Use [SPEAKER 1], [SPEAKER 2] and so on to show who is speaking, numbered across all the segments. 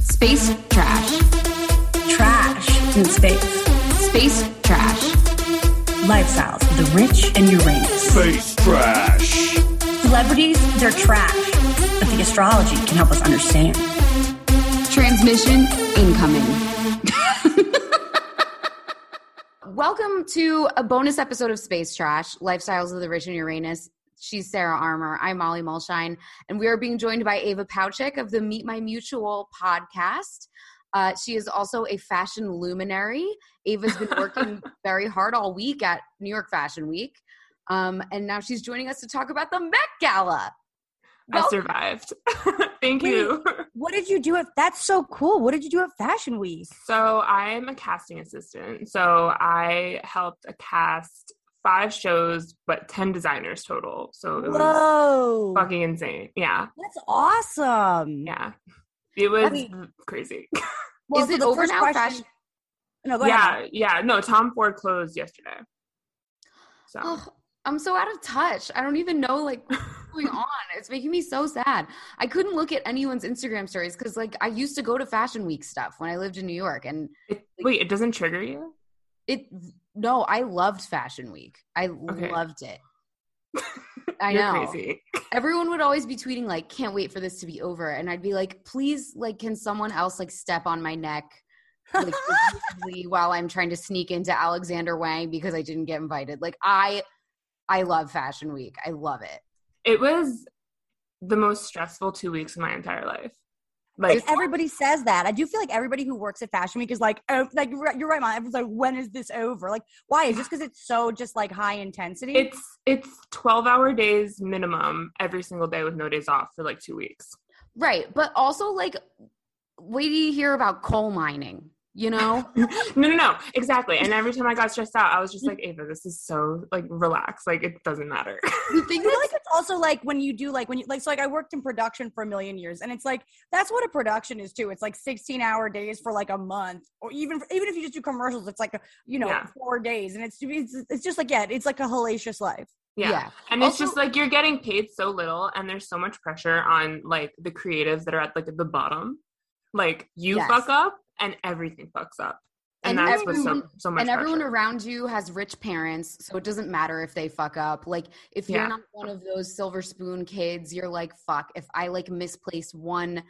[SPEAKER 1] Space trash.
[SPEAKER 2] Trash in space.
[SPEAKER 1] Space trash.
[SPEAKER 2] Lifestyles of the rich and Uranus.
[SPEAKER 3] Space trash.
[SPEAKER 2] Celebrities, they're trash. But the astrology can help us understand.
[SPEAKER 1] Transmission incoming.
[SPEAKER 4] Welcome to a bonus episode of Space Trash Lifestyles of the Rich and Uranus. She's Sarah Armour. I'm Molly Mulshine. And we are being joined by Ava Powchik of the Meet My Mutual podcast. Uh, she is also a fashion luminary. Ava's been working very hard all week at New York Fashion Week. Um, and now she's joining us to talk about the Met Gala.
[SPEAKER 5] I
[SPEAKER 4] Well-
[SPEAKER 5] survived. Thank you.
[SPEAKER 6] What did you do at that's so cool. What did you do at Fashion Week?
[SPEAKER 5] So I'm a casting assistant. So I helped cast five shows, but ten designers total. So it was
[SPEAKER 6] Whoa.
[SPEAKER 5] fucking insane. Yeah,
[SPEAKER 6] That's awesome.
[SPEAKER 5] yeah. It was
[SPEAKER 6] Mm. mean-
[SPEAKER 5] crazy.
[SPEAKER 4] Is it
[SPEAKER 6] the
[SPEAKER 4] over
[SPEAKER 6] first
[SPEAKER 4] now, Fashion-
[SPEAKER 6] No, go ahead.
[SPEAKER 5] yeah, yeah. No, Tom Ford closed yesterday. So
[SPEAKER 4] Oh, I'm so out of touch. I don't even know like what's going on. It's making me so sad. I couldn't look at anyone's Instagram stories because like I used to go to Fashion Week stuff when I lived in New York, and
[SPEAKER 5] it, wait, it doesn't trigger you?
[SPEAKER 4] it. No, I loved Fashion Week. I
[SPEAKER 5] Okay.
[SPEAKER 4] loved it. I
[SPEAKER 5] You're
[SPEAKER 4] know.
[SPEAKER 5] crazy.
[SPEAKER 4] Everyone would always be tweeting like, "Can't wait for this to be over," and I'd be like, "Please, like, can someone else like step on my neck?" Like, repeatedly while I'm trying to sneak into Alexander Wang because I didn't get invited. Like I, I love Fashion Week. I love it.
[SPEAKER 5] It was the most stressful two weeks of my entire life. Like
[SPEAKER 6] Everybody says that. I do feel like everybody who works at Fashion Week is like, oh, like you're right- you're right, mom. Everyone's like, when is this over? Like, why? Is just because it's so just like high intensity?
[SPEAKER 5] It's it's twelve hour days minimum every single day with no days off for like two weeks.
[SPEAKER 4] Right. But also, like, wait till you hear about coal mining, you know?
[SPEAKER 5] no, no, no, exactly. And every time I got stressed out, I was just like, Ava, this is so like relax. Like it doesn't matter.
[SPEAKER 4] the thing
[SPEAKER 6] I feel
[SPEAKER 4] that's
[SPEAKER 6] like it's also like when you do like when you like so like I worked in production for a million years and it's like that's what a production is too. It's like 16 hour days for like a month or even even if you just do commercials it's like you know
[SPEAKER 5] Yeah.
[SPEAKER 6] 4 days and it's it's, it's just like yeah it's like a hellacious life.
[SPEAKER 5] Yeah.
[SPEAKER 4] Yeah.
[SPEAKER 5] And it's
[SPEAKER 4] Also-
[SPEAKER 5] just like you're getting paid so little and there's so much pressure on like the creatives that are at like the bottom. Like you
[SPEAKER 4] Yes.
[SPEAKER 5] fuck up and everything fucks up. And,
[SPEAKER 4] And
[SPEAKER 5] that's what's so
[SPEAKER 4] everyone-
[SPEAKER 5] so much
[SPEAKER 4] and everyone
[SPEAKER 5] pressure.
[SPEAKER 4] around you has rich parents, so it doesn't matter if they fuck up. Like, if you're
[SPEAKER 5] Yeah.
[SPEAKER 4] not one of those silver spoon kids, you're like, fuck, if I like misplace one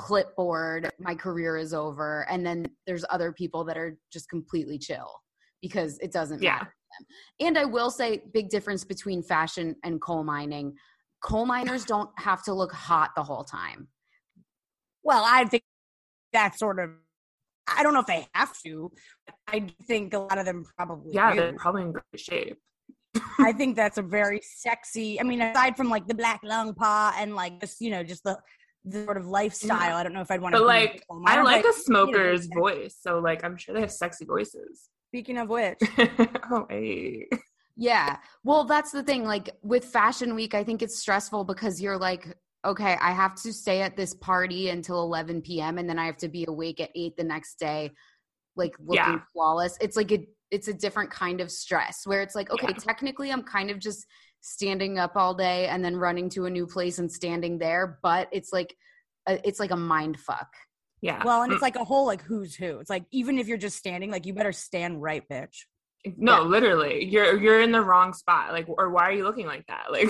[SPEAKER 4] clipboard, my career is over. And then there's other people that are just completely chill because it doesn't
[SPEAKER 5] Yeah.
[SPEAKER 4] matter. And I will say, big difference between fashion and coal mining. Coal miners don't have to look hot the whole time.
[SPEAKER 6] Well, I think that sort of I don't know if they have to. I think a lot of them probably
[SPEAKER 5] Yeah,
[SPEAKER 6] do.
[SPEAKER 5] they're probably in great shape.
[SPEAKER 6] I think that's a very sexy. I mean, aside from like the black lung pa and like just you know just the, the sort of lifestyle. I don't know if I'd want to.
[SPEAKER 5] Mm-hmm. But like I like a smoker's
[SPEAKER 6] yeah.
[SPEAKER 5] voice, so like I'm sure they have sexy voices.
[SPEAKER 6] Speaking of which,
[SPEAKER 5] oh hey.
[SPEAKER 4] Yeah. Well, that's the thing. Like with Fashion Week, I think it's stressful because you're like, okay, I have to stay at this party until 11 p.m. and then I have to be awake at 8 the next day, like looking
[SPEAKER 5] Yeah.
[SPEAKER 4] flawless. It's like a it's a different kind of stress where it's like, okay,
[SPEAKER 5] Yeah.
[SPEAKER 4] technically I'm kind of just standing up all day and then running to a new place and standing there, but it's like a, it's like a mind fuck.
[SPEAKER 5] Yeah.
[SPEAKER 6] well, and it's like a whole like who's who. It's like even if you're just standing, like you better stand right, bitch.
[SPEAKER 5] No,
[SPEAKER 4] Yeah.
[SPEAKER 5] literally, you're you're in the wrong spot. Like, or why are you looking like that? Like,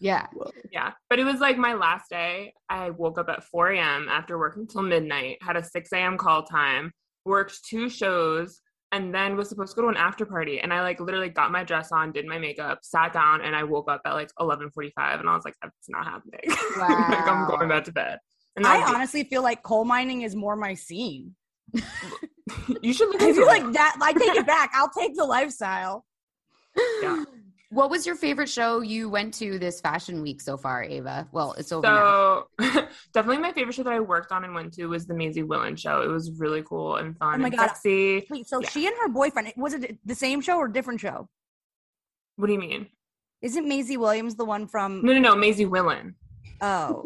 [SPEAKER 4] Yeah.
[SPEAKER 5] yeah. But it was like my last day. I woke up at 4 a.m. after working till midnight. Had a 6 a.m. call time. Worked two shows, and then was supposed to go to an after party. And I like literally got my dress on, did my makeup, sat down, and I woke up at like 11:45, and I was like, "That's not happening. like, I'm
[SPEAKER 4] Wow.
[SPEAKER 5] going back to bed." And
[SPEAKER 6] I
[SPEAKER 5] that
[SPEAKER 6] honestly feel like coal mining is more my scene.
[SPEAKER 5] was- you should look
[SPEAKER 6] I
[SPEAKER 5] into
[SPEAKER 6] feel
[SPEAKER 5] it.
[SPEAKER 6] like that. I take it back. I'll take the lifestyle.
[SPEAKER 5] Yeah.
[SPEAKER 4] What was your favorite show you went to this fashion week so far, Ava? Well, it's over. now.
[SPEAKER 5] So definitely my favorite show that I worked on and went to was the Maisie Willen show. It was really cool and fun
[SPEAKER 6] Oh my
[SPEAKER 5] and
[SPEAKER 6] God.
[SPEAKER 5] sexy.
[SPEAKER 6] Wait, so
[SPEAKER 5] Yeah.
[SPEAKER 6] she and her boyfriend was it the same show or a different show?
[SPEAKER 5] What do you mean?
[SPEAKER 6] Isn't Maisie Williams the one from?
[SPEAKER 5] No, no, no, Maisie Willen.
[SPEAKER 6] Oh,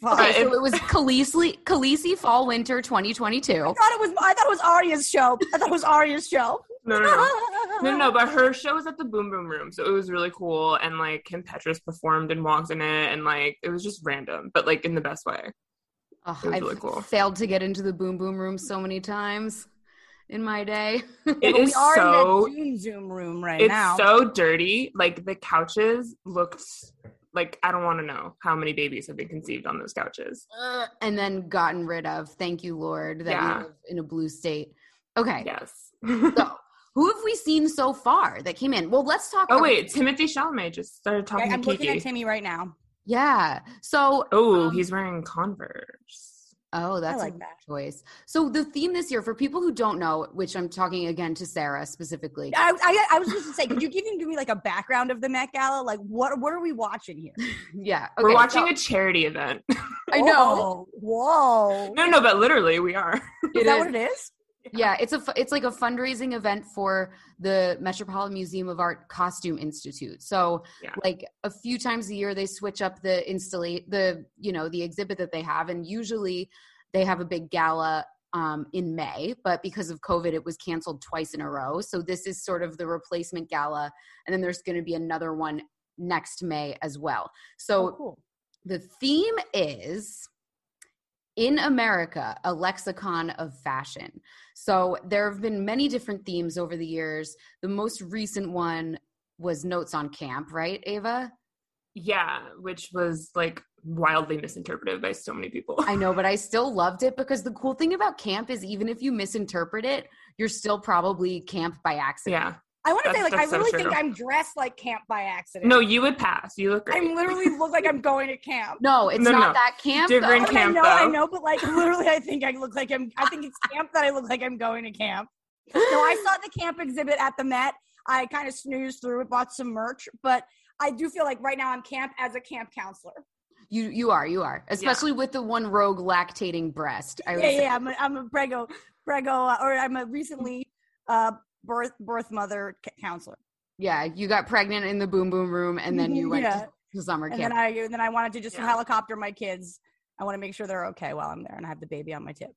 [SPEAKER 6] fuck.
[SPEAKER 4] Okay,
[SPEAKER 6] I
[SPEAKER 5] Alright,
[SPEAKER 4] so it was Khaleesi, Khaleesi Fall Winter 2022.
[SPEAKER 6] thought it was. I thought it was Arya's show. I thought it was Arya's show.
[SPEAKER 5] No, no, no. No, no, but her show was at the Boom Boom Room, so it was really cool. And like Kim Petras performed and walked in it, and like it was just random, but like in the best way.
[SPEAKER 4] Ugh,
[SPEAKER 5] It was
[SPEAKER 4] I've
[SPEAKER 5] really cool.
[SPEAKER 4] failed to get into the Boom Boom Room so many times in my day.
[SPEAKER 5] It
[SPEAKER 6] But we
[SPEAKER 5] is
[SPEAKER 6] are
[SPEAKER 5] so
[SPEAKER 6] in that Zoom Zoom room right
[SPEAKER 5] it's
[SPEAKER 6] now.
[SPEAKER 5] so dirty. Like the couches looked like I don't want to know how many babies have been conceived on those couches.
[SPEAKER 4] and then gotten rid of. Thank you, Lord, that
[SPEAKER 5] Yeah.
[SPEAKER 4] we live in a blue state. Okay.
[SPEAKER 5] Yes.
[SPEAKER 4] So, who have we seen so far that came in? Well, let's talk.
[SPEAKER 5] oh
[SPEAKER 4] about-
[SPEAKER 5] wait, Timothy Chalamet just started
[SPEAKER 6] Yeah,
[SPEAKER 5] talking
[SPEAKER 6] I'm
[SPEAKER 5] to
[SPEAKER 6] looking at
[SPEAKER 5] Kiki.
[SPEAKER 6] Timmy right now.
[SPEAKER 4] Yeah. So,
[SPEAKER 5] Oh,
[SPEAKER 4] Um,
[SPEAKER 5] he's wearing Converse.
[SPEAKER 4] oh, that's a
[SPEAKER 6] like
[SPEAKER 4] good
[SPEAKER 6] that.
[SPEAKER 4] choice. So, the theme this year, for people who don't know, which I'm talking again to Sarah specifically.
[SPEAKER 6] I, I, I was just to say, could you give, give me like a background of the Met Gala? Like, what what are we watching here?
[SPEAKER 4] Yeah.
[SPEAKER 5] We're
[SPEAKER 4] okay,
[SPEAKER 5] watching
[SPEAKER 4] so-
[SPEAKER 5] a charity event.
[SPEAKER 4] I know.
[SPEAKER 6] Oh, Whoa.
[SPEAKER 5] no, no, but literally we are.
[SPEAKER 6] Oh, is
[SPEAKER 4] It
[SPEAKER 6] that
[SPEAKER 4] is.
[SPEAKER 6] what it is?
[SPEAKER 4] Yeah, it's a fu- it's like a fundraising event for the Metropolitan Museum of Art Costume Institute. So,
[SPEAKER 5] Yeah.
[SPEAKER 4] like a few times a year, they switch up the installate the you know the exhibit that they have, and usually they have a big gala um, in May. But because of COVID, it was canceled twice in a row. So this is sort of the replacement gala, and then there's going to be another one next May as well. So
[SPEAKER 6] Oh, cool.
[SPEAKER 4] the theme is in America, a lexicon of fashion. So there have been many different themes over the years. The most recent one was Notes on Camp, right, Ava?
[SPEAKER 5] yeah, which was like wildly misinterpreted by so many people.
[SPEAKER 4] I know, but I still loved it because the cool thing about camp is even if you misinterpret it, you're still probably camp by accident.
[SPEAKER 5] yeah.
[SPEAKER 6] I want to say,
[SPEAKER 5] That's-
[SPEAKER 6] like, I
[SPEAKER 5] that's so
[SPEAKER 6] really
[SPEAKER 5] true.
[SPEAKER 6] think I'm dressed like camp by accident.
[SPEAKER 5] No, you would pass. You look great.
[SPEAKER 6] I'm literally look like I'm going to camp.
[SPEAKER 4] No, it's
[SPEAKER 5] No, no,
[SPEAKER 4] not
[SPEAKER 5] no.
[SPEAKER 4] that camp.
[SPEAKER 5] Different
[SPEAKER 4] though.
[SPEAKER 6] I
[SPEAKER 5] Camp,
[SPEAKER 6] know, I
[SPEAKER 5] though.
[SPEAKER 6] know, but like literally, I think I look like I'm. I think it's camp that I look like I'm going to camp. No, I saw the camp exhibit at the Met. I kind of snoozed through it, bought some merch, but I do feel like right now I'm camp as a camp counselor.
[SPEAKER 4] You you are, you are. Especially with the one rogue lactating breast. I
[SPEAKER 6] yeah,
[SPEAKER 4] was
[SPEAKER 6] yeah. I'm a, I'm a Brego, Brego, uh, or I'm a recently uh, birth birth mother c- counselor,
[SPEAKER 4] yeah, you got pregnant in the boom boom room and then you went
[SPEAKER 6] Yeah.
[SPEAKER 4] to, to summer
[SPEAKER 6] and
[SPEAKER 4] camp.
[SPEAKER 6] then I and then I wanted to just
[SPEAKER 5] Yeah.
[SPEAKER 6] helicopter my kids. I want to make sure they're okay while I'm there, and I have the baby on my tip.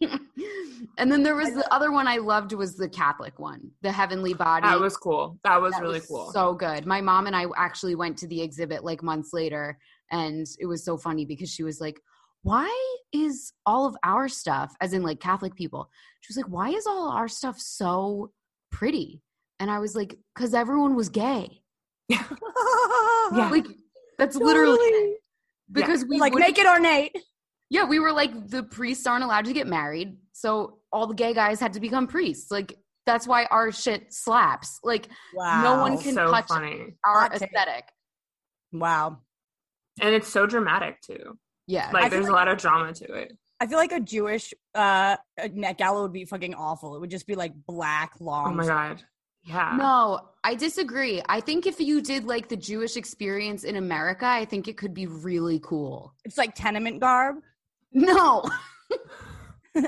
[SPEAKER 4] and then there was the other one I loved was the Catholic one, the Heavenly Body.
[SPEAKER 5] That was cool. That was
[SPEAKER 4] That
[SPEAKER 5] really
[SPEAKER 4] was
[SPEAKER 5] cool.
[SPEAKER 4] So good. My mom and I actually went to the exhibit like months later, and it was so funny because she was like, "Why is all of our stuff, as in like Catholic people, she was like, why is all our stuff so pretty?" And I was like, "Cause everyone was gay.
[SPEAKER 5] Yeah.
[SPEAKER 4] Like that's literally
[SPEAKER 6] Totally.
[SPEAKER 4] because we
[SPEAKER 6] like
[SPEAKER 4] wouldn't-
[SPEAKER 6] make it ornate.
[SPEAKER 4] Yeah, we were like the priests aren't allowed to get married, so all the gay guys had to become priests. Like that's why our shit slaps. Like no one
[SPEAKER 6] Wow.
[SPEAKER 4] can
[SPEAKER 5] so
[SPEAKER 4] touch
[SPEAKER 5] funny.
[SPEAKER 4] our
[SPEAKER 6] Hot take.
[SPEAKER 4] aesthetic.
[SPEAKER 6] Wow.
[SPEAKER 5] And it's so dramatic too.
[SPEAKER 4] Yeah.
[SPEAKER 5] Like
[SPEAKER 6] feel
[SPEAKER 5] there's a
[SPEAKER 6] like-
[SPEAKER 5] lot of drama to it.
[SPEAKER 6] I feel like a Jewish uh, Met Gala would be fucking awful. It would just be like black, long.
[SPEAKER 5] Oh my god. Yeah.
[SPEAKER 4] no, I disagree. I think if you did like the Jewish experience in America, I think it could be really cool.
[SPEAKER 6] It's like tenement garb.
[SPEAKER 4] No.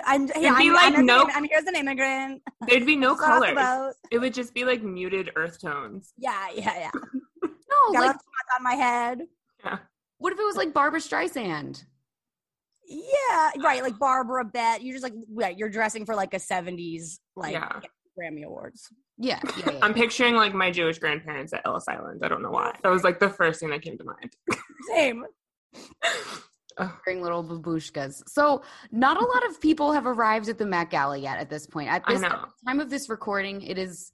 [SPEAKER 6] I'm, hey,
[SPEAKER 5] It'd
[SPEAKER 6] I'm,
[SPEAKER 5] be like,
[SPEAKER 6] I'm, an-
[SPEAKER 5] nope.
[SPEAKER 6] I'm here's an immigrant.
[SPEAKER 5] There'd be no
[SPEAKER 6] Talk
[SPEAKER 5] colors.
[SPEAKER 6] about-
[SPEAKER 5] It would just be like muted earth tones.
[SPEAKER 6] Yeah, yeah, yeah.
[SPEAKER 4] No,
[SPEAKER 6] Got a lot
[SPEAKER 4] like
[SPEAKER 6] of spots on my head.
[SPEAKER 4] what if it was like Barbara Streisand?
[SPEAKER 6] Yeah, right. Like Barbara Bet. You're just like, yeah, you're dressing for like a 70s, like
[SPEAKER 5] Yeah.
[SPEAKER 6] Grammy Awards.
[SPEAKER 4] Yeah. yeah, yeah,
[SPEAKER 5] I'm picturing like my Jewish grandparents at Ellis Island. I don't know why. That was like the first thing that came to mind.
[SPEAKER 6] Same.
[SPEAKER 4] wearing little babushkas. So, not a lot of people have arrived at the Met Gala yet at this point. At
[SPEAKER 5] I
[SPEAKER 4] this
[SPEAKER 5] know.
[SPEAKER 4] time of this recording, it is.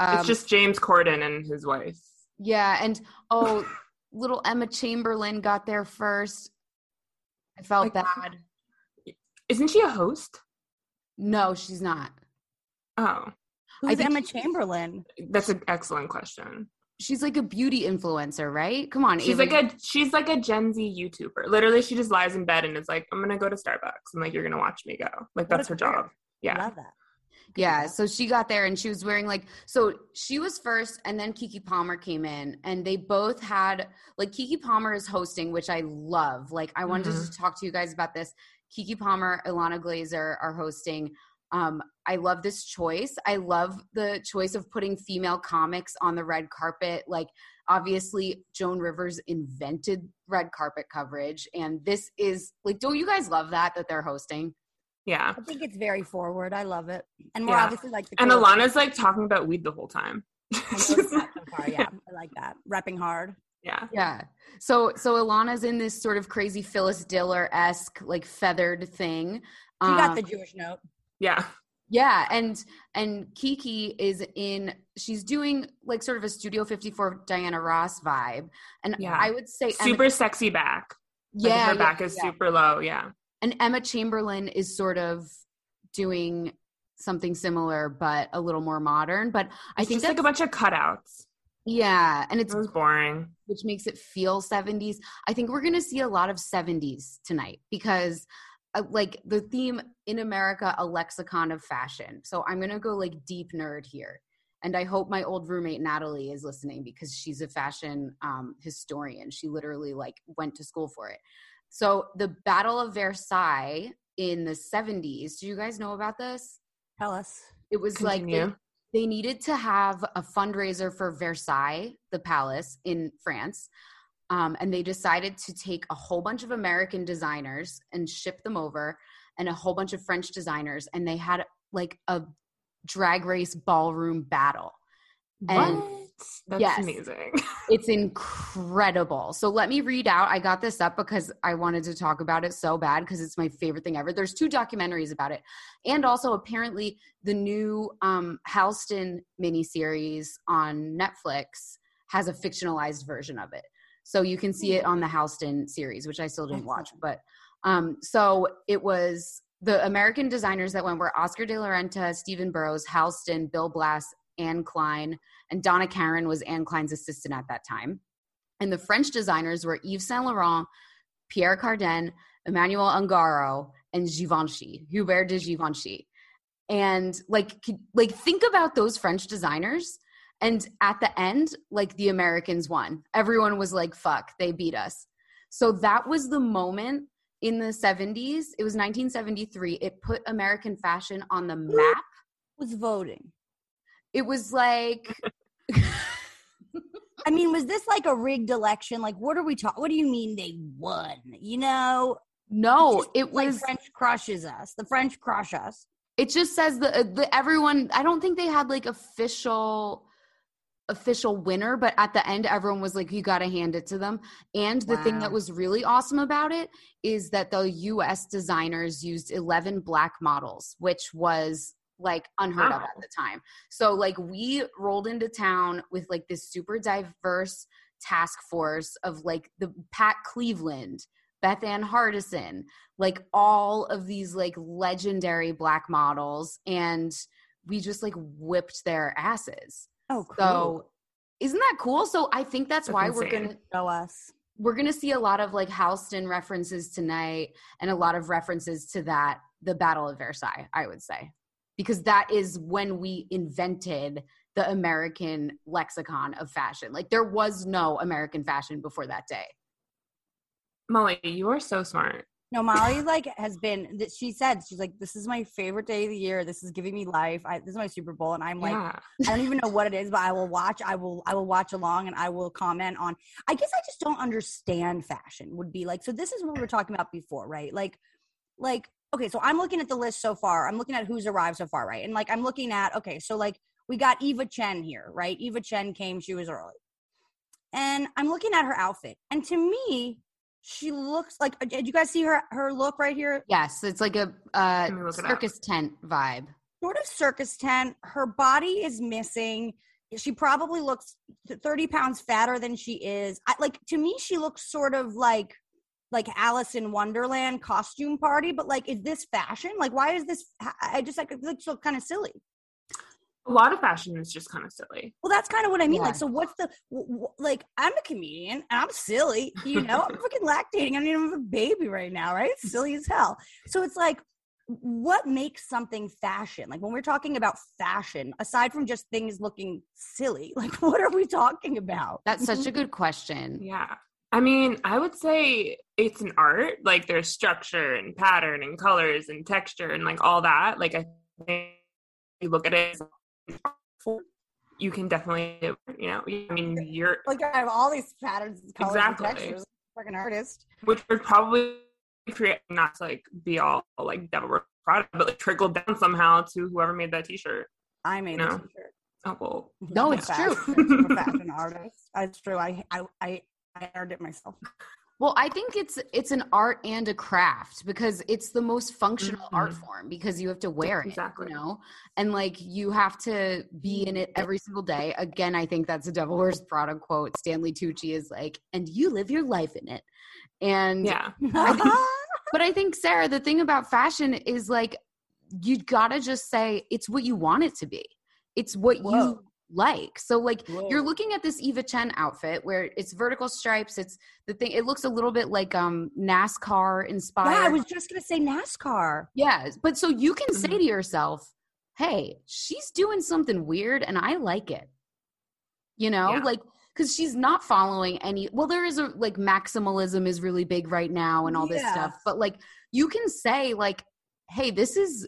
[SPEAKER 4] Um,
[SPEAKER 5] it's just James Corden and his wife.
[SPEAKER 4] yeah, and oh, little Emma Chamberlain got there first. I felt
[SPEAKER 5] Like-
[SPEAKER 4] bad.
[SPEAKER 5] Isn't she a host?
[SPEAKER 4] No, she's not.
[SPEAKER 5] Oh,
[SPEAKER 6] Who's
[SPEAKER 4] think
[SPEAKER 6] Emma
[SPEAKER 4] she-
[SPEAKER 6] Chamberlain?
[SPEAKER 5] that's an excellent question.
[SPEAKER 4] She's like a beauty influencer, right? Come on,
[SPEAKER 5] She's
[SPEAKER 4] Ava,
[SPEAKER 5] like a she's like a Gen Z YouTuber. Literally, she just lies in bed and is like, "I'm gonna go to Starbucks and like you're gonna watch me go."
[SPEAKER 6] What
[SPEAKER 5] Like that's
[SPEAKER 6] a
[SPEAKER 5] her
[SPEAKER 6] career.
[SPEAKER 5] job. Yeah,
[SPEAKER 6] Love that.
[SPEAKER 4] Yeah, so she got there and she was wearing like so she was first and then Kiki Palmer came in and they both had like Kiki Palmer is hosting which I love. Like I wanted to
[SPEAKER 5] Mhm.
[SPEAKER 4] just talk to you guys about this. Kiki Palmer, Ilana Glazer are hosting. Um I love this choice. I love the choice of putting female comics on the red carpet like obviously Joan Rivers invented red carpet coverage and this is like don't you guys love that that they're hosting?
[SPEAKER 5] Yeah.
[SPEAKER 6] I think it's very forward. I love it. And we're
[SPEAKER 5] Yeah.
[SPEAKER 6] obviously like the
[SPEAKER 5] And
[SPEAKER 6] coolest-
[SPEAKER 5] Alana's like talking about weed the whole time.
[SPEAKER 6] I know it's not so far, yeah, I like that. Repping hard.
[SPEAKER 5] yeah.
[SPEAKER 4] Yeah. So so Ilana's in this sort of crazy Phyllis Diller esque like feathered thing.
[SPEAKER 6] You got
[SPEAKER 4] Um,
[SPEAKER 6] the Jewish note.
[SPEAKER 5] Yeah.
[SPEAKER 4] yeah, and and Kiki is in. She's doing like sort of a Studio 54 Diana Ross vibe, and
[SPEAKER 5] Yeah.
[SPEAKER 4] I would say Emma-
[SPEAKER 5] Super sexy back. Like,
[SPEAKER 4] yeah,
[SPEAKER 5] Her back is
[SPEAKER 4] yeah.
[SPEAKER 5] super low. Yeah.
[SPEAKER 4] And Emma Chamberlain is sort of doing something similar, but a little more modern. But I
[SPEAKER 5] It's
[SPEAKER 4] think
[SPEAKER 5] just like
[SPEAKER 4] that's
[SPEAKER 5] a bunch of cutouts.
[SPEAKER 4] yeah, and it's
[SPEAKER 5] It was boring.
[SPEAKER 4] which makes it feel 70s. I think we're going to see a lot of 70s tonight because uh, like the theme in America a lexicon of fashion. So I'm going to go like deep nerd here. And I hope my old roommate Natalie is listening because she's a fashion um, historian. She literally like went to school for it. So the Battle of Versailles in the 70s. Do you guys know about this?
[SPEAKER 6] Tell us.
[SPEAKER 4] It was like
[SPEAKER 5] Continue.
[SPEAKER 4] they, they needed to have a fundraiser for Versailles, the palace in France. Um, and they decided to take a whole bunch of American designers and ship them over, and a whole bunch of French designers. And they had like a drag race ballroom battle. And-
[SPEAKER 5] That's
[SPEAKER 4] Yes.
[SPEAKER 5] amazing.
[SPEAKER 4] It's incredible. So let me read out. I got this up because I wanted to talk about it so bad because it's my favorite thing ever. There's two documentaries about it, and also apparently the new um, Halston miniseries on Netflix has a fictionalized version of it. So you can see it on the Halston series, which I still didn't watch. But um, so it was the American designers that went were Oscar de la Renta, Stephen Burrows, Halston, Bill Blass, Anne Klein, and Donna Karen was Anne Klein's assistant at that time. And the French designers were Yves Saint Laurent, Pierre Cardin, Emmanuel Ungaro, and Givenchy, Hubert de Givenchy. And like, c- like think about those French designers. And at the end, like the Americans won. Everyone was like, fuck, they beat us. So that was the moment in the 70s. It was 1973. It put American fashion on the map
[SPEAKER 6] Who's voting?
[SPEAKER 4] it was like
[SPEAKER 6] I mean, was this like a rigged election? Like, what are we talking? What do you mean they won? You know,
[SPEAKER 4] no
[SPEAKER 6] just
[SPEAKER 4] Oh, it
[SPEAKER 6] like
[SPEAKER 4] was
[SPEAKER 6] French crushes us. The French crush us.
[SPEAKER 4] it just says the, uh, the everyone i don't think they had like official official winner but at the end everyone was like you got to hand it to them and the thing that
[SPEAKER 6] Wow.
[SPEAKER 4] was really awesome about it is that the us designers used 11 black models which was like unheard of
[SPEAKER 5] Wow.
[SPEAKER 4] at the time so like we rolled into town with like this super diverse task force of like the pat cleveland beth ann hardison like all of these like legendary black models and we just like whipped their asses
[SPEAKER 6] Oh, cool.
[SPEAKER 4] so isn't that cool so i think that's,
[SPEAKER 5] That's
[SPEAKER 4] why we're
[SPEAKER 5] insane.
[SPEAKER 4] gonna
[SPEAKER 6] show us.
[SPEAKER 4] we're gonna see a lot of like halston references tonight and a lot of references to that the battle of versailles i would say because that is when we invented the american lexicon of fashion like there was no american fashion before that day
[SPEAKER 5] Molly, you are so smart.
[SPEAKER 6] No, Molly like has been. That she said she's like, this is my favorite day of the year. This is giving me life. I, this is my Super Bowl, and I'm like,
[SPEAKER 5] yeah.
[SPEAKER 6] I don't even know what it is, but I will watch. I will. I will watch along, and I will comment on. I guess I just don't understand fashion. Would be like so. This is what we were talking about before, right? Like, like okay. So I'm looking at the list so far. I'm looking at who's arrived so far, right? And like I'm looking at okay. So like we got Eva Chen here, right? Eva Chen came. She was early, and I'm looking at her outfit, and to me, she looks like. uh, Did you guys see her her look right here?
[SPEAKER 4] yes it's like a
[SPEAKER 5] me
[SPEAKER 4] uh,
[SPEAKER 5] look it up.
[SPEAKER 4] circus tent vibe
[SPEAKER 6] sort of circus tent. Her body is missing. She probably looks 30 pounds fatter than she is. I, like to me, she looks sort of like like Alice in Wonderland costume party, but like, is this fashion? Like, why is this? I- I just like it looks so kind of silly.
[SPEAKER 5] A lot of fashion is just kind of silly.
[SPEAKER 6] Well, that's kind of what I mean. Like,
[SPEAKER 4] Yeah.
[SPEAKER 6] so what's the w- w- like? I'm a comedian and I'm silly, you know. I'm freaking lactating. I mean, I'm a baby right now, right? Silly as hell. So it's like, what makes something fashion? Like when we're talking about fashion, aside from just things looking silly, like what are we talking about?
[SPEAKER 4] That's such a good question.
[SPEAKER 5] Yeah. I mean, I would say it's an art. Like there's structure and pattern and colors and texture and like all that. Like I think you look at it, as an art form, you can definitely, you know, I mean, you're
[SPEAKER 6] Like I have all these patterns, and colors,
[SPEAKER 5] Exactly.
[SPEAKER 6] and textures. Like an artist.
[SPEAKER 5] which would probably create not to like be all like devil Wears Prada, but like trickle down somehow to whoever made that T-shirt.
[SPEAKER 6] I made
[SPEAKER 5] No.
[SPEAKER 6] a t-shirt.
[SPEAKER 5] Oh well,
[SPEAKER 4] No,
[SPEAKER 6] I'm a
[SPEAKER 4] it's
[SPEAKER 6] fashion-
[SPEAKER 5] true.
[SPEAKER 6] I'm a fashion artist. It's true. I I I, I earned it myself.
[SPEAKER 4] Well, I think it's it's an art and a craft because it's the most functional art form because you have to wear it,
[SPEAKER 5] Mm-hmm. Exactly.
[SPEAKER 4] you know, and like you have to be in it every single day. Again, I think that's a Devil Wears Prada quote. Stanley Tucci is like, "And you live your life in it," and
[SPEAKER 5] yeah,
[SPEAKER 4] But I think, Sarah, the thing about fashion is like you gotta just say it's what you want it to be. It's what you
[SPEAKER 6] Whoa.
[SPEAKER 4] like. So like you're
[SPEAKER 6] Whoa.
[SPEAKER 4] looking at this Eva Chen outfit where it's vertical stripes, it's the thing it looks a little bit like um NASCAR inspired.
[SPEAKER 6] yeah, I was just gonna say NASCAR.
[SPEAKER 4] Yeah, But so you can say
[SPEAKER 6] Mm-hmm.
[SPEAKER 4] to yourself, Hey, she's doing something weird and I like it. You know,
[SPEAKER 5] Yeah.
[SPEAKER 4] like because she's not following any well there is a like maximalism is really big right now and all this
[SPEAKER 6] Yeah.
[SPEAKER 4] stuff but like you can say like hey this is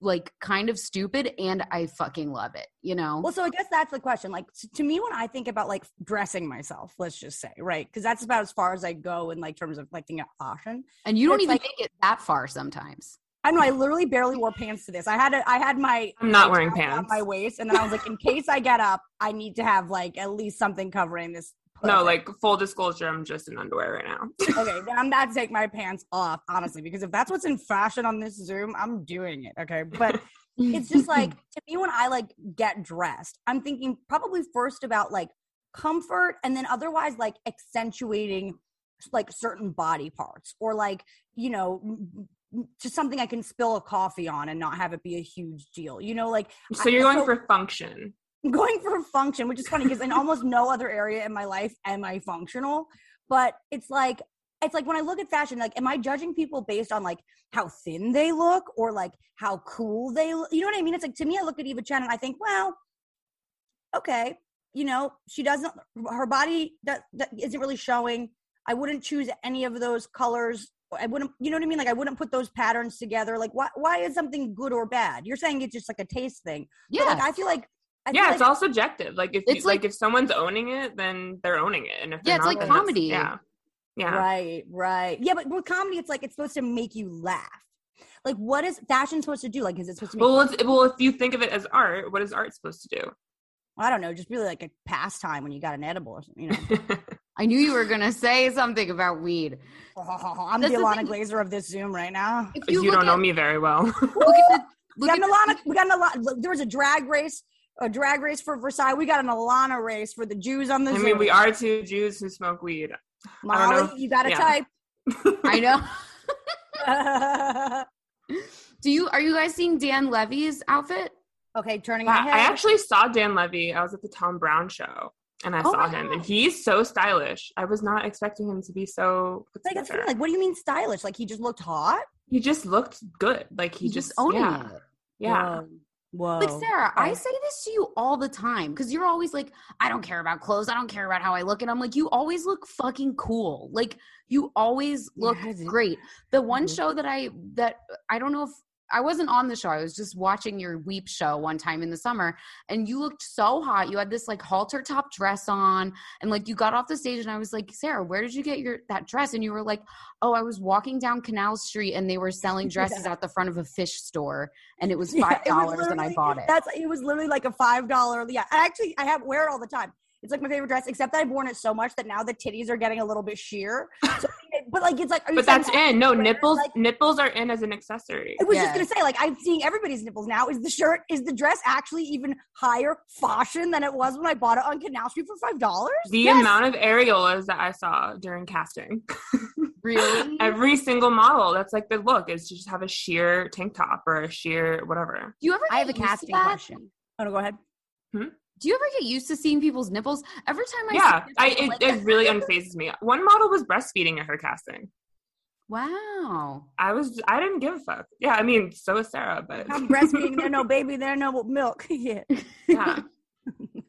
[SPEAKER 4] like kind of stupid and i fucking love it you know
[SPEAKER 6] Well, so I guess that's the question. Like t- to me, when I think about like dressing myself, let's just say, right? Because that's about as far as I go in like terms of like thinking of fashion.
[SPEAKER 4] and you don't
[SPEAKER 6] it's
[SPEAKER 4] even
[SPEAKER 6] like-
[SPEAKER 4] make it that far sometimes
[SPEAKER 6] I know I literally barely wore pants to this. I had a, I had my
[SPEAKER 5] I'm not wearing
[SPEAKER 6] around
[SPEAKER 5] pants.
[SPEAKER 6] my waist, and then I was like, in case I get up, I need to have like at least something covering this.
[SPEAKER 5] No, like full disclosure, I'm just in underwear right now.
[SPEAKER 6] okay, then I'm about to take my pants off, honestly, because if that's what's in fashion on this Zoom, I'm doing it. Okay, but it's just like to me when I like get dressed, I'm thinking probably first about like comfort and then otherwise like accentuating like certain body parts or like, you know, m- m- just something I can spill a coffee on and not have it be a huge deal. You know, like
[SPEAKER 5] So you're going for function.
[SPEAKER 6] going for a function, which is funny because in almost no other area in my life am I functional. But it's like it's like when I look at fashion, like am I judging people based on like how thin they look or like how cool they look? You know what I mean? It's like to me, I look at Eva Chen and I think, well, okay, you know, she doesn't her body that, that isn't really showing. I wouldn't choose any of those colors. I wouldn't, you know what I mean? Like I wouldn't put those patterns together. Like why? Why is something good or bad? You're saying it's just like a taste thing.
[SPEAKER 4] yeah
[SPEAKER 6] But like I feel like I feel
[SPEAKER 5] yeah,
[SPEAKER 6] like
[SPEAKER 5] it's all subjective. Like if you,
[SPEAKER 4] It's
[SPEAKER 5] like,
[SPEAKER 4] like-
[SPEAKER 5] if someone's owning it, then they're owning it, and if
[SPEAKER 4] Yeah,
[SPEAKER 5] they're
[SPEAKER 4] it's
[SPEAKER 5] not,
[SPEAKER 4] like
[SPEAKER 5] then that's-
[SPEAKER 4] comedy.
[SPEAKER 5] Yeah, yeah.
[SPEAKER 6] Right, right. Yeah, but with comedy, it's like it's supposed to make you laugh. Like, what is fashion supposed to do? Like, is it supposed to make?
[SPEAKER 5] Well, it's, well, if you think of it as art, what is art supposed to
[SPEAKER 6] I don't know, just really like a pastime when you got an edible or something. You know,
[SPEAKER 5] do?
[SPEAKER 4] i knew you were gonna say something about weed
[SPEAKER 6] I'm
[SPEAKER 4] That's
[SPEAKER 6] the
[SPEAKER 4] the
[SPEAKER 6] Alana
[SPEAKER 4] thing.
[SPEAKER 6] Glazer of this Zoom right now.
[SPEAKER 4] if
[SPEAKER 5] you
[SPEAKER 4] look
[SPEAKER 5] don't know
[SPEAKER 4] at-
[SPEAKER 5] me very well.
[SPEAKER 4] look at the
[SPEAKER 6] We
[SPEAKER 4] look
[SPEAKER 6] got
[SPEAKER 4] at
[SPEAKER 6] an
[SPEAKER 4] the
[SPEAKER 6] Alana. We got an Alana. There was a drag race, a drag race for Versailles. We got an Alana race for the Jews on the
[SPEAKER 5] I
[SPEAKER 6] Zoom.
[SPEAKER 5] mean, we are two Jews who smoke weed. don't know.
[SPEAKER 6] Molly. You got to
[SPEAKER 5] Yeah.
[SPEAKER 4] i know
[SPEAKER 6] type.
[SPEAKER 4] do you are you guys seeing dan levy's outfit
[SPEAKER 6] okay, turning
[SPEAKER 5] Yeah,
[SPEAKER 6] my head.
[SPEAKER 5] I actually saw Dan Levy. I was at the Tom Brown show and I
[SPEAKER 4] Oh
[SPEAKER 5] saw
[SPEAKER 4] my
[SPEAKER 5] him,
[SPEAKER 4] God.
[SPEAKER 5] and he's so stylish. I was not expecting him to be so. put
[SPEAKER 6] like, that's the
[SPEAKER 5] together.
[SPEAKER 6] thing, like, what do you mean stylish? Like, he just looked hot.
[SPEAKER 5] he just looked good. Like he
[SPEAKER 4] He's
[SPEAKER 5] just,
[SPEAKER 4] just owning
[SPEAKER 5] yeah,
[SPEAKER 4] it
[SPEAKER 5] yeah.
[SPEAKER 6] Whoa.
[SPEAKER 4] But Sarah, I
[SPEAKER 6] okay.
[SPEAKER 4] say this to you all the time because you're always like, I don't care about clothes. I don't care about how I look. And I'm like, you always look fucking cool. Like you always look
[SPEAKER 6] Yeah, I do.
[SPEAKER 4] great. The one
[SPEAKER 6] Mhm.
[SPEAKER 4] show that I that I don't know if I wasn't on the show. I was just watching your weep show one time in the summer and you looked so hot. You had this like halter top dress on and like you got off the stage and I was like, "Sarah, where did you get your that dress?" And you were like, "Oh, I was walking down Canal Street and they were selling dresses
[SPEAKER 6] Yeah.
[SPEAKER 4] at the front of a fish store and it was
[SPEAKER 6] Yeah, it was
[SPEAKER 4] $5 and I
[SPEAKER 6] literally-
[SPEAKER 4] bought it."
[SPEAKER 6] That's it was literally like a five dollar. Yeah, I actually I have wear it all the time. It's like my favorite dress, except that I've worn it so much that now the titties are getting a little bit sheer. So, but like it's like, are you
[SPEAKER 5] But
[SPEAKER 6] saying
[SPEAKER 5] that's
[SPEAKER 6] that-
[SPEAKER 5] in. No,
[SPEAKER 6] wear,
[SPEAKER 5] nipples.
[SPEAKER 6] like-
[SPEAKER 5] nipples are in as an accessory.
[SPEAKER 6] I was
[SPEAKER 4] Yeah.
[SPEAKER 6] just gonna say, like I'm seeing everybody's nipples now. Is the shirt, is the dress actually even higher fashion than it was when I bought it on Canal Street for five dollars?
[SPEAKER 5] The amount of areolas that I saw during casting,
[SPEAKER 4] Really?
[SPEAKER 5] every single model. That's like the look is to just have a sheer tank top or a sheer whatever.
[SPEAKER 4] Do you ever?
[SPEAKER 6] I have a
[SPEAKER 4] get used to
[SPEAKER 6] casting
[SPEAKER 4] that?
[SPEAKER 6] question. Oh no, go ahead.
[SPEAKER 4] Do you ever get used to seeing people's nipples? Every time I see
[SPEAKER 5] yeah,
[SPEAKER 4] nipples,
[SPEAKER 5] I
[SPEAKER 4] I'm
[SPEAKER 5] it,
[SPEAKER 4] like,
[SPEAKER 5] it really unfazes me. One model was breastfeeding at her casting.
[SPEAKER 4] Wow.
[SPEAKER 5] I was I didn't give a fuck. Yeah, I mean, so is Sarah, but
[SPEAKER 6] I'm breastfeeding. There no baby. There no milk. yeah.
[SPEAKER 5] yeah.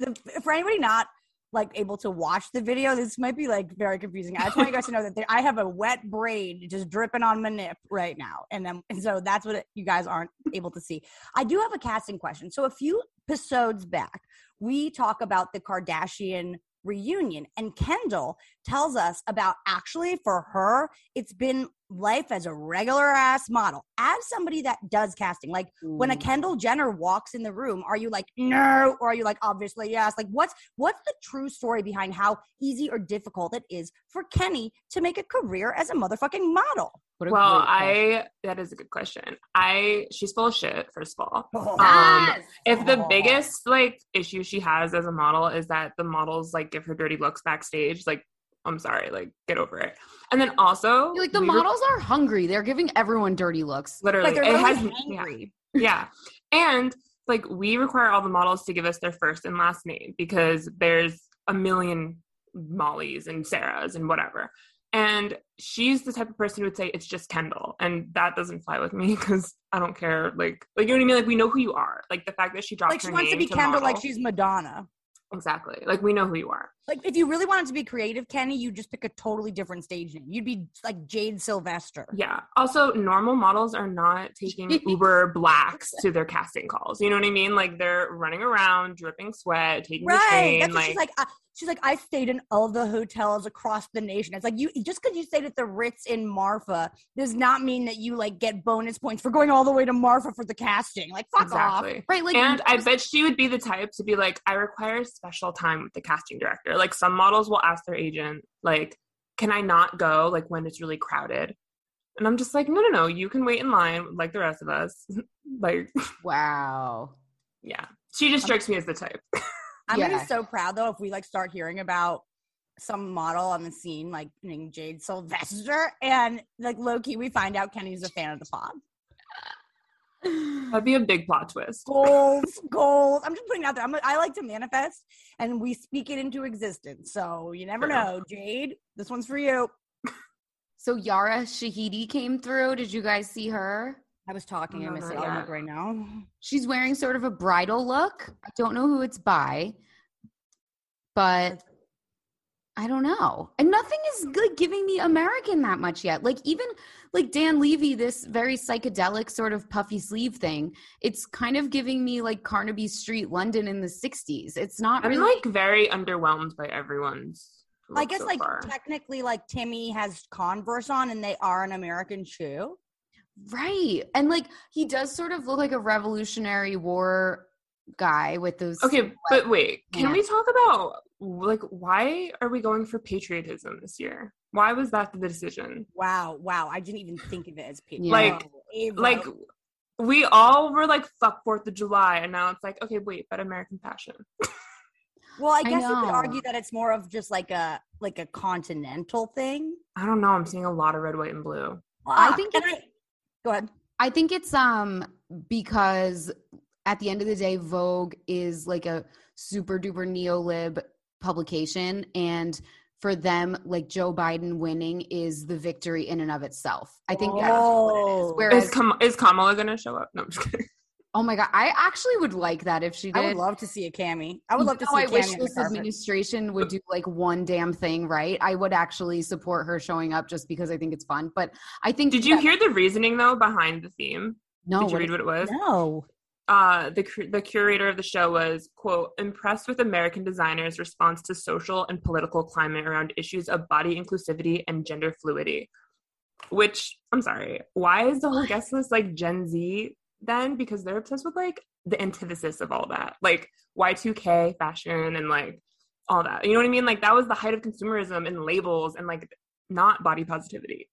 [SPEAKER 6] the, for anybody not like able to watch the video, this might be like very confusing. I just want you guys to know that there, I have a wet braid just dripping on my nip right now, and then and so that's what it, you guys aren't able to see. I do have a casting question. So a few episodes back, we talk about the Kardashian reunion, and Kendall tells us about actually for her, it's been life as a regular ass model. As somebody that does casting, like when
[SPEAKER 4] Mm.
[SPEAKER 6] a Kendall Jenner walks in the room, are you like no, or are you like obviously yes? Like what's what's the true story behind how easy or difficult it is for Kenny to make a career as a motherfucking model?
[SPEAKER 4] What a
[SPEAKER 5] Well,
[SPEAKER 4] great question.
[SPEAKER 5] I that is a good question. I she's full of shit, first of all. Um,
[SPEAKER 4] Yes!
[SPEAKER 5] if the
[SPEAKER 6] Oh.
[SPEAKER 5] biggest like issue she has as a model is that the models like give her dirty looks backstage, like I'm sorry, like get over it. And then also
[SPEAKER 4] like the
[SPEAKER 5] we were-
[SPEAKER 4] models are hungry. They're giving everyone dirty looks.
[SPEAKER 5] literally
[SPEAKER 6] Like they're
[SPEAKER 5] it
[SPEAKER 6] really
[SPEAKER 5] has yeah,
[SPEAKER 6] angry.
[SPEAKER 5] yeah. And like we require all the models to give us their first and last name because there's a million Mollies and Sarahs and whatever. And she's the type of person who would say it's just Kendall, and that doesn't fly with me because I don't care. Like, like you know what I mean? Like we know who you are. Like the fact that she dropped
[SPEAKER 6] Like she
[SPEAKER 5] her
[SPEAKER 6] wants to
[SPEAKER 5] name
[SPEAKER 6] be Kendall, like
[SPEAKER 5] model.
[SPEAKER 6] she's Madonna.
[SPEAKER 5] exactly like we know who you are.
[SPEAKER 6] Like if you really wanted to be creative, Kenny, you just pick a totally different stage name. You'd be like Jade Sylvester.
[SPEAKER 5] Yeah. Also, normal models are not taking Uber blacks to their casting calls. You know what I mean? Like they're running around, dripping sweat, taking
[SPEAKER 6] Right.
[SPEAKER 5] the train.
[SPEAKER 6] That's what
[SPEAKER 5] like,
[SPEAKER 6] she's like. I, she's like, I stayed in all the hotels across the nation. It's like you just because you stayed at the Ritz in Marfa does not mean that you like get bonus points for going all the way to Marfa for the casting. Like fuck off.
[SPEAKER 5] exactly.
[SPEAKER 4] Right, like
[SPEAKER 5] and I bet she would be the type to be like, I require special time with the casting director. Like some models will ask their agent, like, can I not go like when it's really crowded? And I'm just like, no, no, no, you can wait in line like the rest of us. like,
[SPEAKER 4] wow.
[SPEAKER 5] yeah. She
[SPEAKER 6] Um,
[SPEAKER 5] just strikes me as the type.
[SPEAKER 6] I'm gonna
[SPEAKER 4] Yeah.
[SPEAKER 6] be so proud though if we like start hearing about some model on the scene like named Jade Sylvester and like low key we find out Kenny's a fan of the pod.
[SPEAKER 5] That'd be a big plot twist.
[SPEAKER 6] Goals, goals. I'm just putting it out there. I'm, I like to manifest and we speak it into existence. So you never
[SPEAKER 5] Fair.
[SPEAKER 6] know. Jade, this one's for you.
[SPEAKER 4] So Yara Shahidi came through. Did you guys see her?
[SPEAKER 6] I was talking. I
[SPEAKER 5] No,
[SPEAKER 6] missed
[SPEAKER 5] not
[SPEAKER 6] it. I'll
[SPEAKER 5] yet.
[SPEAKER 6] look right now.
[SPEAKER 4] She's wearing sort of a bridal look. I don't know who it's by, but I don't know. And nothing is like giving me American that much yet. Like even like Dan Levy, this very psychedelic sort of puffy sleeve thing, it's kind of giving me like Carnaby Street, London in the '60s. It's not.
[SPEAKER 5] I'm
[SPEAKER 4] really-
[SPEAKER 5] like very underwhelmed by everyone's.
[SPEAKER 6] I
[SPEAKER 5] look
[SPEAKER 6] guess
[SPEAKER 5] so
[SPEAKER 6] like
[SPEAKER 5] far.
[SPEAKER 6] technically, like Timmy has Converse on, and they are an American shoe.
[SPEAKER 4] Right. And like he does sort of look like a Revolutionary War guy with those
[SPEAKER 5] Okay, but wait, can
[SPEAKER 4] Yeah.
[SPEAKER 5] we talk about like why are we going for patriotism this year? Why was that the decision?
[SPEAKER 6] Wow, wow! I didn't even think of it as people.
[SPEAKER 5] Like- Like we all were like fuck Fourth of July, and now it's like okay, wait, but American fashion.
[SPEAKER 6] well, I
[SPEAKER 4] I
[SPEAKER 6] guess you could
[SPEAKER 4] know.
[SPEAKER 6] argue that it's more of just like a like a continental thing.
[SPEAKER 5] I don't know. I'm seeing a lot of red, white, and blue.
[SPEAKER 4] I
[SPEAKER 6] Fuck,
[SPEAKER 4] think
[SPEAKER 6] and
[SPEAKER 4] it's-
[SPEAKER 6] I- go ahead.
[SPEAKER 4] I think it's um because at the end of the day, Vogue is like a super duper neolib publication, and for them, like Joe Biden winning is the victory in and of itself. I think that's
[SPEAKER 6] Oh.
[SPEAKER 4] what it is.
[SPEAKER 6] Whoa.
[SPEAKER 4] Whereas,
[SPEAKER 5] Is, Kam- is Kamala gonna show up? No, I'm just kidding.
[SPEAKER 4] oh my god, I actually would like that if she did.
[SPEAKER 6] I would love to see a cami. I would love to
[SPEAKER 4] You
[SPEAKER 6] see.
[SPEAKER 4] know,
[SPEAKER 6] a
[SPEAKER 4] I wish
[SPEAKER 6] cami on the
[SPEAKER 4] this
[SPEAKER 6] carpet.
[SPEAKER 4] administration would do like one damn thing right. I would actually support her showing up just because I think it's fun. But I think
[SPEAKER 5] Did you
[SPEAKER 4] that-
[SPEAKER 5] hear the reasoning though behind the theme?
[SPEAKER 4] No,
[SPEAKER 5] Did you
[SPEAKER 4] what
[SPEAKER 5] read
[SPEAKER 4] is-
[SPEAKER 5] what it was?
[SPEAKER 6] No,
[SPEAKER 5] uh, the cur- the curator of the show was quote impressed with American designers' response to social and political climate around issues of body inclusivity and gender fluidity. Which I'm sorry, why is the whole guest list like Gen Z then? Because they're obsessed with like the antithesis of all that, like Y2K fashion and like all that. You know what I mean? Like that was the height of consumerism and labels and like not body positivity.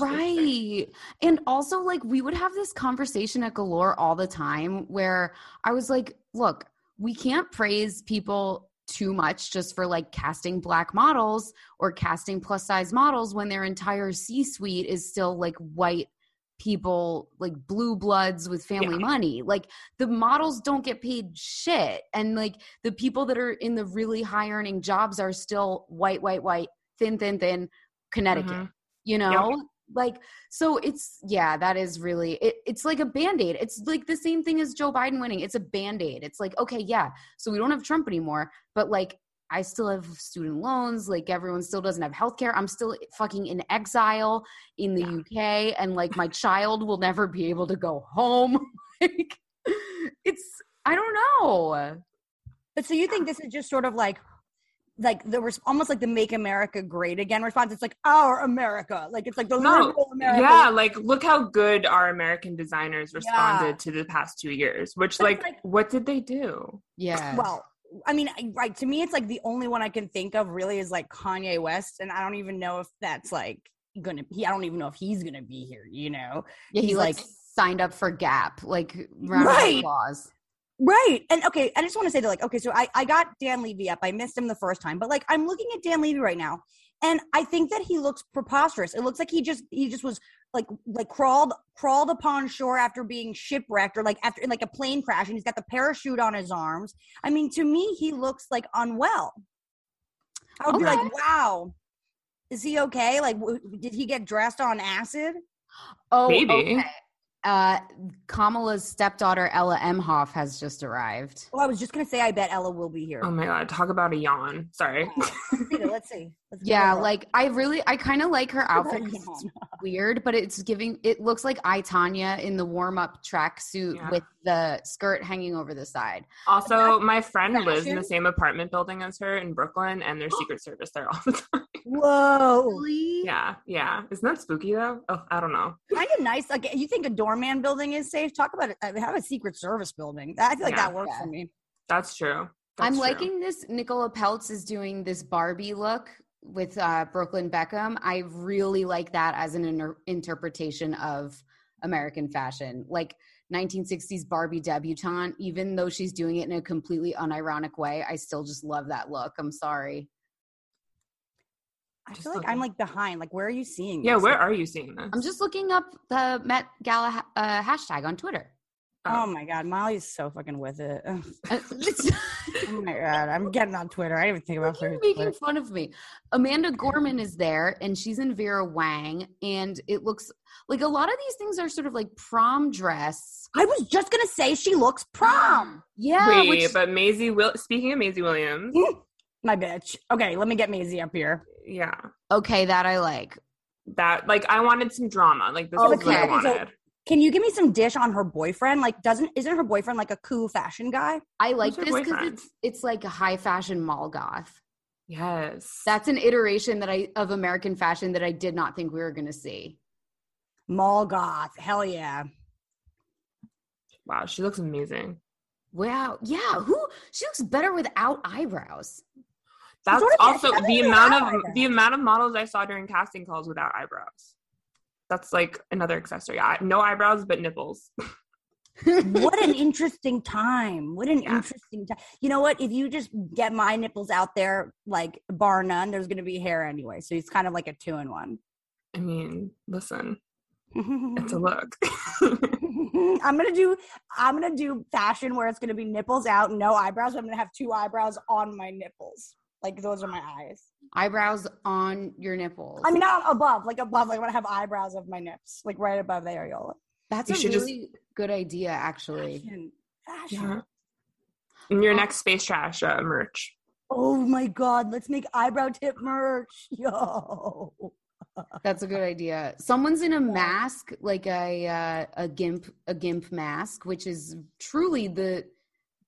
[SPEAKER 4] Right. And also, like, we would have this conversation at Galore all the time where I was like, look, we can't praise people too much just for like casting black models or casting plus size models when their entire C suite is still like white people, like blue bloods with family
[SPEAKER 5] Yeah.
[SPEAKER 4] money. Like, the models don't get paid shit. And like, the people that are in the really high earning jobs are still white, white, white, thin, thin, thin Connecticut,
[SPEAKER 5] Mhm.
[SPEAKER 4] you know? Like, so it's, yeah, that is really, it, it's like a band aid. It's like the same thing as Joe Biden winning. It's a band aid. It's like, okay, yeah, so we don't have Trump anymore, but like, I still have student loans. Like, everyone still doesn't have healthcare. I'm still fucking in exile in the UK, and like, my child will never be able to go home. like, it's, I don't know.
[SPEAKER 6] But so you think this is just sort of like, like the res- almost like the "Make America Great Again" response? It's like our America, like it's like the
[SPEAKER 5] No.
[SPEAKER 6] liberal America.
[SPEAKER 5] Yeah, like look how good our American designers responded
[SPEAKER 6] Yeah.
[SPEAKER 5] to the past two years. Which,
[SPEAKER 6] But it's
[SPEAKER 5] like,
[SPEAKER 6] like-
[SPEAKER 5] what did they do?
[SPEAKER 4] Yeah.
[SPEAKER 6] Well, I mean, I- right to me, it's like the only one I can think of really is like Kanye West, and I don't even know if that's like gonna. He, I don't even know if he's gonna be here. You know,
[SPEAKER 4] Yeah, he
[SPEAKER 6] He's
[SPEAKER 4] like,
[SPEAKER 6] like-
[SPEAKER 4] signed up for Gap, like round
[SPEAKER 6] Right.
[SPEAKER 4] of applause.
[SPEAKER 6] Right. And okay, I just want to say that, like, okay, so I, I got Dan Levy up. I missed him the first time, but like I'm looking at Dan Levy right now, and I think that he looks preposterous. It looks like he just he just was like like crawled crawled upon shore after being shipwrecked or like after in like a plane crash and he's got the parachute on his arms. I mean, to me, he looks like unwell. I would be
[SPEAKER 4] Okay.
[SPEAKER 6] like, wow, is he okay? Like, w- did he get dressed on acid?
[SPEAKER 4] Oh,
[SPEAKER 5] Maybe.
[SPEAKER 4] okay. Uh, Kamala's stepdaughter Ella Emhoff has just arrived.
[SPEAKER 6] Well, I was just gonna say, I bet Ella will be here.
[SPEAKER 4] Um,
[SPEAKER 5] Oh my god, talk about a yawn. Sorry.
[SPEAKER 6] Let's see. Let's give
[SPEAKER 4] Yeah,
[SPEAKER 5] Oh.
[SPEAKER 6] her a-
[SPEAKER 4] like I really, I kind of like her outfit. 'cause
[SPEAKER 6] Yeah.
[SPEAKER 4] It's weird, but it's giving. It looks like I Tanya in the warm up tracksuit
[SPEAKER 5] Yeah.
[SPEAKER 4] with the skirt hanging over the side.
[SPEAKER 5] also, my friend lives in the
[SPEAKER 6] Fashion?
[SPEAKER 5] same apartment building as her in Brooklyn, and there's Secret Service there all the time.
[SPEAKER 6] Whoa.
[SPEAKER 4] Really?
[SPEAKER 5] Yeah, yeah. Isn't that spooky though? Oh, I don't know.
[SPEAKER 6] Kind of nice. Like, you think a doorman building is safe? Talk about it. I mean, have a Secret Service building. I feel like
[SPEAKER 5] Yeah.
[SPEAKER 6] that works
[SPEAKER 4] Yeah.
[SPEAKER 6] for me.
[SPEAKER 5] That's true. That's
[SPEAKER 4] I'm
[SPEAKER 5] true.
[SPEAKER 4] liking this. Nicola Peltz is doing this Barbie look with uh, Brooklyn Beckham. I really like that as an inter- interpretation of American fashion, like 1960s Barbie debutante. Even though she's doing it in a completely unironic way, I still just love that look. I'm sorry.
[SPEAKER 6] I
[SPEAKER 5] Just
[SPEAKER 6] feel like
[SPEAKER 5] looking.
[SPEAKER 6] I'm like behind. Like, where are you seeing?
[SPEAKER 5] Yeah,
[SPEAKER 6] this?
[SPEAKER 5] where are you seeing this?
[SPEAKER 4] I'm just looking up the Met Gala ha- uh, hashtag on Twitter. um,
[SPEAKER 6] Oh my God, Molly's so fucking with it. Ugh.
[SPEAKER 4] Uh, it's-
[SPEAKER 6] Oh my God, I'm getting on Twitter. I didn't even think about
[SPEAKER 4] You're
[SPEAKER 6] Twitter.
[SPEAKER 4] making fun of me. Amanda Gorman is there, and she's in Vera Wang, and it looks like a lot of these things are sort of like prom dress.
[SPEAKER 6] I was just gonna say she looks prom.
[SPEAKER 4] Yeah,
[SPEAKER 5] Wait,
[SPEAKER 4] which,
[SPEAKER 5] but Maisie will. Speaking of Maisie Williams,
[SPEAKER 6] my bitch. Okay, let me get Maisie up here.
[SPEAKER 5] yeah,
[SPEAKER 4] okay, that I like.
[SPEAKER 5] that like I wanted some drama. Like this is what I
[SPEAKER 4] Oh, Okay.
[SPEAKER 5] wanted.
[SPEAKER 6] Can you give me some dish on her boyfriend? Like, doesn't isn't her boyfriend like a cool fashion guy?
[SPEAKER 4] I like
[SPEAKER 5] her
[SPEAKER 4] this because
[SPEAKER 5] boyfriend?
[SPEAKER 4] it's it's like a high fashion mall goth.
[SPEAKER 5] yes,
[SPEAKER 4] That's an iteration that I of American fashion that I did not think we were going to see.
[SPEAKER 6] Mall goth. Hell yeah.
[SPEAKER 5] wow. She looks amazing.
[SPEAKER 4] Wow, yeah, who she looks better without eyebrows.
[SPEAKER 5] That's
[SPEAKER 6] sort of-
[SPEAKER 5] also
[SPEAKER 6] she doesn't
[SPEAKER 5] the
[SPEAKER 6] even
[SPEAKER 5] amount
[SPEAKER 6] have
[SPEAKER 5] of
[SPEAKER 6] eyebrows.
[SPEAKER 5] the amount of models I saw during casting calls without eyebrows. That's like another accessory. I, no eyebrows, but nipples.
[SPEAKER 6] what an interesting time. What an
[SPEAKER 5] Yeah.
[SPEAKER 6] interesting time. You know what? If you just get my nipples out there, like bar none, there's going to be hair anyway. So it's kind of like a two in one.
[SPEAKER 5] I mean, listen, it's a look.
[SPEAKER 6] I'm gonna do I'm gonna do fashion where it's gonna be nipples out, no eyebrows. I'm gonna have two eyebrows on my nipples. Like those are my eyes.
[SPEAKER 4] Eyebrows on your nipples.
[SPEAKER 6] I mean not above, like above, like I'm gonna have eyebrows of my nips, like right above the areola.
[SPEAKER 4] that's
[SPEAKER 5] you
[SPEAKER 4] a
[SPEAKER 5] should just-
[SPEAKER 4] really good idea, actually.
[SPEAKER 6] Fashion. Fashion.
[SPEAKER 5] yeah. In your next space trash uh, merch.
[SPEAKER 6] Oh my god, let's make eyebrow tip merch. Yo.
[SPEAKER 4] That's a good idea. Someone's in a mask, like a uh, a gimp a gimp mask, which is truly the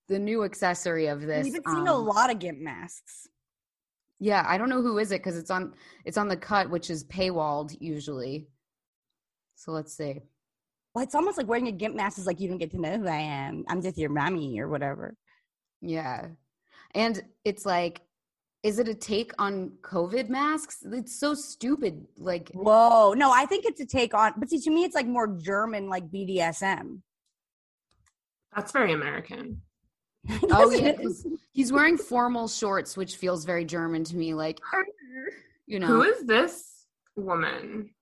[SPEAKER 4] the new accessory of this.
[SPEAKER 6] We've been seeing a
[SPEAKER 4] um,
[SPEAKER 6] lot of gimp masks.
[SPEAKER 4] Yeah, I don't know who is it because it's on it's on the cut, which is paywalled usually. So let's see.
[SPEAKER 6] Well, it's almost like wearing a gimp mask is like you don't get to know who I am. I'm just your mommy or whatever.
[SPEAKER 4] Yeah, and it's like, is it a take on COVID masks? It's so stupid. Like,
[SPEAKER 6] Whoa. No, I think it's a take on, but see, to me, it's like more German, like BDSM.
[SPEAKER 5] That's very American.
[SPEAKER 4] oh
[SPEAKER 6] Yes, it
[SPEAKER 4] yeah,
[SPEAKER 6] is.
[SPEAKER 4] 'cause he's wearing formal shorts, which feels very German to me. Like, you know,
[SPEAKER 5] Who is this woman?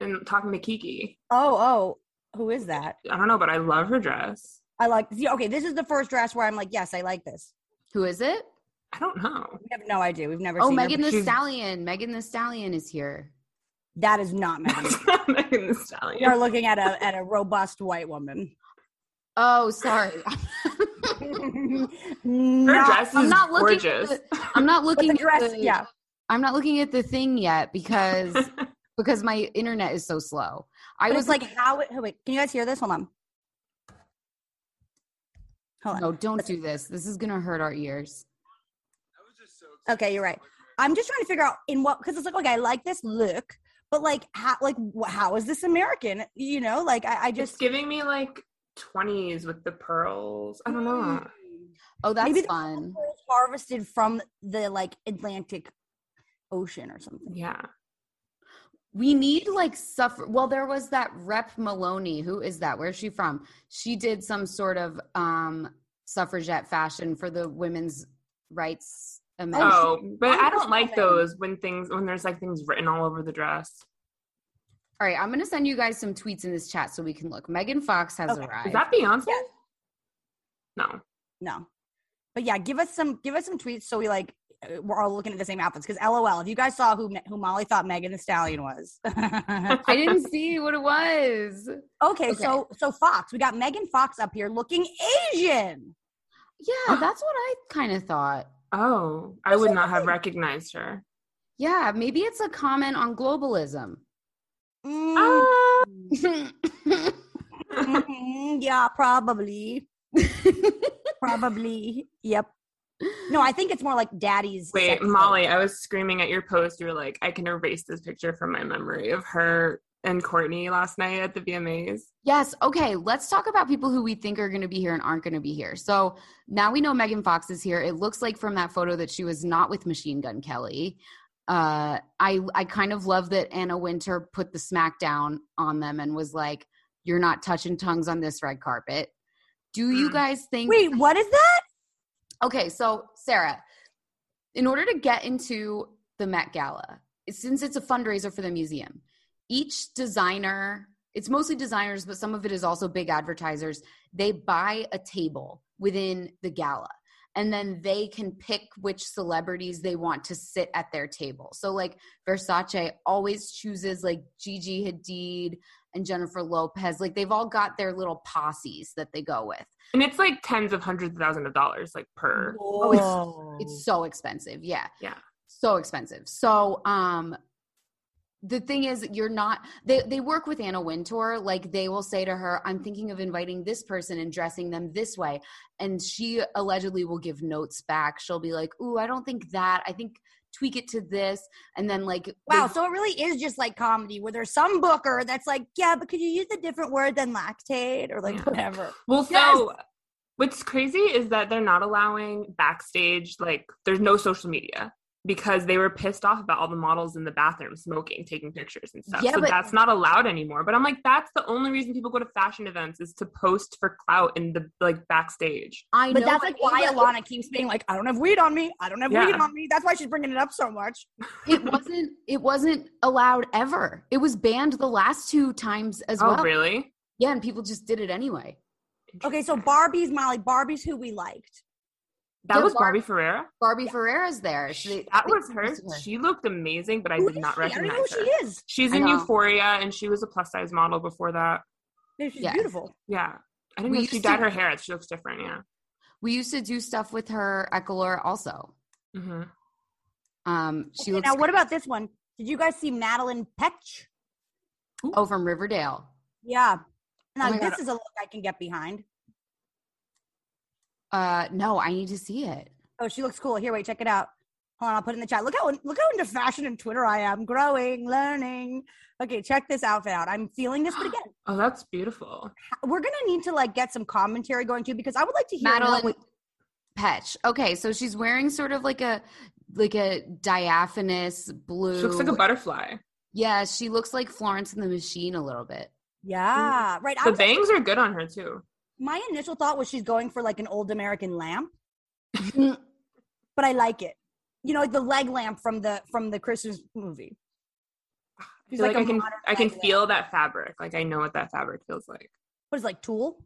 [SPEAKER 5] And talking to Kiki.
[SPEAKER 6] Oh, oh. Who is that?
[SPEAKER 5] I don't know, but I love her dress.
[SPEAKER 6] I like, see, okay, this is the first dress where I'm like, yes, I like this.
[SPEAKER 4] who is it?
[SPEAKER 5] I don't know.
[SPEAKER 6] We have no idea. We've never
[SPEAKER 4] Oh,
[SPEAKER 6] seen her,
[SPEAKER 4] Megan
[SPEAKER 6] but
[SPEAKER 4] the
[SPEAKER 5] she's-
[SPEAKER 4] Stallion. Megan the Stallion is here.
[SPEAKER 6] That is not Megan. Thee
[SPEAKER 5] That's not Megan Thee
[SPEAKER 6] Stallion. You
[SPEAKER 5] Stallion.
[SPEAKER 6] are looking at a at a robust white woman.
[SPEAKER 4] Oh, sorry.
[SPEAKER 5] Her
[SPEAKER 6] Not-
[SPEAKER 5] dress is
[SPEAKER 4] I'm not looking at
[SPEAKER 5] gorgeous.
[SPEAKER 4] I'm not
[SPEAKER 6] but
[SPEAKER 4] looking
[SPEAKER 6] the dress,
[SPEAKER 4] at the,
[SPEAKER 6] yeah.
[SPEAKER 4] I'm not looking at the thing yet because because my internet is so slow. I
[SPEAKER 6] I
[SPEAKER 4] was
[SPEAKER 6] was like, how? It, oh, wait, can you guys hear this? Hold on. Hold on.
[SPEAKER 4] no, don't do this. This is gonna hurt our ears.
[SPEAKER 6] Okay, you're right. I'm just trying to figure out in what because it's like okay, I like this look, but like how like wh- how is this American? You know, like I, I
[SPEAKER 5] It's
[SPEAKER 6] just
[SPEAKER 5] giving me like 20s with the pearls. I don't know.
[SPEAKER 6] Mm.
[SPEAKER 4] Oh, that's
[SPEAKER 6] Mm-hmm. Maybe the-
[SPEAKER 4] fun.
[SPEAKER 6] harvested from the like Atlantic Ocean or something.
[SPEAKER 5] Yeah.
[SPEAKER 4] We need like suffer. Well, there was that Rep Maloney. Who is that? Where's she from? She did some sort of um suffragette fashion for the women's rights amendment.
[SPEAKER 5] Oh, but I don't like
[SPEAKER 6] Congresswoman.
[SPEAKER 5] those when things when there's like things written all over the dress.
[SPEAKER 4] All right, I'm gonna send you guys some tweets in this chat so we can look. Megan Fox has
[SPEAKER 6] Okay. Is
[SPEAKER 4] arrived.
[SPEAKER 5] Is that Beyonce?
[SPEAKER 6] Yeah.
[SPEAKER 5] No.
[SPEAKER 6] No, but yeah, give us some give us some tweets so we like uh, we're all looking at the same outfits. Because LOL, if you guys saw who Me- who Molly thought Megan the Stallion was.
[SPEAKER 4] I didn't see what it was. Okay.
[SPEAKER 6] okay, so so Fox, we got Megan Fox up here looking Asian.
[SPEAKER 4] Yeah, that's what I kind of thought.
[SPEAKER 5] Oh, I would not have
[SPEAKER 6] Absolutely.
[SPEAKER 5] recognized her.
[SPEAKER 4] Yeah, maybe it's a comment on globalism.
[SPEAKER 6] Mm,
[SPEAKER 5] Ah.
[SPEAKER 6] mhm, yeah, probably. Probably. Yep. No, I think it's more like daddy's.
[SPEAKER 5] Wait,
[SPEAKER 6] sex
[SPEAKER 5] Molly, I was screaming at your post. You were like, I can erase this picture from my memory of her and Courtney last night at the VMAs.
[SPEAKER 4] yes, okay, let's talk about people who we think are going to be here and aren't going to be here. So now we know Megan Fox is here. It looks like from that photo that she was not with Machine Gun Kelly. Uh, I I kind of love that Anna Winter put the smackdown on them and was like, "You're not touching tongues on this red carpet." Do you
[SPEAKER 5] Mm.
[SPEAKER 4] guys
[SPEAKER 6] thing.
[SPEAKER 4] think?
[SPEAKER 6] Wait, what is that?
[SPEAKER 4] Okay, so Sarah, in order to get into the Met Gala, since it's a fundraiser for the museum, each designer, it's mostly designers, but some of it is also big advertisers, they buy a table within the gala. And then they can pick which celebrities they want to sit at their table. So, like Versace always chooses like Gigi Hadid and Jennifer Lopez. Like, they've all got their little posses that they go with.
[SPEAKER 5] And it's like tens of hundreds of thousands of dollars, like per.
[SPEAKER 4] Oh, it's-
[SPEAKER 6] Mm.
[SPEAKER 4] it's so expensive yeah
[SPEAKER 5] Yeah.
[SPEAKER 4] so expensive so um the thing is you're not they they work with anna wintour like they will say to her i'm thinking of inviting this person and dressing them this way and she allegedly will give notes back she'll be like ooh i don't think that i think tweak it to this and then like they-
[SPEAKER 6] Wow, so it really is just like comedy where there's some booker that's like, yeah, but could you use a different word than lactate or like
[SPEAKER 5] Yeah.
[SPEAKER 6] whatever?
[SPEAKER 5] Well,
[SPEAKER 6] Yes.
[SPEAKER 5] so what's crazy is that they're not allowing backstage, like, there's no social media because they were pissed off about all the models in the bathroom smoking, taking pictures and stuff.
[SPEAKER 4] Yeah,
[SPEAKER 5] so
[SPEAKER 4] but-
[SPEAKER 5] that's not allowed anymore. But I'm like, that's the only reason people go to fashion events is to post for clout in the, like, backstage.
[SPEAKER 4] i
[SPEAKER 6] But
[SPEAKER 4] know
[SPEAKER 6] that's like why
[SPEAKER 4] it,
[SPEAKER 6] Alana keeps being like, I don't have weed on me. I don't have weed
[SPEAKER 5] Yeah.
[SPEAKER 6] on me. That's why she's bringing it up so much.
[SPEAKER 4] it wasn't it wasn't allowed ever it was banned the last two times as
[SPEAKER 5] Oh,
[SPEAKER 4] well
[SPEAKER 5] really?
[SPEAKER 4] yeah and people just did it anyway
[SPEAKER 6] Okay, so Barbie's Molly. Barbie's who we liked.
[SPEAKER 5] That
[SPEAKER 4] They're
[SPEAKER 5] was
[SPEAKER 4] bar-
[SPEAKER 5] Barbie Ferreira?
[SPEAKER 4] Barbie Ferrera's there. She,
[SPEAKER 5] That
[SPEAKER 4] they-
[SPEAKER 5] was her. She looked amazing, but I
[SPEAKER 6] Who
[SPEAKER 5] did
[SPEAKER 6] is
[SPEAKER 5] not
[SPEAKER 6] she? I don't know
[SPEAKER 5] recognize
[SPEAKER 6] who
[SPEAKER 5] her.
[SPEAKER 6] she is.
[SPEAKER 5] She's
[SPEAKER 4] I
[SPEAKER 5] in
[SPEAKER 4] know.
[SPEAKER 5] Euphoria, and she was a plus size model before that.
[SPEAKER 6] No, She's
[SPEAKER 4] Yes.
[SPEAKER 6] beautiful.
[SPEAKER 5] Yeah, I didn't
[SPEAKER 4] We
[SPEAKER 5] know she
[SPEAKER 4] used to-
[SPEAKER 5] dyed her hair. She looks different. Yeah.
[SPEAKER 4] we used to do stuff with her at Galore also.
[SPEAKER 5] hmm
[SPEAKER 4] Um, she
[SPEAKER 6] Okay,
[SPEAKER 4] looks
[SPEAKER 6] now, what about this one? Did you guys see Madeline Petch?
[SPEAKER 4] oh from Riverdale.
[SPEAKER 6] Yeah. Now,
[SPEAKER 5] Oh
[SPEAKER 4] my God.
[SPEAKER 6] this is a look I can get behind.
[SPEAKER 4] Uh, no, I need to see it.
[SPEAKER 6] Oh, she looks cool. Here, wait, check it out. Hold on, I'll put it in the chat. Look how look how into fashion and Twitter I am. Growing, learning. Okay, check this outfit out. I'm feeling this, but again,
[SPEAKER 5] Oh, that's beautiful.
[SPEAKER 6] we're gonna need to like get some commentary going too because I would like to hear.
[SPEAKER 4] Madeline
[SPEAKER 6] what-
[SPEAKER 4] Petch. Okay, so she's wearing sort of like a like a diaphanous blue.
[SPEAKER 5] She looks like a butterfly.
[SPEAKER 4] yeah, she looks like Florence and the Machine a little bit.
[SPEAKER 6] yeah, right. I
[SPEAKER 5] The
[SPEAKER 6] was,
[SPEAKER 5] bangs are good on her too.
[SPEAKER 6] my initial thought was she's going for like an old American lamp,
[SPEAKER 5] Mm.
[SPEAKER 6] but I like it. You know, like the leg lamp from the from the Christmas movie.
[SPEAKER 5] I
[SPEAKER 6] She's
[SPEAKER 5] feel like,
[SPEAKER 6] a
[SPEAKER 5] I can,
[SPEAKER 6] modern
[SPEAKER 5] I can
[SPEAKER 6] leg lamp.
[SPEAKER 5] feel that fabric. Like I know what that fabric feels like.
[SPEAKER 6] What is it, like Tool?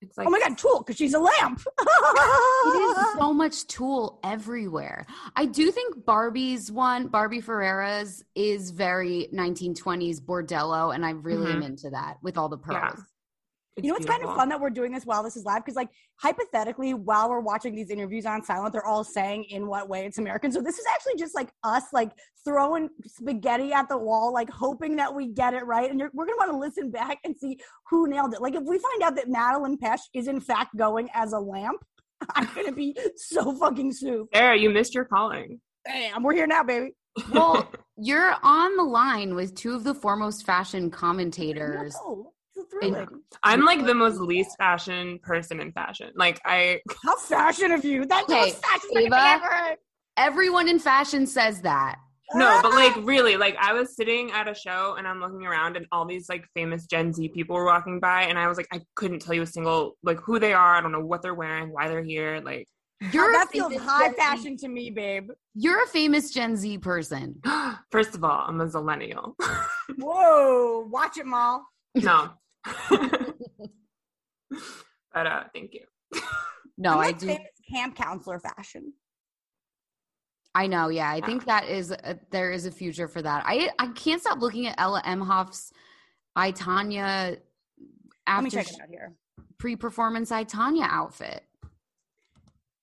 [SPEAKER 5] It's like
[SPEAKER 6] oh my god, Tool, because she's a lamp.
[SPEAKER 4] It is so much tool everywhere. I do think Barbie's one, Barbie Ferrera's, is very 1920s bordello, and I really am into that with all the
[SPEAKER 5] Yeah.
[SPEAKER 4] pearls.
[SPEAKER 5] it's
[SPEAKER 6] you know, it's kind of
[SPEAKER 5] beautiful.
[SPEAKER 6] fun that we're doing this while this is live because, like, hypothetically, while we're watching these interviews on silent, they're all saying in what way it's American. So this is actually just like us, like throwing spaghetti at the wall, like hoping that we get it right. And you're, we're gonna want to listen back and see who nailed it. Like, if we find out that Madeline Pesh is in fact going as a lamp, I'm gonna be so fucking soup.
[SPEAKER 5] Sarah, you missed your calling.
[SPEAKER 6] Damn, we're here now, baby.
[SPEAKER 4] Well, you're on the line with two of the foremost fashion commentators.
[SPEAKER 6] No, it's thrilling.
[SPEAKER 5] I'm like the most least fashion person in fashion. Like I
[SPEAKER 6] How fashion of you? That's
[SPEAKER 4] Okay,
[SPEAKER 6] okay, fashion Ava,
[SPEAKER 4] Ava,
[SPEAKER 6] ever.
[SPEAKER 4] Everyone in fashion says that.
[SPEAKER 5] no, but like really, like I was sitting at a show and I'm looking around and all these like famous Gen Z people were walking by and I was like I couldn't tell you a single like who they are. I don't know what they're wearing, why they're here. Like
[SPEAKER 4] You're a
[SPEAKER 6] that feels
[SPEAKER 4] famous
[SPEAKER 6] high
[SPEAKER 4] Gen Z-
[SPEAKER 6] fashion to me, babe.
[SPEAKER 4] You're a famous Gen Z person.
[SPEAKER 5] first of all, I'm a millennial.
[SPEAKER 6] Whoa, watch it, Mal.
[SPEAKER 5] no. but uh thank you.
[SPEAKER 4] No,
[SPEAKER 6] I'm
[SPEAKER 4] I
[SPEAKER 6] like
[SPEAKER 4] do.
[SPEAKER 6] famous camp counselor fashion.
[SPEAKER 4] I know. Yeah, I think that is a, there is a future for that. I I can't stop looking at Ella Emhoff's I Tanya
[SPEAKER 6] Let me
[SPEAKER 4] after
[SPEAKER 6] check it out here.
[SPEAKER 4] pre performance I Tanya outfit.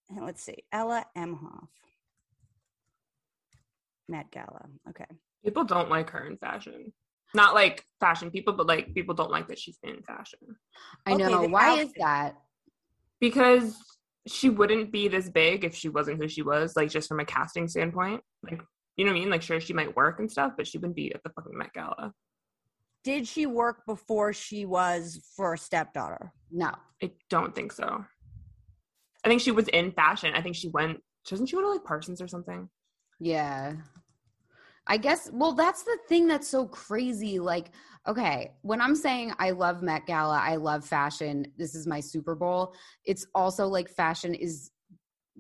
[SPEAKER 6] And Let's see, Ella Emhoff, Met Gala. Okay,
[SPEAKER 5] People don't like her in fashion. Not like fashion people, but like people don't like that she's in fashion.
[SPEAKER 4] I
[SPEAKER 6] Okay,
[SPEAKER 4] know.
[SPEAKER 6] the
[SPEAKER 4] Why is
[SPEAKER 6] outfit.
[SPEAKER 4] that?
[SPEAKER 5] because she wouldn't be this big if she wasn't who she was, like just from a casting standpoint. Like, you know what I mean? Like, sure, she might work and stuff, but she wouldn't be at the fucking Met Gala.
[SPEAKER 6] did she work before she was for stepdaughter?
[SPEAKER 4] No.
[SPEAKER 5] I don't think so. I think she was in fashion. I think she went. Doesn't she go to like Parsons or something?
[SPEAKER 4] Yeah. I guess, well, that's the thing that's so crazy. Like, okay, when I'm saying I love Met Gala, I love fashion, this is my Super Bowl, it's also like fashion is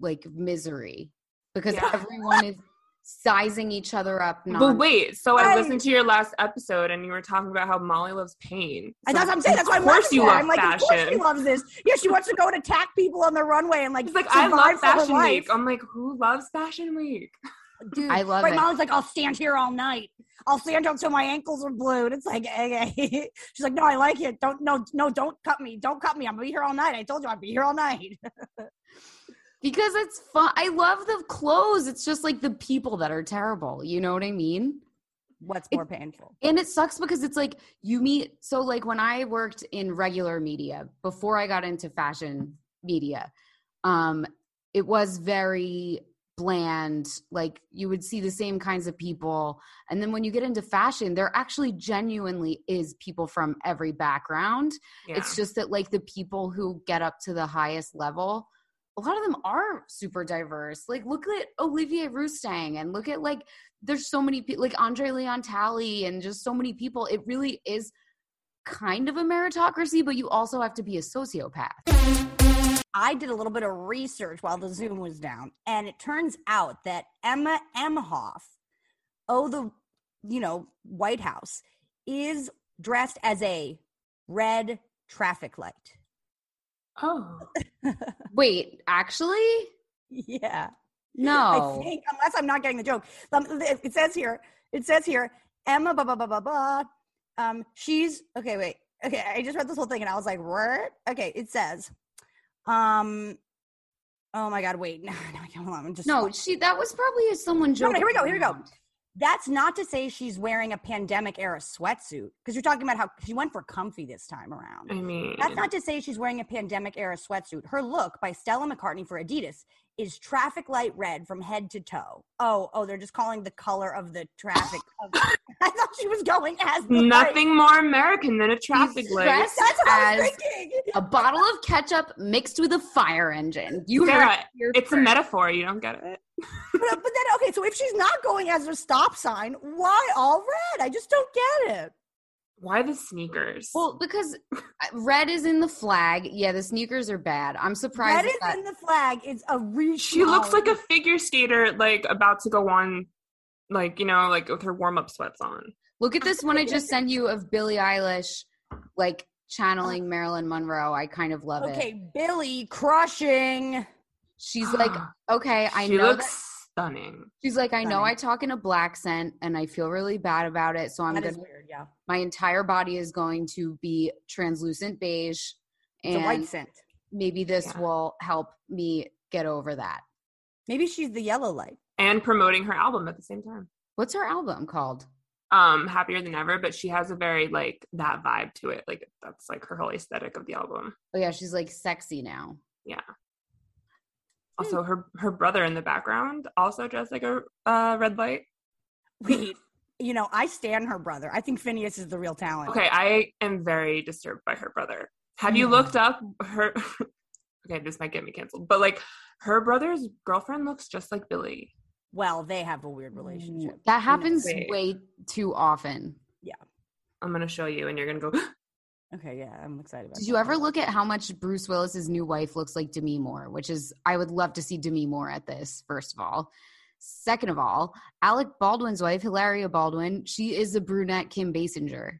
[SPEAKER 4] like misery because
[SPEAKER 5] Yeah.
[SPEAKER 4] everyone is sizing each other up. Non-
[SPEAKER 5] But wait, so I
[SPEAKER 6] Right.
[SPEAKER 5] listened to your last episode and you were talking about how Molly loves pain.
[SPEAKER 6] And
[SPEAKER 5] So
[SPEAKER 6] that's what I'm saying. That's why I'm
[SPEAKER 5] Of course
[SPEAKER 6] laughing
[SPEAKER 5] you
[SPEAKER 6] at her.
[SPEAKER 5] love
[SPEAKER 6] I'm like, of course she
[SPEAKER 5] fashion.
[SPEAKER 6] loves this. Yeah, she wants to go and attack people on the runway and like,
[SPEAKER 5] It's like I
[SPEAKER 6] survive
[SPEAKER 5] love
[SPEAKER 6] for her
[SPEAKER 5] Fashion
[SPEAKER 6] life.
[SPEAKER 5] Week. I'm like, who loves Fashion Week?
[SPEAKER 6] Dude,
[SPEAKER 4] I love
[SPEAKER 6] right,
[SPEAKER 4] it.
[SPEAKER 6] Molly's like, I'll stand here all night. I'll stand until my ankles are blue. And it's like, okay. she's like, no, I like it. Don't, no, no, don't cut me. Don't cut me. I'm gonna be here all night. I told you I'd be here all night.
[SPEAKER 4] because it's fun. I love the clothes. It's just like the people that are terrible. You know what I mean?
[SPEAKER 6] What's
[SPEAKER 4] more
[SPEAKER 6] painful?
[SPEAKER 4] And it sucks because it's like you meet. So, like when I worked in regular media before I got into fashion media, um, it was very bland. Like you would see the same kinds of people. And then when you get into fashion, there actually genuinely is people from every background.
[SPEAKER 5] Yeah.
[SPEAKER 4] It's just that, like, the people who get up to the highest level, a lot of them are super diverse. Like, look at Olivier Roustang and look at, like, there's so many people, like Andre Leon Talley and just so many people. It really is kind of a meritocracy, but you also have to be a sociopath.
[SPEAKER 6] I did a little bit of research while the Zoom was down, and it turns out that Emma Emhoff, oh the, you know, White House, is dressed as a red traffic light.
[SPEAKER 5] oh,
[SPEAKER 4] Wait, actually?
[SPEAKER 6] Yeah.
[SPEAKER 4] No.
[SPEAKER 6] I think, unless I'm not getting the joke. Um, It it says here, it says here, Emma, blah, blah, blah, blah, blah. Um, she's, okay, wait. Okay, I just read this whole thing and I was like, what? Okay, it says, um, oh my God, wait. No, no, hold on. I'm just,
[SPEAKER 4] no, she that was probably someone
[SPEAKER 6] No,
[SPEAKER 4] joking.
[SPEAKER 6] no, here we go, here we go.
[SPEAKER 4] around.
[SPEAKER 6] That's not to say she's wearing a pandemic era sweatsuit because you're talking about how she went for comfy this time around.
[SPEAKER 5] I mean,
[SPEAKER 6] That's not to say she's wearing a pandemic era sweatsuit. Her look by Stella McCartney for Adidas is traffic light red from head to toe. Oh, oh, they're just calling the color of the traffic. of- I thought she was going as the light.
[SPEAKER 5] nothing more American than a traffic
[SPEAKER 4] She's
[SPEAKER 5] light.
[SPEAKER 4] dressed
[SPEAKER 6] That's what I was
[SPEAKER 4] as
[SPEAKER 6] thinking.
[SPEAKER 4] a bottle of ketchup mixed with a fire engine. You heard
[SPEAKER 5] Sarah,
[SPEAKER 4] it here
[SPEAKER 5] It's a
[SPEAKER 4] first.
[SPEAKER 5] metaphor. You don't get it.
[SPEAKER 6] But, but then, okay, so if she's not going as a stop sign, why all red? I just don't get it.
[SPEAKER 5] Why the sneakers?
[SPEAKER 4] Well, because uh, red is in the flag. Yeah, the sneakers are bad. I'm surprised.
[SPEAKER 6] Red
[SPEAKER 4] at
[SPEAKER 6] is
[SPEAKER 4] that.
[SPEAKER 6] in the flag. It's a reach.
[SPEAKER 5] she looks like
[SPEAKER 6] um,
[SPEAKER 5] a figure skater, like about to go on, like you know, like with her warm up sweats on.
[SPEAKER 4] Look at this one I just sent you of Billie Eilish, like channeling Marilyn Monroe. I kind of love it.
[SPEAKER 6] Uh. Okay, Billy crushing.
[SPEAKER 4] She's like, okay, I
[SPEAKER 5] she
[SPEAKER 4] know
[SPEAKER 5] looks
[SPEAKER 4] that-
[SPEAKER 5] stunning.
[SPEAKER 4] She's like, I know
[SPEAKER 6] stunning.
[SPEAKER 4] I talk in a black accent and I feel really bad about it. So I'm
[SPEAKER 6] That
[SPEAKER 4] gonna
[SPEAKER 6] is weird. Yeah,
[SPEAKER 4] my entire body is going to be translucent beige.
[SPEAKER 6] it's a white
[SPEAKER 4] And
[SPEAKER 6] scent.
[SPEAKER 4] maybe this
[SPEAKER 5] Yeah.
[SPEAKER 4] will help me get over that.
[SPEAKER 6] Maybe she's the yellow light.
[SPEAKER 5] And promoting her album at the same time.
[SPEAKER 4] What's her album called?
[SPEAKER 5] Um, happier than ever, but she has a very like that vibe to it. Like that's like her whole aesthetic of the album.
[SPEAKER 4] Oh yeah, she's like sexy now.
[SPEAKER 6] Hmm.
[SPEAKER 5] Also, her her brother in the background also dressed like a uh, red light.
[SPEAKER 6] Wait, you know, I stand her brother. I think Phineas is the real talent.
[SPEAKER 5] Okay, I am very disturbed by her brother. Have you looked up her? okay, this might get me canceled, but like her brother's girlfriend looks just like Billy.
[SPEAKER 6] Well, they have a weird relationship.
[SPEAKER 4] Mm, That happens
[SPEAKER 5] Wait.
[SPEAKER 4] way too often.
[SPEAKER 5] I'm gonna show you, and you're gonna go.
[SPEAKER 6] Okay, yeah, I'm excited about.
[SPEAKER 4] Did you ever look at how much Bruce Willis's new wife looks like Demi Moore? Which is, I would love to see Demi Moore at this. First of all, second of all, Alec Baldwin's wife, Hilaria Baldwin, she is the brunette Kim Basinger.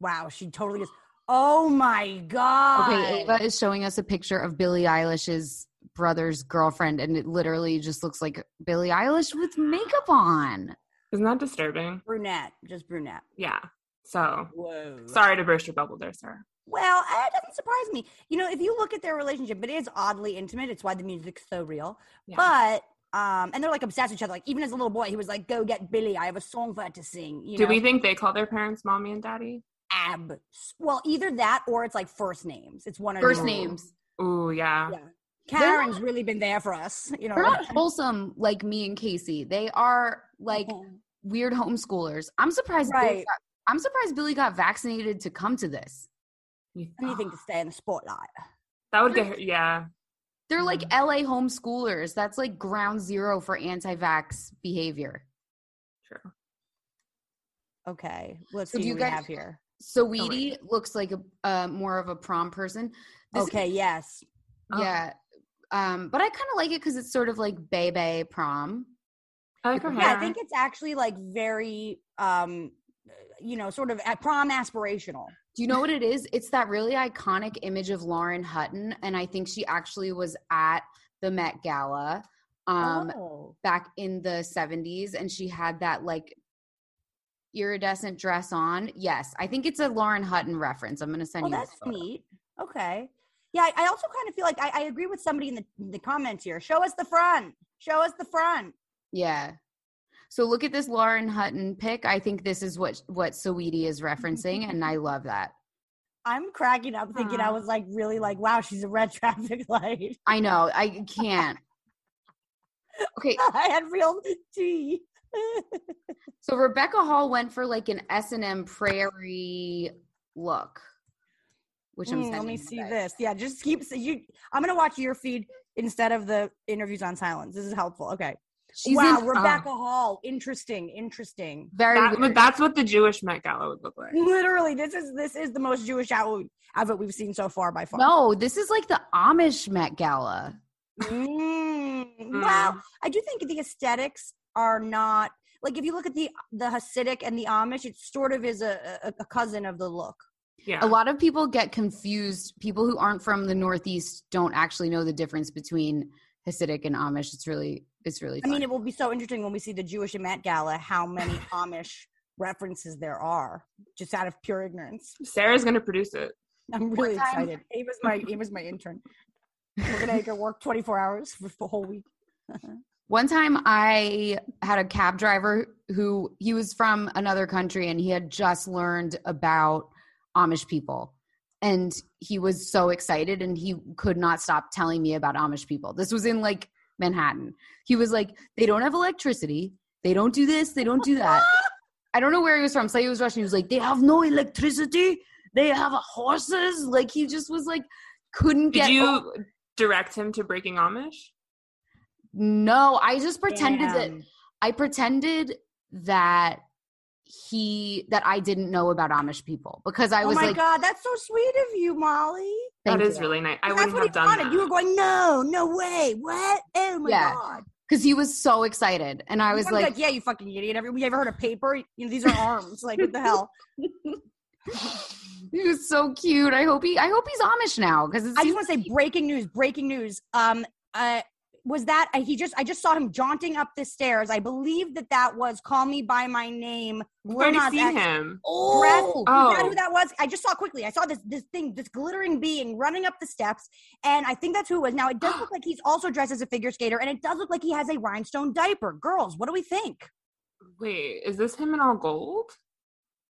[SPEAKER 6] Wow, she totally is. Oh my god.
[SPEAKER 4] Okay, Ava is showing us a picture of Billie Eilish's brother's girlfriend, and it literally just looks like Billie Eilish with makeup on.
[SPEAKER 5] Isn't that disturbing?
[SPEAKER 6] brunette, just brunette.
[SPEAKER 5] Yeah. So
[SPEAKER 6] Whoa.
[SPEAKER 5] sorry to burst your bubble there, Sarah.
[SPEAKER 6] Well, uh, it doesn't surprise me. You know, if you look at their relationship, it is oddly intimate. It's why the music's so real.
[SPEAKER 5] Yeah.
[SPEAKER 6] But um, and they're like obsessed with each other. Like even as a little boy, he was like, "Go get Billy. I have a song for her to sing." You
[SPEAKER 5] Do
[SPEAKER 6] know?
[SPEAKER 5] we think they call their parents mommy and daddy?
[SPEAKER 6] Ab. Well, either that or it's like first names. It's one or the
[SPEAKER 4] First
[SPEAKER 6] other.
[SPEAKER 4] names.
[SPEAKER 5] Ooh, yeah.
[SPEAKER 6] Yeah.
[SPEAKER 4] They're
[SPEAKER 6] Karen's really been there for us. You know,
[SPEAKER 4] They're not wholesome like me and Casey. They are like weird homeschoolers. I'm surprised. Billy
[SPEAKER 6] Right.
[SPEAKER 4] got, I'm surprised Billy got vaccinated to come to this.
[SPEAKER 5] You-
[SPEAKER 6] anything to stay in the spotlight.
[SPEAKER 5] That would get her. Yeah.
[SPEAKER 4] They're like
[SPEAKER 6] Mm-hmm.
[SPEAKER 4] LA homeschoolers. That's like ground zero for anti-vax behavior.
[SPEAKER 5] True.
[SPEAKER 6] Okay, let's
[SPEAKER 4] So
[SPEAKER 6] see
[SPEAKER 4] do you
[SPEAKER 6] who we
[SPEAKER 4] guys-
[SPEAKER 6] have here.
[SPEAKER 4] So Weedy looks like a uh, more of a prom person. This is-
[SPEAKER 6] okay, yes.
[SPEAKER 5] Oh.
[SPEAKER 4] yeah. Um, but I kind of like it because it's sort of like Bebe prom.
[SPEAKER 5] I like her hair.
[SPEAKER 6] Yeah,
[SPEAKER 4] Uh-huh.
[SPEAKER 6] I think it's actually like very, um, you know, sort of at prom aspirational.
[SPEAKER 4] Do you know what it is? It's that really iconic image of Lauren Hutton, and I think she actually was at the Met Gala. Um,
[SPEAKER 6] oh.
[SPEAKER 4] back in the 70s and she had that like iridescent dress on. Yes, I think it's a Lauren Hutton reference. I'm going to send
[SPEAKER 6] Oh,
[SPEAKER 4] you
[SPEAKER 6] that's
[SPEAKER 4] this photo.
[SPEAKER 6] neat. Okay. Yeah, I, I also kind of feel like I, I agree with somebody in the, in the comments here. Show us the front. Show us the front.
[SPEAKER 4] Yeah. So look at this Lauren Hutton pic. I think this is what what Saweetie is referencing and I love that.
[SPEAKER 6] I'm cracking up thinking I
[SPEAKER 4] Uh-huh.
[SPEAKER 5] Aw.
[SPEAKER 6] was like really like, wow, she's a red traffic light.
[SPEAKER 4] I know, I can't. Okay,
[SPEAKER 6] I had real tea.
[SPEAKER 4] so Rebecca Hall went for like an S&M prairie look. Which I'm
[SPEAKER 6] Mm, let
[SPEAKER 4] sending
[SPEAKER 6] me
[SPEAKER 4] you
[SPEAKER 6] see
[SPEAKER 4] guys.
[SPEAKER 6] this. Yeah, just keep so you. I'm gonna watch your feed instead of the interviews on silence. This is helpful. Okay.
[SPEAKER 4] She's
[SPEAKER 6] wow,
[SPEAKER 4] in uh,
[SPEAKER 6] Rebecca Hall. Interesting. Interesting.
[SPEAKER 4] very
[SPEAKER 5] That-
[SPEAKER 4] weird.
[SPEAKER 5] but that's what the Jewish Met Gala would look like.
[SPEAKER 6] Literally, this is this is the most Jewish outfit outfit we've seen so far by far.
[SPEAKER 4] No, this is like the Amish Met Gala.
[SPEAKER 6] Mm. Well, I do think the aesthetics are not like if you look at the the Hasidic and the Amish, it sort of is a, a, a cousin of the look.
[SPEAKER 5] Yeah.
[SPEAKER 4] a lot of people get confused. People who aren't from the Northeast don't actually know the difference between Hasidic and Amish. It's really, it's really.
[SPEAKER 6] I mean,
[SPEAKER 4] fun.
[SPEAKER 6] it will be so interesting when we see the Jewish and Met Gala how many Amish references there are, just out of pure ignorance.
[SPEAKER 5] Sarah's gonna produce it.
[SPEAKER 6] I'm really
[SPEAKER 4] time-
[SPEAKER 6] excited. Ava's my Ava's my intern. We're gonna make her work 24 hours for the whole week.
[SPEAKER 4] one time I had a cab driver who he was from another country and he had just learned about Amish people. And he was so excited and he could not stop telling me about Amish people. This was in like Manhattan. He was like, they don't have electricity. They don't do this. They don't do that. I don't know where he was from. So he was Russian. He was like, they have no electricity. They have horses. Like he just was like, couldn't
[SPEAKER 5] Did
[SPEAKER 4] get
[SPEAKER 5] you
[SPEAKER 4] over-
[SPEAKER 5] direct him to Breaking Amish?
[SPEAKER 4] no, I just pretended that
[SPEAKER 6] Damn.
[SPEAKER 4] I pretended that he that I didn't know about Amish people because I
[SPEAKER 6] Oh
[SPEAKER 4] was
[SPEAKER 6] my
[SPEAKER 4] like,
[SPEAKER 6] god, that's so sweet of you, Molly.
[SPEAKER 4] Thank
[SPEAKER 5] that is
[SPEAKER 4] you.
[SPEAKER 5] really nice. I
[SPEAKER 6] that's
[SPEAKER 5] wouldn't
[SPEAKER 6] what
[SPEAKER 5] have
[SPEAKER 6] he
[SPEAKER 5] done
[SPEAKER 6] wanted.
[SPEAKER 5] that.
[SPEAKER 6] You were going, no, no way. What? Oh my
[SPEAKER 4] Yeah.
[SPEAKER 6] god.
[SPEAKER 4] because he was so excited, and I
[SPEAKER 6] You
[SPEAKER 4] was
[SPEAKER 6] wanna be
[SPEAKER 4] like,
[SPEAKER 6] yeah, you fucking idiot. Every, you ever heard of paper? You know, these are arms. Like, what the hell?
[SPEAKER 4] He was so cute. I hope he. I hope he's Amish now because
[SPEAKER 6] I just want to say breaking news, breaking news. Um, uh, was that uh, he just? I just saw him jaunting up the stairs. I believe that that was "Call Me by My Name."
[SPEAKER 5] I've already
[SPEAKER 6] Lil Nas
[SPEAKER 5] seen
[SPEAKER 6] X.
[SPEAKER 5] him.
[SPEAKER 6] Breath.
[SPEAKER 5] Oh,
[SPEAKER 6] Is that who that was? I just saw quickly. I saw this this thing, this glittering being running up the steps, and I think that's who it was. Now it does look like he's also dressed as a figure skater, and it does look like he has a rhinestone diaper. Girls, what do we think?
[SPEAKER 5] wait, is this him in all gold?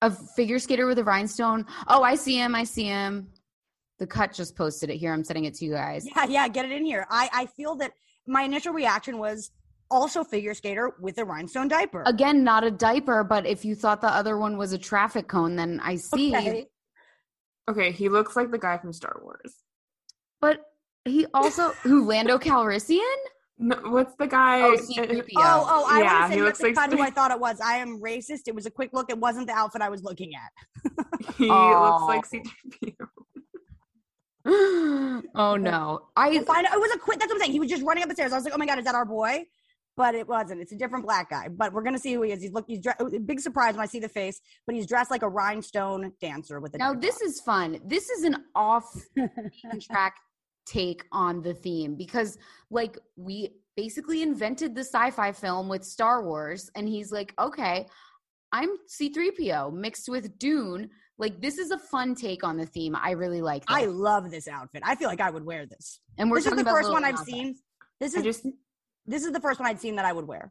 [SPEAKER 4] a figure skater with a rhinestone. Oh, I see him. I see him. The cut just posted it here. I'm sending it to you guys.
[SPEAKER 6] Yeah, yeah, get it in here. I I feel that my initial reaction was also figure skater with a rhinestone diaper.
[SPEAKER 4] Again, not a diaper, but if you thought the other one was a traffic cone, then I see.
[SPEAKER 6] Okay.
[SPEAKER 5] Okay, he looks like the guy from Star Wars.
[SPEAKER 4] But he also who Lando Calrissian?
[SPEAKER 5] No, what's the guy?
[SPEAKER 4] Oh, C-3PO.
[SPEAKER 5] uh,
[SPEAKER 6] Oh, oh, I
[SPEAKER 5] Yeah,
[SPEAKER 6] want
[SPEAKER 5] he
[SPEAKER 6] to say
[SPEAKER 5] looks
[SPEAKER 6] that's
[SPEAKER 5] like
[SPEAKER 6] not who
[SPEAKER 5] Sp-
[SPEAKER 6] I thought it was. I am racist. It was a quick look. It wasn't the outfit I was looking at.
[SPEAKER 5] he
[SPEAKER 4] Oh.
[SPEAKER 5] looks like C3PO.
[SPEAKER 4] oh no. I
[SPEAKER 6] Well, fine. It was a quick. That's what I'm saying. He was just running up the stairs. I was like, oh my god, is that our boy? But it wasn't. It's a different black guy. But we're gonna see who he is. He's look. He's dre- big surprise when I see the face. But he's dressed like a rhinestone dancer with a.
[SPEAKER 4] now
[SPEAKER 6] diaper
[SPEAKER 4] this is fun. This is an off track take on the theme because like we basically invented the sci-fi film with Star Wars and he's like, "Okay, I'm C3PO mixed with Dune." Like this is a fun take on the theme. I really like
[SPEAKER 6] on. I
[SPEAKER 4] this.
[SPEAKER 6] love this outfit. I feel like I would wear this.
[SPEAKER 4] and we're
[SPEAKER 6] This is
[SPEAKER 4] talking
[SPEAKER 6] the
[SPEAKER 4] about
[SPEAKER 6] first
[SPEAKER 4] Lil
[SPEAKER 6] one I've
[SPEAKER 4] Nas X.
[SPEAKER 6] seen. This
[SPEAKER 5] I
[SPEAKER 6] is
[SPEAKER 5] just
[SPEAKER 6] this is the first one I'd seen that I would wear.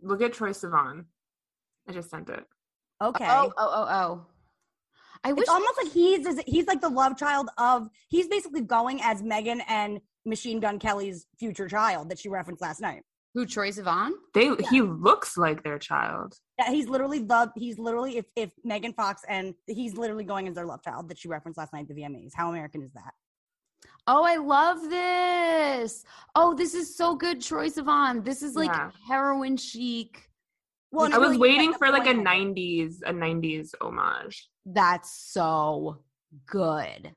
[SPEAKER 5] look at Troy Sivan. I just sent it. Uh,
[SPEAKER 6] Okay.
[SPEAKER 4] Oh, oh, oh, oh. I wish
[SPEAKER 6] It's almost like he's he's like the love child of he's basically going as Megan and Machine Gun Kelly's future child that she referenced last night.
[SPEAKER 4] who Troy Sivan?
[SPEAKER 5] They he looks like their child.
[SPEAKER 6] Yeah, he's literally the he's literally if if Megan Fox and he's literally going as their love child that she referenced last night at the VMAs. How American is that?
[SPEAKER 4] Oh, I love this. Oh, this is so good, Troy Sivan. This is like
[SPEAKER 5] Yeah.
[SPEAKER 4] heroin chic.
[SPEAKER 6] and
[SPEAKER 5] I
[SPEAKER 6] it
[SPEAKER 5] was
[SPEAKER 6] really is
[SPEAKER 5] waiting
[SPEAKER 6] the
[SPEAKER 5] for like a
[SPEAKER 6] point of it.
[SPEAKER 5] '90s a '90s homage.
[SPEAKER 4] That's so good.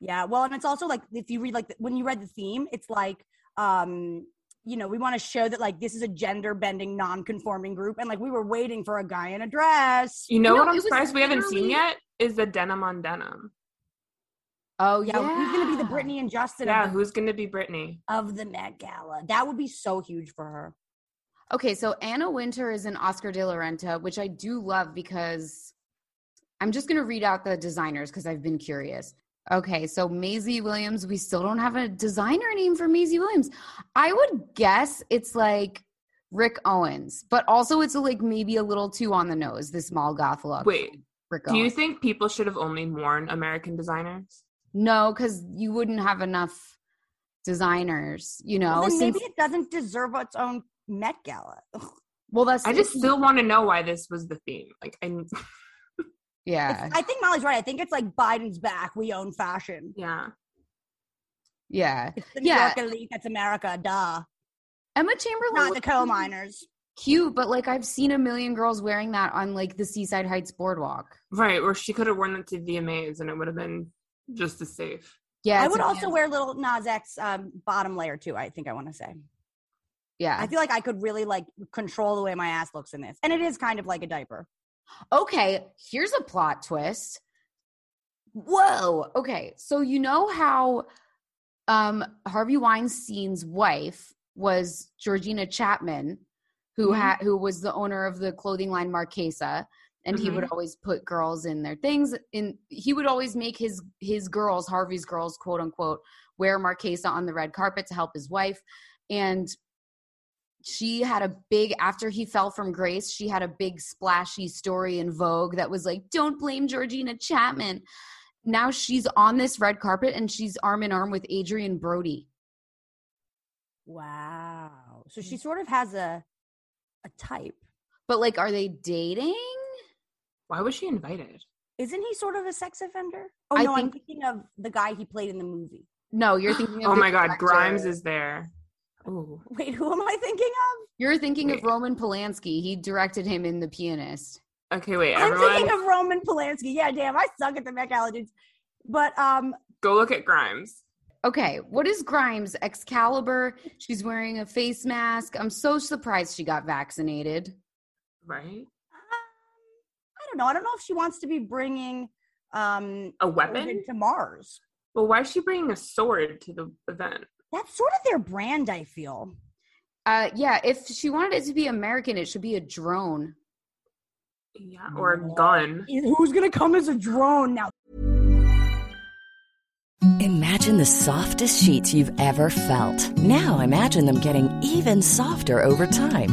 [SPEAKER 6] Yeah, well, and it's also like if you read like the, when you read the theme, it's like um you know we want to show that like this is a gender bending non conforming group, and like we were waiting for a guy in a dress.
[SPEAKER 5] You know
[SPEAKER 4] No,
[SPEAKER 5] what
[SPEAKER 4] it
[SPEAKER 5] I'm
[SPEAKER 4] was
[SPEAKER 5] surprised we haven't seen
[SPEAKER 4] literally-
[SPEAKER 5] yet is the denim on denim.
[SPEAKER 4] Oh
[SPEAKER 6] Yeah,
[SPEAKER 4] yeah,
[SPEAKER 6] who's gonna be the Brittany and Justin
[SPEAKER 5] Yeah,
[SPEAKER 6] of, the,
[SPEAKER 5] who's gonna be Britney?
[SPEAKER 6] of the Met Gala? That would be so huge for her.
[SPEAKER 4] Okay, so Anna Winter is an Oscar de la Renta, which I do love because I'm just gonna read out the designers because I've been curious. Okay, so Maisie Williams, we still don't have a designer name for Maisie Williams. I would guess it's like Rick Owens, but also it's like maybe a little too on the nose, the small goth look.
[SPEAKER 5] Wait,
[SPEAKER 4] Rick
[SPEAKER 5] Do you
[SPEAKER 4] Owens.
[SPEAKER 5] think people should have only worn American designers?
[SPEAKER 4] no, because you wouldn't have enough designers, you know.
[SPEAKER 6] Well, then
[SPEAKER 4] since-
[SPEAKER 6] maybe it doesn't deserve its own Met Gala. Ugh.
[SPEAKER 4] well that's
[SPEAKER 5] I just still want to know why this was the theme. Like, I
[SPEAKER 4] yeah.
[SPEAKER 6] It's- I think Molly's right. I think it's like Biden's back. We own fashion.
[SPEAKER 5] yeah,
[SPEAKER 4] yeah.
[SPEAKER 6] It's the New
[SPEAKER 4] Yeah.
[SPEAKER 6] York elite. That's America. Duh.
[SPEAKER 4] Emma Chamberlain
[SPEAKER 6] Not the
[SPEAKER 4] looked
[SPEAKER 6] coal miners.
[SPEAKER 4] cute, but like I've seen a million girls wearing that on like the Seaside Heights boardwalk.
[SPEAKER 5] right. Or she could have worn that to VMAs and it would have been just as safe.
[SPEAKER 4] Yeah.
[SPEAKER 6] I
[SPEAKER 4] it's
[SPEAKER 6] would
[SPEAKER 4] a
[SPEAKER 6] also
[SPEAKER 4] man-
[SPEAKER 6] wear little Nas X um, bottom layer too. I think I want to say.
[SPEAKER 4] Yeah.
[SPEAKER 6] I feel like I could really like control the way my ass looks in this, and it is kind of like a diaper.
[SPEAKER 4] okay, here's a plot twist. Whoa. Okay, so you know how um Harvey Weinstein's wife was Georgina Chapman, who
[SPEAKER 5] Mhm.
[SPEAKER 4] had who was the owner of the clothing line Marquesa, and he would always put girls in their things. In he would always make his his girls, Harvey's girls, quote unquote, wear Marquesa on the red carpet to help his wife, and she had a big after he fell from grace she had a big splashy story in vogue that was like don't blame georgina chapman now she's on this red carpet and she's arm in arm with adrian brody
[SPEAKER 6] Wow. So she sort of has a a type.
[SPEAKER 4] but like are they dating
[SPEAKER 5] Why was she invited?
[SPEAKER 6] Isn't he sort of a sex offender? Oh
[SPEAKER 4] I
[SPEAKER 6] no, I'm
[SPEAKER 4] think-
[SPEAKER 6] thinking of the guy he played in the movie.
[SPEAKER 4] no you're thinking of
[SPEAKER 5] Oh
[SPEAKER 4] the
[SPEAKER 5] my God,
[SPEAKER 4] director.
[SPEAKER 5] Grimes is there. Oh,
[SPEAKER 6] Wait, who am I thinking of?
[SPEAKER 4] you're thinking of
[SPEAKER 5] Wait.
[SPEAKER 4] roman polanski he directed him in the pianist
[SPEAKER 5] okay. Wait,
[SPEAKER 6] I'm
[SPEAKER 5] everyone,
[SPEAKER 6] thinking of Roman Polanski. Yeah, damn, I suck at the Met Gala, dudes. But um,
[SPEAKER 5] go look at Grimes.
[SPEAKER 4] okay what is grimes excalibur she's wearing a face mask i'm so surprised she got vaccinated
[SPEAKER 5] Right?
[SPEAKER 6] I don't know. I don't know if she wants to be bringing um
[SPEAKER 5] A
[SPEAKER 6] Odin
[SPEAKER 5] weapon?
[SPEAKER 6] to Mars.
[SPEAKER 5] Well, why is she bringing a sword to the event?
[SPEAKER 6] That's sort of their brand. I feel.
[SPEAKER 4] Uh, yeah, if she wanted it to be American, it should be a drone.
[SPEAKER 5] Yeah, or a gun.
[SPEAKER 6] Who's gonna come as a drone now?
[SPEAKER 3] Imagine the softest sheets you've ever felt. Now imagine them getting even softer over time.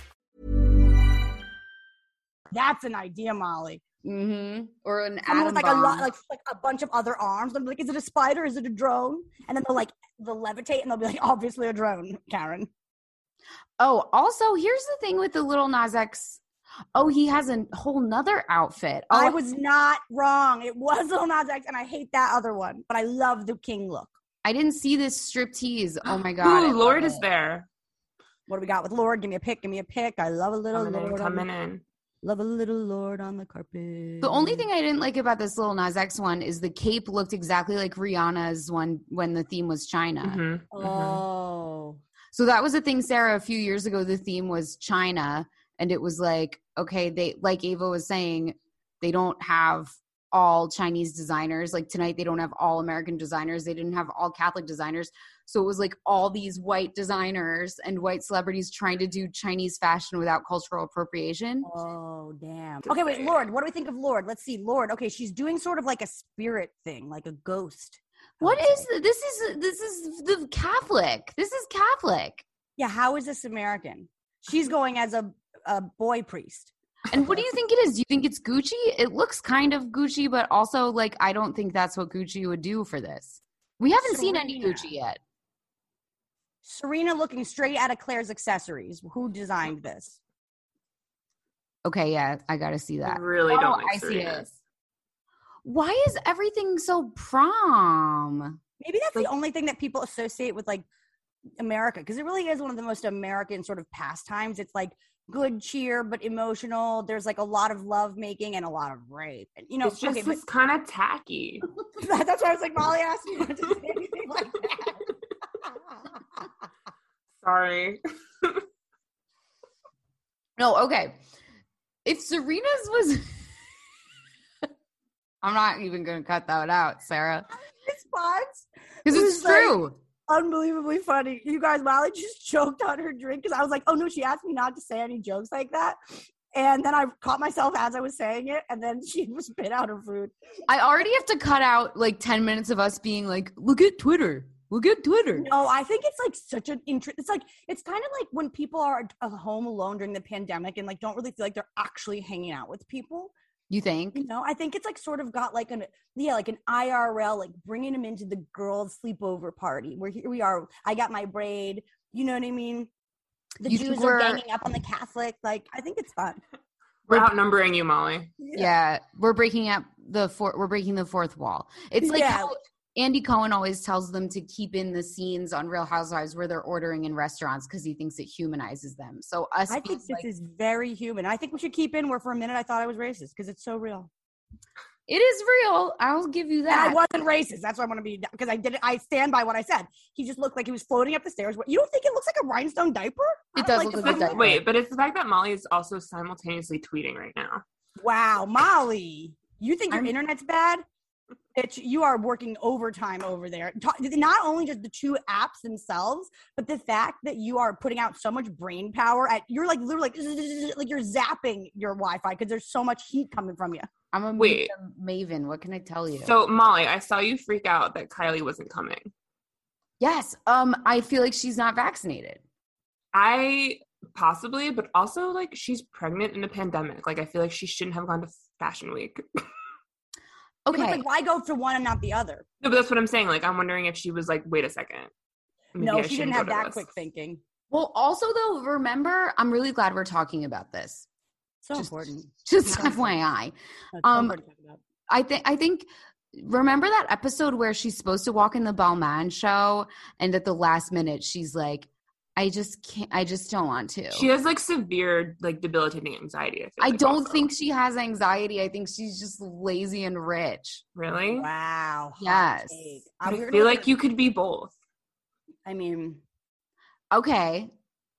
[SPEAKER 6] That's an idea, Molly.
[SPEAKER 4] Mm-hmm. Or an atom
[SPEAKER 6] Someone with like
[SPEAKER 4] bomb.
[SPEAKER 6] a lot, like like a bunch of other arms. I'm like, is it a spider? Is it a drone? And then they'll like they'll levitate and they'll be like, obviously a drone, Karen.
[SPEAKER 4] oh, also, here's the thing with the little Nas X. Oh, he has a whole nother outfit. Oh,
[SPEAKER 6] I was not wrong. It was Lil Nas X, and I hate that other one, but I love the king look.
[SPEAKER 4] I didn't see this striptease. Oh my god! I
[SPEAKER 5] Ooh,
[SPEAKER 4] love
[SPEAKER 5] Lord
[SPEAKER 4] it.
[SPEAKER 5] is there.
[SPEAKER 6] What do we got with Lord? Give me a pick. Give me a pick. I love a little
[SPEAKER 5] Coming in,
[SPEAKER 6] Lord. On
[SPEAKER 5] coming
[SPEAKER 6] the,
[SPEAKER 5] in.
[SPEAKER 6] love a little Lord on the carpet.
[SPEAKER 4] The only thing I didn't like about this little Nas X one is the cape looked exactly like Rihanna's one when the theme was China.
[SPEAKER 5] Mhm, mhm.
[SPEAKER 6] Oh.
[SPEAKER 4] So that was the thing, Sarah. A few years ago, the theme was China, and it was like, okay, they like Ava was saying, they don't have all Chinese designers. Like tonight, they don't have all American designers. They didn't have all Catholic designers. So it was like all these white designers and white celebrities trying to do Chinese fashion without cultural appropriation.
[SPEAKER 6] Oh damn. Okay, wait, Lord. What do we think of Lord? Let's see, Lord. Okay, she's doing sort of like a spirit thing, like a ghost. I
[SPEAKER 4] What
[SPEAKER 6] would say.
[SPEAKER 4] is th- this? Is this is the Catholic? This is Catholic.
[SPEAKER 6] Yeah, how is this American? She's going as a a boy priest.
[SPEAKER 4] And what do you think it is? Do you think it's Gucci? It looks kind of Gucci, but also like I don't think that's what Gucci would do for this. We haven't seen any
[SPEAKER 6] Serena.
[SPEAKER 4] Gucci yet.
[SPEAKER 6] Serena looking straight out of Claire's accessories. Who designed this?
[SPEAKER 4] Okay, yeah, I gotta see that.
[SPEAKER 5] Really
[SPEAKER 4] Oh,
[SPEAKER 5] don't like
[SPEAKER 4] I see
[SPEAKER 5] Serena.
[SPEAKER 4] it. Why is everything so prom?
[SPEAKER 6] Maybe that's the
[SPEAKER 5] Like-
[SPEAKER 6] only thing that people associate with like America, because it really is one of the most American sort of pastimes. It's like good cheer, but emotional. There's like a lot of love making and a lot of rape. And, you know,
[SPEAKER 5] It's just
[SPEAKER 6] okay, but-
[SPEAKER 5] it's kind of tacky.
[SPEAKER 6] that's why I was like, Molly asked me not to say anything like that.
[SPEAKER 5] Sorry.
[SPEAKER 4] No, okay. If Serena's was I'm not even gonna cut that out, Sarah.
[SPEAKER 6] Response
[SPEAKER 4] Because
[SPEAKER 6] It
[SPEAKER 4] it's
[SPEAKER 6] was like-
[SPEAKER 4] true.
[SPEAKER 6] unbelievably funny. You guys, Molly just choked on her drink because I was like, oh no, she asked me not to say any jokes like that. And then I caught myself as I was saying it, and then she spit out her food.
[SPEAKER 4] I already have to cut out like 10 minutes of us being like, look at Twitter. Look at Twitter.
[SPEAKER 6] No, Oh, I think it's like such an interest. It's like it's kind of like when people are at uh, home alone during the pandemic and like don't really feel like they're actually hanging out with people.
[SPEAKER 4] You think?
[SPEAKER 6] You know, I think it's like sort of got like an yeah, like an IRL, like bringing them into the girls' sleepover party where here we are. I got my braid. You know what I mean? The
[SPEAKER 4] You think
[SPEAKER 6] Jews are
[SPEAKER 4] we're-
[SPEAKER 6] ganging up on the Catholic. Like, I think it's fun.
[SPEAKER 5] We're outnumbering you, Molly.
[SPEAKER 4] yeah we're breaking up the four we're breaking the fourth wall it's like
[SPEAKER 6] Yeah.
[SPEAKER 4] how andy cohen always tells them to keep in the scenes on real housewives where they're ordering in restaurants because he thinks it humanizes them so us
[SPEAKER 6] I
[SPEAKER 4] being
[SPEAKER 6] think this
[SPEAKER 4] like,
[SPEAKER 6] is very human. I think we should keep in where for a minute I thought I was racist because it's so real.
[SPEAKER 4] it is real i'll give you
[SPEAKER 6] And
[SPEAKER 4] that
[SPEAKER 6] I wasn't racist. That's why I want to be because I did. I stand by what I said. He just looked like he was floating up the stairs. What- You don't think it looks like a rhinestone diaper? I
[SPEAKER 4] It
[SPEAKER 6] don't
[SPEAKER 4] does
[SPEAKER 6] like
[SPEAKER 4] look
[SPEAKER 6] this
[SPEAKER 4] like a
[SPEAKER 6] look.
[SPEAKER 4] diaper.
[SPEAKER 5] Wait, but it's the fact that Molly is also simultaneously tweeting right now.
[SPEAKER 6] Wow, Molly, you think your
[SPEAKER 4] I'm-
[SPEAKER 6] internet's bad? Bitch, you are working overtime over there. Ta- Not only just the two apps themselves, but the fact that you are putting out so much brain power at you're like literally like, like you're zapping your Wi-Fi because there's so much heat coming from you.
[SPEAKER 4] I'm a
[SPEAKER 5] Wait.
[SPEAKER 4] media maven. What can I tell you?
[SPEAKER 5] So Molly, I saw you freak out that Kylie wasn't coming.
[SPEAKER 4] yes, um, I feel like she's not vaccinated.
[SPEAKER 5] I possibly, but also like she's pregnant in a pandemic. Like I feel like she shouldn't have gone to Fashion Week. no,
[SPEAKER 4] Okay,
[SPEAKER 6] Like, why go for one and not the other?
[SPEAKER 5] but that's what I'm saying. Like I'm wondering if she was like, wait a second. Maybe
[SPEAKER 6] No,
[SPEAKER 5] I
[SPEAKER 6] she didn't
[SPEAKER 5] shouldn't go
[SPEAKER 6] have
[SPEAKER 5] to
[SPEAKER 6] that
[SPEAKER 5] this.
[SPEAKER 6] quick thinking.
[SPEAKER 4] Well, also though, remember, I'm really glad we're talking about this.
[SPEAKER 6] So
[SPEAKER 4] Just-
[SPEAKER 6] important.
[SPEAKER 4] Just
[SPEAKER 6] Yeah.
[SPEAKER 4] FYI,
[SPEAKER 6] That's so
[SPEAKER 4] um,
[SPEAKER 6] important to talk about.
[SPEAKER 4] I think I think remember that episode where she's supposed to walk in the Balmain show, and at the last minute she's like, "I just can't. I just don't want to."
[SPEAKER 5] She has like severe, like debilitating anxiety. I, feel
[SPEAKER 4] I
[SPEAKER 5] like,
[SPEAKER 4] don't
[SPEAKER 5] also.
[SPEAKER 4] think she has anxiety. I think she's just lazy and rich.
[SPEAKER 5] really.
[SPEAKER 6] Wow. hot
[SPEAKER 4] Yes.
[SPEAKER 6] take.
[SPEAKER 5] I
[SPEAKER 6] Uh, we're
[SPEAKER 5] feel
[SPEAKER 6] gonna-
[SPEAKER 5] like you could be both.
[SPEAKER 6] I mean,
[SPEAKER 4] Okay,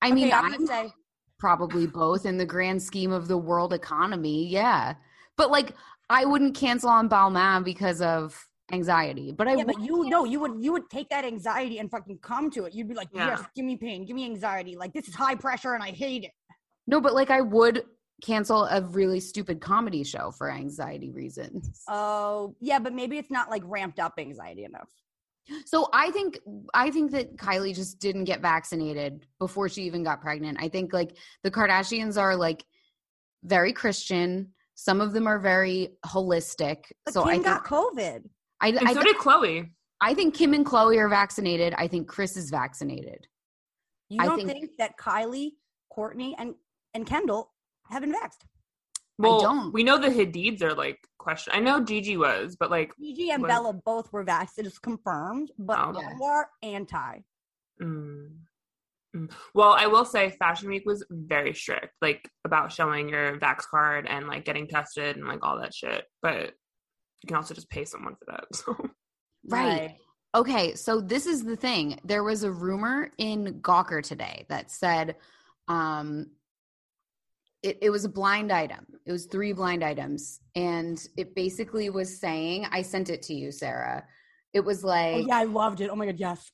[SPEAKER 4] I mean,
[SPEAKER 6] okay, I'm
[SPEAKER 4] I'm
[SPEAKER 6] gonna say
[SPEAKER 4] probably both in the grand scheme of the world economy. Yeah, but like, I wouldn't cancel on Balmain because of anxiety. But I
[SPEAKER 6] yeah, but
[SPEAKER 4] would
[SPEAKER 6] you know, you would you would take that anxiety and fucking come to it. You'd be like,
[SPEAKER 5] Yeah.
[SPEAKER 6] yes, give me pain, give me anxiety. Like this is high pressure and I hate it.
[SPEAKER 4] No, but like I would cancel a really stupid comedy show for anxiety reasons.
[SPEAKER 6] Oh, yeah, but maybe it's not like ramped up anxiety enough.
[SPEAKER 4] So I think I think that Kylie just didn't get vaccinated before she even got pregnant. I think like the Kardashians are like very Christian. Some of them are very holistic.
[SPEAKER 6] But
[SPEAKER 4] so
[SPEAKER 6] Kim
[SPEAKER 4] I think
[SPEAKER 6] got COVID.
[SPEAKER 4] I,
[SPEAKER 5] And
[SPEAKER 4] I,
[SPEAKER 5] so
[SPEAKER 4] thi-
[SPEAKER 5] did Chloe.
[SPEAKER 4] I think Kim and Chloe are vaccinated. I think Chris is vaccinated.
[SPEAKER 6] You
[SPEAKER 4] I
[SPEAKER 6] don't
[SPEAKER 4] think-
[SPEAKER 6] think, that Kylie, Courtney, and and Kendall have been vaxxed?
[SPEAKER 5] Well,
[SPEAKER 4] don't.
[SPEAKER 5] we know the Hadids are like question. I know Gigi was, but like,
[SPEAKER 6] Gigi and
[SPEAKER 5] What?
[SPEAKER 6] Bella both were vaxxed. It is confirmed, but
[SPEAKER 5] Oh.
[SPEAKER 4] Yeah.
[SPEAKER 6] are anti.
[SPEAKER 5] mm, mm. well, I will say Fashion Week was very strict, like about showing your vax card and like getting tested and like all that shit. But you can also just pay someone for that. So
[SPEAKER 4] Right. Okay, so this is the thing. There was a rumor in Gawker today that said um it, it was a blind item. It was three blind items. And it basically was saying, I sent it to you, Sarah. It was like
[SPEAKER 6] Oh, yeah, I loved it. Oh my god, yes.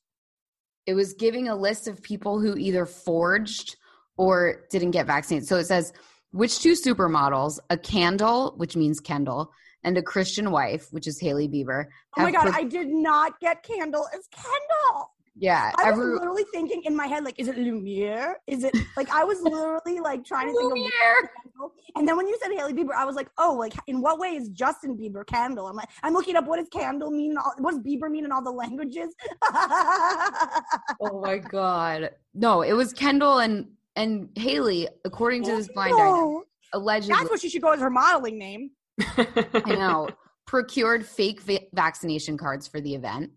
[SPEAKER 4] it was giving a list of people who either forged or didn't get vaccinated. So it says, which two supermodels, a candle, which means Kendall, and a Christian wife, which is Haley Bieber.
[SPEAKER 6] Oh my
[SPEAKER 4] have
[SPEAKER 6] god,
[SPEAKER 4] pro-
[SPEAKER 6] I did not get Kendall as Kendall.
[SPEAKER 4] yeah,
[SPEAKER 6] I was
[SPEAKER 4] every-
[SPEAKER 6] literally thinking in my head, like, is it Lumiere? Is it like I was literally like trying to think of
[SPEAKER 4] Lumiere.
[SPEAKER 6] Kendall. And then when you said Haley Bieber, I was like, oh, like in what way is Justin Bieber Kendall? I'm like, I'm looking up what does Kendall mean? in all- What does Bieber mean in all the languages?
[SPEAKER 4] oh my god no it was kendall and and haley according to this blind item
[SPEAKER 6] Kendall.
[SPEAKER 4] allegedly
[SPEAKER 6] That's what she should go as her modeling name.
[SPEAKER 4] i know procured fake va- vaccination cards for the event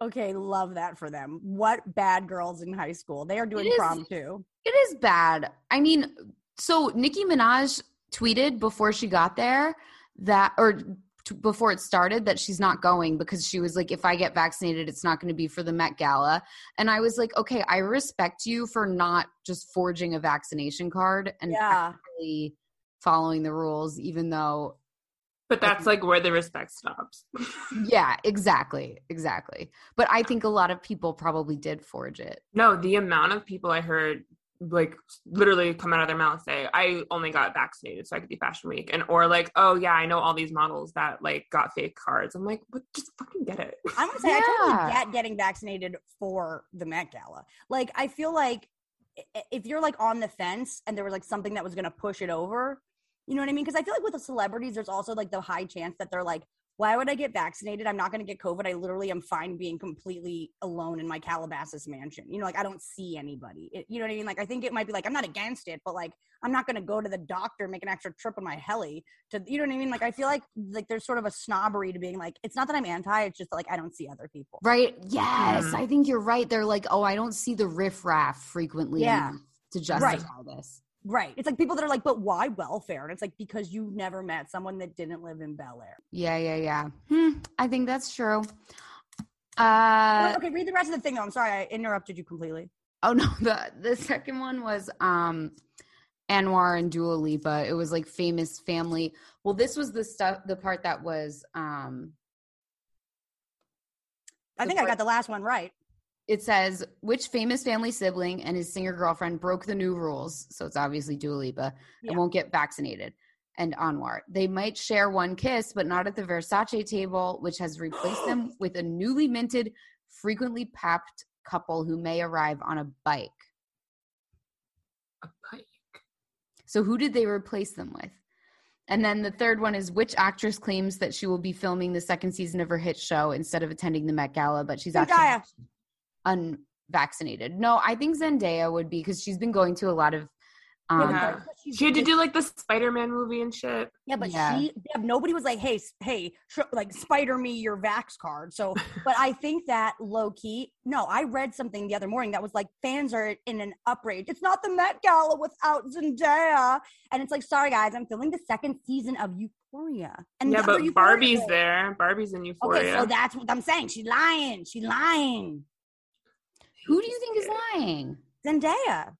[SPEAKER 6] Okay, love that for them. What bad girls in high school? They are doing
[SPEAKER 4] is-
[SPEAKER 6] prom too.
[SPEAKER 4] it is bad i mean so nicki minaj tweeted before she got there that or t- before it started that she's not going because she was like if i get vaccinated it's not going to be for the met gala and i was like okay i respect you for not just forging a vaccination card and
[SPEAKER 6] Yeah.
[SPEAKER 4] actually following the rules even though
[SPEAKER 5] but that's like where the respect stops.
[SPEAKER 4] Yeah, exactly. Exactly. But I think a lot of people probably did forge it.
[SPEAKER 5] No, the amount of people I heard like literally come out of their mouth say, I only got vaccinated so I could do fashion week and or like, oh yeah, I know all these models that like got fake cards. I'm like, what just fucking get it.
[SPEAKER 6] I'm gonna say I
[SPEAKER 4] Yeah.
[SPEAKER 6] totally get getting vaccinated for the Met Gala. Like I feel like i- if you're like on the fence and there was like something that was gonna push it over, you know what I mean? Because I feel like with the celebrities, there's also like the high chance that they're like, why would I get vaccinated? I'm not gonna get COVID. I literally am fine being completely alone in my Calabasas mansion. You know, like I don't see anybody. It- you know what I mean? Like I think it might be like I'm not against it, but like I'm not gonna go to the doctor make an extra trip on my heli to you know what I mean? Like I feel like like there's sort of a snobbery to being like it's not that I'm anti, it's just that, like I don't see other people.
[SPEAKER 4] Right? Yes.
[SPEAKER 5] Mhm.
[SPEAKER 4] I think you're right. They're like, oh, I don't see the riffraff frequently
[SPEAKER 6] Yeah.
[SPEAKER 4] enough to justify this.
[SPEAKER 6] Right. It's like people that are like, but why welfare? And it's like because you never met someone that didn't live in Bel Air.
[SPEAKER 4] Yeah, yeah, yeah. Hmm, I think that's true. Uh,
[SPEAKER 6] okay, read the rest of the thing though. I'm sorry I interrupted you completely.
[SPEAKER 4] oh no, the the second one was um Anwar and Dua Lipa. It was like famous family. Well, this was the stuff the part that was um
[SPEAKER 6] I
[SPEAKER 4] The
[SPEAKER 6] think I
[SPEAKER 4] first-
[SPEAKER 6] got the last one right.
[SPEAKER 4] it says which famous family sibling and his singer girlfriend broke the new rules so it's obviously Dua Lipa
[SPEAKER 6] Yeah.
[SPEAKER 4] and won't get vaccinated and Anwar. They might share one kiss, but not at the Versace table, which has replaced them with a newly minted, frequently papped couple who may arrive on a bike.
[SPEAKER 5] A bike.
[SPEAKER 4] So who did they replace them with? And then the third one is which actress claims that she will be filming the second season of her hit show instead of attending the Met Gala, but she's
[SPEAKER 6] Zendaya.
[SPEAKER 4] actually unvaccinated. No, I think Zendaya would be because she's been going to a lot of um,
[SPEAKER 5] Yeah.
[SPEAKER 6] but she's-
[SPEAKER 5] Uh-huh. She had to do like the Spider Man movie and shit.
[SPEAKER 6] Yeah, but
[SPEAKER 4] Yeah.
[SPEAKER 6] she yeah, nobody was like, "Hey, s- hey, sh- like spider me your vax card." So, but I think that low key. No, I read something the other morning that was like fans are in an uprage. It's not the Met Gala without Zendaya, and it's like, sorry guys, I'm filming the second season of Euphoria. And
[SPEAKER 5] yeah,
[SPEAKER 6] the other
[SPEAKER 5] but
[SPEAKER 6] Euphoria
[SPEAKER 5] Barbie's
[SPEAKER 6] is-
[SPEAKER 5] there. Barbie's in Euphoria.
[SPEAKER 6] Okay, so that's what I'm saying. She's lying. She's lying.
[SPEAKER 4] Who do you think is lying?
[SPEAKER 6] Zendaya,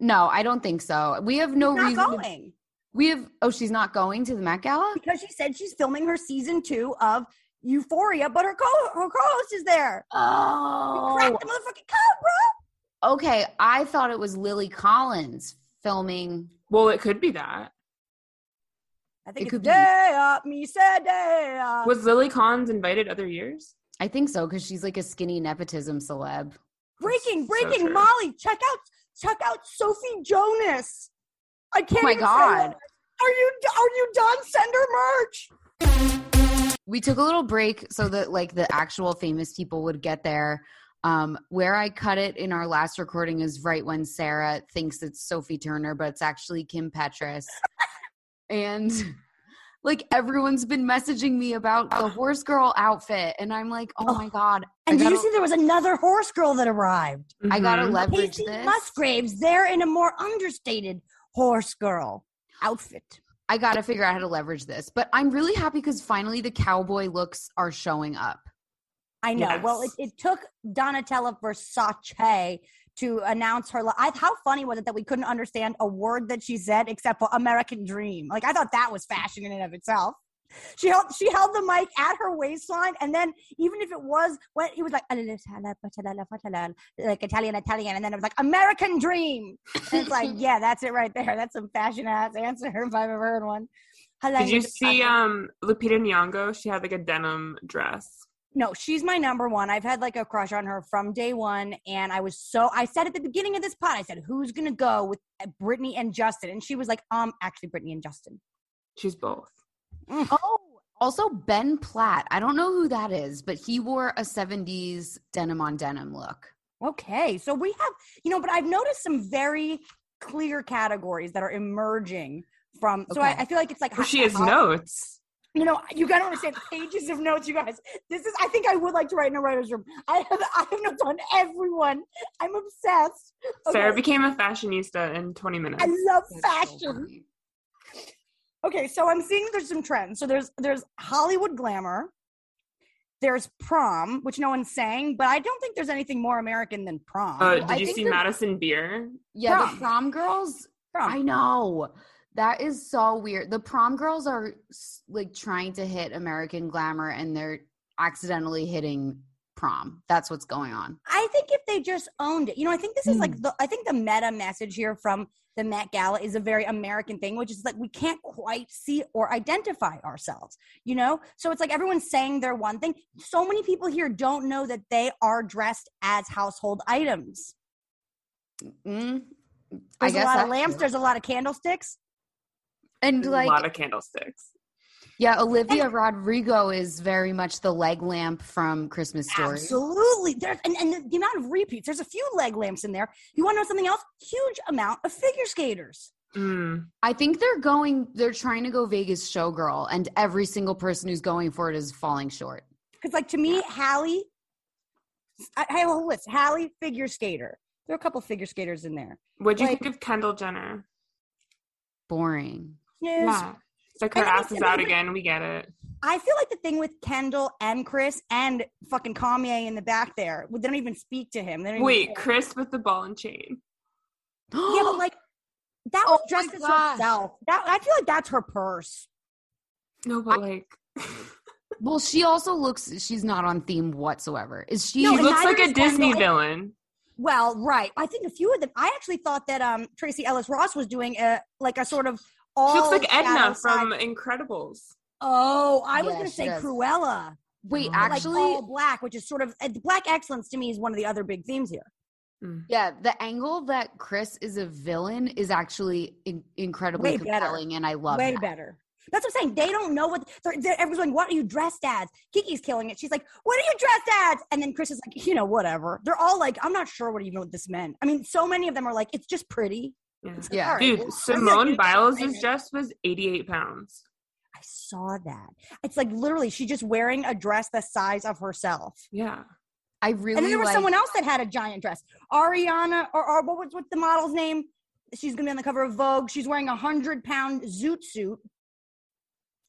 [SPEAKER 4] No, I don't think so. We have no
[SPEAKER 6] not
[SPEAKER 4] reason. to-
[SPEAKER 6] going
[SPEAKER 4] we have. Oh, she's not going to the Met Gala.
[SPEAKER 6] because she said she's filming her season two of Euphoria, but her co her co-host is there.
[SPEAKER 4] Oh,
[SPEAKER 6] Crack the motherfucking code, bro.
[SPEAKER 4] okay. I thought it was Lily Collins filming.
[SPEAKER 5] well, it could be that.
[SPEAKER 6] I think
[SPEAKER 4] It could
[SPEAKER 6] it could
[SPEAKER 4] be-
[SPEAKER 6] day up, me said day
[SPEAKER 4] Uh,
[SPEAKER 6] up.
[SPEAKER 5] Was Lily Collins invited other years?
[SPEAKER 4] I think so because she's like a skinny nepotism celeb.
[SPEAKER 6] breaking,
[SPEAKER 5] so
[SPEAKER 6] breaking,
[SPEAKER 5] true.
[SPEAKER 6] Molly, check out, check out Sophie Jonas. I can't.
[SPEAKER 4] Oh my
[SPEAKER 6] even say what-
[SPEAKER 4] God.
[SPEAKER 6] Are you are you done? Send her merch.
[SPEAKER 4] we took a little break so that like the actual famous people would get there um where i cut it in our last recording is right when sarah thinks it's sophie turner but it's actually kim petras and like everyone's been messaging me about the horse girl outfit and i'm like oh my god I
[SPEAKER 6] And did
[SPEAKER 4] gotta,
[SPEAKER 6] you see there was another horse girl that arrived?
[SPEAKER 4] I gotta
[SPEAKER 5] Mhm.
[SPEAKER 4] leverage
[SPEAKER 6] Casey
[SPEAKER 4] this
[SPEAKER 6] Musgraves there in a more understated horse girl outfit.
[SPEAKER 4] i gotta figure out how to leverage this but i'm really happy because finally the cowboy looks are showing up
[SPEAKER 6] I know. Well, it,
[SPEAKER 5] Yes.
[SPEAKER 6] it took Donatella Versace to announce her. li- I, how funny was it that we couldn't understand a word that she said except for American Dream? Like I thought that was fashion in and of itself. She held she held the mic at her waistline, and then even if it was what he was like, like Italian, Italian, and then it was like American Dream. And it's like, yeah, that's it right there. That's some fashion ass answer if I've ever heard one.
[SPEAKER 5] Did you see um Lupita Nyong'o? She had like a denim dress.
[SPEAKER 6] No, she's my number one. I've had like a crush on her from day one. And I was so, I said at the beginning of this pod, I said, who's going to go with uh, Brittany and Justin? And she was like, um, actually, Brittany and Justin.
[SPEAKER 5] She's both.
[SPEAKER 4] Oh, also Ben Platt. I don't know who that is, but he wore a 70s denim on denim look.
[SPEAKER 6] Okay. So we have, you know, but I've noticed some very clear categories that are emerging from, so I,
[SPEAKER 4] Okay.
[SPEAKER 6] I feel like it's like,
[SPEAKER 5] Well, she has
[SPEAKER 6] how-
[SPEAKER 5] notes.
[SPEAKER 6] you know, you gotta understand pages of notes, you guys. This is, I think I would like to write in a writer's room. I have, I have notes on everyone. I'm obsessed.
[SPEAKER 5] Sarah
[SPEAKER 6] Okay.
[SPEAKER 5] became a fashionista in 20 minutes.
[SPEAKER 6] I love
[SPEAKER 4] That's so
[SPEAKER 6] fashion.
[SPEAKER 4] funny.
[SPEAKER 6] Okay, so I'm seeing there's some trends. So there's there's Hollywood glamour. There's prom, which no one's saying, but I don't think there's anything more American than prom.
[SPEAKER 5] Uh,
[SPEAKER 4] I
[SPEAKER 5] did you
[SPEAKER 4] think
[SPEAKER 5] see
[SPEAKER 4] the-
[SPEAKER 5] Madison Beer?
[SPEAKER 4] Yeah,
[SPEAKER 6] Prom.
[SPEAKER 4] the prom girls.
[SPEAKER 6] prom.
[SPEAKER 4] I know. That is so weird. The prom girls are s- like trying to hit American glamour and they're accidentally hitting prom. That's what's going on.
[SPEAKER 6] I think if they just owned it, you know, I think this is
[SPEAKER 4] Hmm.
[SPEAKER 6] like the I think the meta message here from the Met Gala is a very American thing, which is like we can't quite see or identify ourselves, you know? So it's like everyone's saying their one thing. So many people here don't know that they are dressed as household items.
[SPEAKER 4] Mm. I
[SPEAKER 6] There's
[SPEAKER 4] guess
[SPEAKER 6] a lot of
[SPEAKER 4] that-
[SPEAKER 6] lamps, there's a lot of candlesticks.
[SPEAKER 4] and
[SPEAKER 5] There's
[SPEAKER 4] like
[SPEAKER 5] a lot of candlesticks.
[SPEAKER 4] yeah, Olivia Rodrigo is very much the leg lamp from Christmas Story.
[SPEAKER 6] Absolutely. There's and, and the, the amount of repeats. There's a few leg lamps in there. You want to know something else? Huge amount of figure skaters.
[SPEAKER 5] Mm.
[SPEAKER 4] I think they're going, they're trying to go Vegas showgirl, and every single person who's going for it is falling short.
[SPEAKER 6] Because like to me, Hallie, I, I have a whole list. Hallie figure skater. There are a couple figure skaters in there.
[SPEAKER 5] What'd you
[SPEAKER 6] Like-
[SPEAKER 5] think of Kendall Jenner?
[SPEAKER 4] Boring.
[SPEAKER 6] Yes.
[SPEAKER 5] Yeah. It's like her
[SPEAKER 6] I think
[SPEAKER 5] ass
[SPEAKER 6] it's-
[SPEAKER 5] is out again. We get it.
[SPEAKER 6] I feel like the thing with Kendall and Chris and fucking Kanye in the back there, they don't even speak to him. They don't even
[SPEAKER 5] Wait,
[SPEAKER 6] care.
[SPEAKER 5] Chris with the ball and chain.
[SPEAKER 6] Yeah, but like that
[SPEAKER 4] Oh
[SPEAKER 6] was
[SPEAKER 4] my
[SPEAKER 6] dressed as
[SPEAKER 4] gosh.
[SPEAKER 6] herself. That I feel like that's her purse.
[SPEAKER 5] No, but like
[SPEAKER 4] well, she also looks, she's not on theme whatsoever. Is she?
[SPEAKER 6] No,
[SPEAKER 5] she
[SPEAKER 6] and
[SPEAKER 5] looks
[SPEAKER 6] neither
[SPEAKER 5] like a
[SPEAKER 6] is Kendall.
[SPEAKER 5] Disney
[SPEAKER 6] I-
[SPEAKER 5] villain.
[SPEAKER 6] Well, right. I think a few of them. I actually thought that um, Tracy Ellis Ross was doing a like a sort of all.
[SPEAKER 5] she looks like Edna
[SPEAKER 6] shadow
[SPEAKER 5] from
[SPEAKER 6] side-
[SPEAKER 5] Incredibles.
[SPEAKER 6] Oh, I was
[SPEAKER 4] Yeah,
[SPEAKER 6] gonna
[SPEAKER 4] she
[SPEAKER 6] say
[SPEAKER 4] does.
[SPEAKER 6] Cruella.
[SPEAKER 4] Wait,
[SPEAKER 6] Like,
[SPEAKER 4] actually,
[SPEAKER 6] all black, which is sort of uh, black excellence to me is one of the other big themes here.
[SPEAKER 4] yeah, the angle that Chris is a villain is actually in- incredibly
[SPEAKER 6] Way better.
[SPEAKER 4] compelling, and I love
[SPEAKER 6] Way
[SPEAKER 4] that.
[SPEAKER 6] better. That's what I'm saying. They don't know what they're, they're, everyone's like, what are you dressed as? Kiki's killing it. She's like, what are you dressed as? And then Chris is like, you know, whatever. They're all like, I'm not sure what even what this meant. I mean, so many of them are like, it's just pretty.
[SPEAKER 5] Yeah.
[SPEAKER 6] It's
[SPEAKER 4] Yeah.
[SPEAKER 6] art.
[SPEAKER 5] Dude, Simone Biles' dress was 88 pounds.
[SPEAKER 6] I saw that. It's like literally, she's just wearing a dress the size of herself.
[SPEAKER 5] Yeah.
[SPEAKER 4] I really
[SPEAKER 6] and then there was
[SPEAKER 4] like-
[SPEAKER 6] someone else that had a giant dress. Ariana, or, or what was what's the model's name? She's gonna be on the cover of Vogue. She's wearing a hundred pound zoot suit.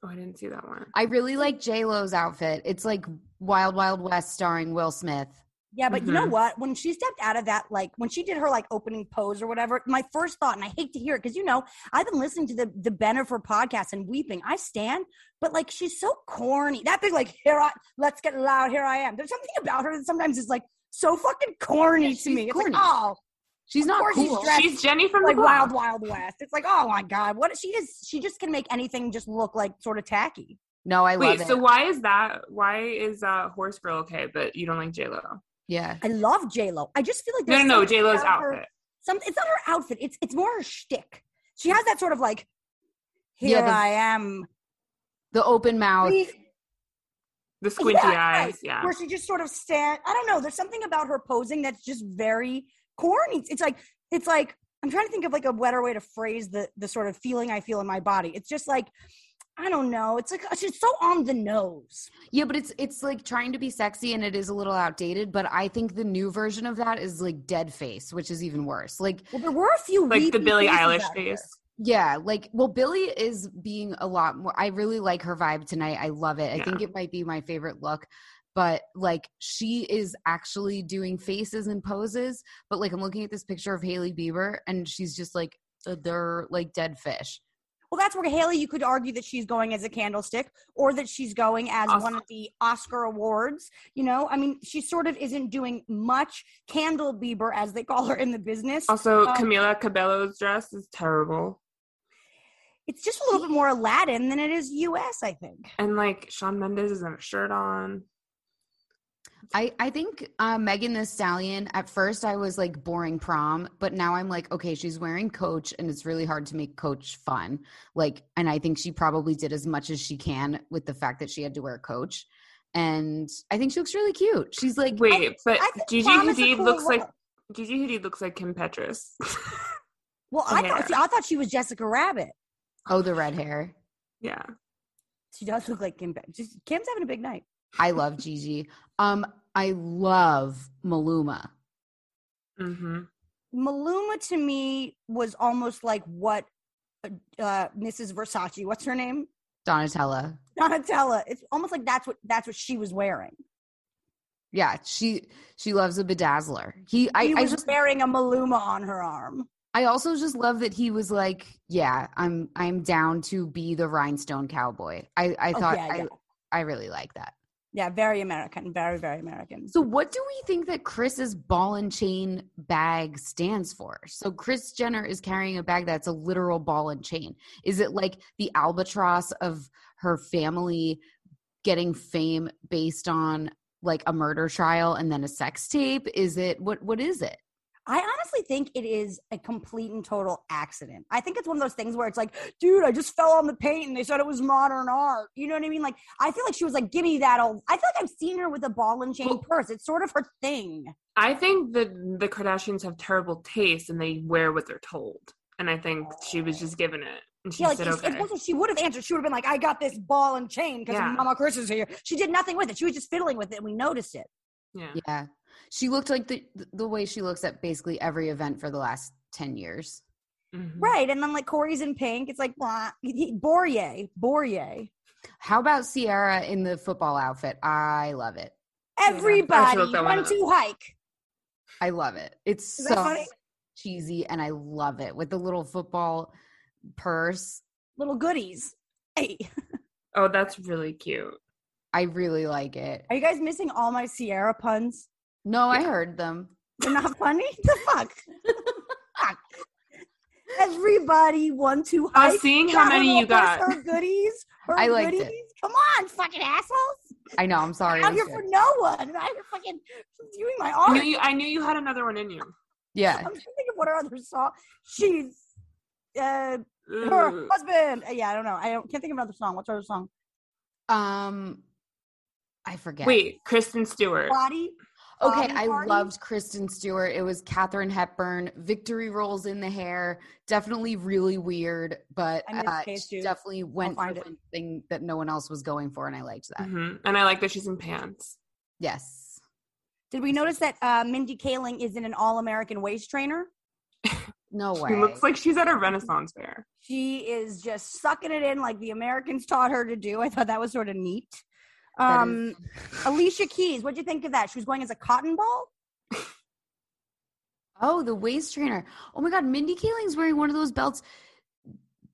[SPEAKER 5] Oh, I didn't see that one.
[SPEAKER 4] I really like J Lo's outfit. It's like Wild Wild West starring Will Smith.
[SPEAKER 6] Yeah, but you know
[SPEAKER 5] Mhm.
[SPEAKER 6] what? When she stepped out of that, like when she did her like opening pose or whatever, my first thought, and I hate to hear it because you know I've been listening to the the Ben of her podcast and weeping. I stand, but like she's so corny. That big like here I let's get loud. Here I am. There's something about her that sometimes is like so fucking corny
[SPEAKER 4] Yeah,
[SPEAKER 6] to
[SPEAKER 4] she's
[SPEAKER 6] me. It's
[SPEAKER 4] corny.
[SPEAKER 6] like oh,
[SPEAKER 4] She's
[SPEAKER 6] Of
[SPEAKER 4] not
[SPEAKER 6] course he's
[SPEAKER 4] cool.
[SPEAKER 6] dressed-
[SPEAKER 5] She's Jenny from
[SPEAKER 6] like
[SPEAKER 5] the
[SPEAKER 6] wild
[SPEAKER 5] Wild.
[SPEAKER 6] wild west. It's like oh my god, what she is? She just can make anything just look like sort of tacky.
[SPEAKER 4] no, I love
[SPEAKER 5] Wait,
[SPEAKER 4] it.
[SPEAKER 5] so why is that? Why is uh, Horse Girl okay, but you don't like J Lo?
[SPEAKER 4] yeah,
[SPEAKER 6] I love J Lo. I just feel like
[SPEAKER 5] No, no,
[SPEAKER 6] there's
[SPEAKER 5] no.
[SPEAKER 6] something
[SPEAKER 5] J Lo's
[SPEAKER 6] about her-
[SPEAKER 5] outfit.
[SPEAKER 6] some it's not her outfit. It's it's more her shtick. She has that sort of like,
[SPEAKER 4] Yeah,
[SPEAKER 6] here
[SPEAKER 4] the-
[SPEAKER 6] I am.
[SPEAKER 4] the open
[SPEAKER 5] Oh,
[SPEAKER 4] mouth.
[SPEAKER 5] The squinty
[SPEAKER 6] Yeah, right.
[SPEAKER 5] eyes. Yeah.
[SPEAKER 6] Where she just sort of stand. I don't know. There's something about her posing that's just very corny. It's like it's like I'm trying to think of like a better way to phrase the the sort of feeling I feel in my body. It's just like I don't know. It's like she's so on the nose.
[SPEAKER 4] Yeah, but it's it's like trying to be sexy and it is a little outdated, but I think the new version of that is like dead face, which is even worse. Like
[SPEAKER 6] Well, there were a few
[SPEAKER 5] Like the
[SPEAKER 6] weepy
[SPEAKER 5] Billie
[SPEAKER 6] faces
[SPEAKER 5] Eilish
[SPEAKER 6] out there.
[SPEAKER 5] face.
[SPEAKER 4] yeah, like well Billy is being a lot more I really like her vibe tonight. I love it. I think it might be my favorite look. But like she is actually doing faces and poses, but like I'm looking at this picture of Haley Bieber and she's just like uh, they're like dead fish.
[SPEAKER 6] Well, that's where Haley. You could argue that she's going as a candlestick, or that she's going as
[SPEAKER 5] Oscar.
[SPEAKER 6] one of the Oscar awards. You know, I mean, she sort of isn't doing much. Candle Bieber, as they call her in the business,
[SPEAKER 5] Also,
[SPEAKER 6] Um,
[SPEAKER 5] Camila Cabello's dress is terrible.
[SPEAKER 6] it's just a little bit more Aladdin than it is U.S. I think.
[SPEAKER 5] And like Sean Mendes doesn't have a shirt on.
[SPEAKER 4] I, I think uh, Megan the Stallion, at first I was like boring prom, but now I'm like, okay, she's wearing coach and it's really hard to make coach fun. Like, and I think she probably did as much as she can with the fact that she had to wear coach. And I think she looks really cute. She's like,
[SPEAKER 5] Wait, but
[SPEAKER 6] I think
[SPEAKER 5] Gigi
[SPEAKER 6] prom is a
[SPEAKER 5] Hadid
[SPEAKER 6] cool
[SPEAKER 5] looks like
[SPEAKER 6] look.
[SPEAKER 5] Gigi Hadid looks like Kim Petras.
[SPEAKER 6] Well, I thought see, I thought she was Jessica Rabbit.
[SPEAKER 4] oh, the red hair.
[SPEAKER 5] yeah.
[SPEAKER 6] She does look like Kim. Ba- Just, Kim's having a big night.
[SPEAKER 4] I love Gigi. Um, I love Maluma.
[SPEAKER 5] Mm-hmm.
[SPEAKER 6] Maluma to me was almost like what uh, Mrs. Versace. What's her name?
[SPEAKER 4] Donatella.
[SPEAKER 6] Donatella. It's almost like that's what that's what she was wearing.
[SPEAKER 4] Yeah, she she loves a bedazzler. He I,
[SPEAKER 6] she
[SPEAKER 4] I
[SPEAKER 6] was
[SPEAKER 4] just
[SPEAKER 6] wearing a Maluma on her arm.
[SPEAKER 4] I also just love that he was like, yeah, I'm I'm down to be the rhinestone cowboy. I I
[SPEAKER 6] Oh,
[SPEAKER 4] thought
[SPEAKER 6] yeah,
[SPEAKER 4] I,
[SPEAKER 6] yeah.
[SPEAKER 4] I really like that.
[SPEAKER 6] Yeah, very American, very very American.
[SPEAKER 4] So what do we think that Chris's ball and chain bag stands for? So Chris Jenner is carrying a bag that's a literal ball and chain. Is it like the albatross of her family getting fame based on like a murder trial and then a sex tape? Is it what what is it?
[SPEAKER 6] I honestly think it is a complete and total accident. I think it's one of those things where it's like, dude, I just fell on the paint and they said it was modern art. You know what I mean? Like, I feel like she was like, give me that old. I feel like I've seen her with a ball and chain
[SPEAKER 5] Well-
[SPEAKER 6] purse. It's sort of her thing.
[SPEAKER 5] I think that the Kardashians have terrible taste and they wear what they're told. And I think she was just given it. And she
[SPEAKER 6] Yeah, like
[SPEAKER 5] said,
[SPEAKER 6] if, if
[SPEAKER 5] okay.
[SPEAKER 6] that's what she would have answered, she would have been like, I got this ball and chain because
[SPEAKER 5] Yeah.
[SPEAKER 6] Mama Chris is here. She did nothing with it. She was just fiddling with it and we noticed it.
[SPEAKER 5] Yeah.
[SPEAKER 4] Yeah. She looked like the the way she looks at basically every event for the last 10 years.
[SPEAKER 5] Mhm.
[SPEAKER 6] Right. And then like Corey's in pink. It's like, blah. He, Bourier. Bourier.
[SPEAKER 4] How about Sierra in the football outfit? I love it.
[SPEAKER 6] "Oh,
[SPEAKER 5] Yeah, I
[SPEAKER 6] Everybody,
[SPEAKER 5] should look that one
[SPEAKER 6] one
[SPEAKER 5] up.
[SPEAKER 6] two hike.
[SPEAKER 4] I love it. It's
[SPEAKER 6] Is
[SPEAKER 4] so
[SPEAKER 6] that funny?
[SPEAKER 4] cheesy and I love it with the little football purse.
[SPEAKER 6] Little goodies. Hey,
[SPEAKER 5] Oh, that's really cute.
[SPEAKER 4] I really like it.
[SPEAKER 6] are you guys missing all my Sierra puns?
[SPEAKER 4] No, I heard them.
[SPEAKER 6] They're not funny. the fuck. fuck. Everybody won two high.
[SPEAKER 5] seeing how many you got.
[SPEAKER 6] Her goodies. Her
[SPEAKER 4] I liked it.
[SPEAKER 6] goodies. Come on, fucking assholes!
[SPEAKER 4] I know. I'm sorry.
[SPEAKER 6] I'm
[SPEAKER 4] it
[SPEAKER 6] here
[SPEAKER 4] was
[SPEAKER 6] for
[SPEAKER 4] good.
[SPEAKER 6] no one. I'm out here fucking doing my
[SPEAKER 5] I
[SPEAKER 6] art.
[SPEAKER 5] knew you, I knew you had another one in you.
[SPEAKER 4] Yeah.
[SPEAKER 6] I'm trying to think of what her other song. She's uh, her
[SPEAKER 5] Ooh.
[SPEAKER 6] husband. uh, Yeah, I don't know. I don't, can't think of another song. What's her other song?
[SPEAKER 4] Um, I forget.
[SPEAKER 5] Wait, Kristen Stewart.
[SPEAKER 6] Body.
[SPEAKER 4] Okay,
[SPEAKER 6] Body
[SPEAKER 4] I
[SPEAKER 6] Um, Party?
[SPEAKER 4] loved Kristen Stewart. It was Katherine Hepburn. Victory rolls in the hair. Definitely really weird, but
[SPEAKER 6] I miss
[SPEAKER 4] uh,
[SPEAKER 6] Case
[SPEAKER 4] she
[SPEAKER 6] Juice.
[SPEAKER 4] definitely went for
[SPEAKER 6] find it. Mm-hmm.
[SPEAKER 4] something that no one else was going for, and I liked that.
[SPEAKER 5] hmm And I like that she's in pants.
[SPEAKER 4] Yes.
[SPEAKER 6] Did we notice that uh, Mindy Kaling is in an All-American waist trainer?
[SPEAKER 4] No way.
[SPEAKER 5] She looks like she's at a Renaissance fair.
[SPEAKER 6] She is just sucking it in like the Americans taught her to do. I thought that was sort of neat.
[SPEAKER 4] That
[SPEAKER 6] Um,
[SPEAKER 4] is-
[SPEAKER 6] Alicia Keys, what'd you think of that? She was going as a cotton ball.
[SPEAKER 4] oh, the waist trainer. Oh my God, Mindy Kaling's wearing one of those belts.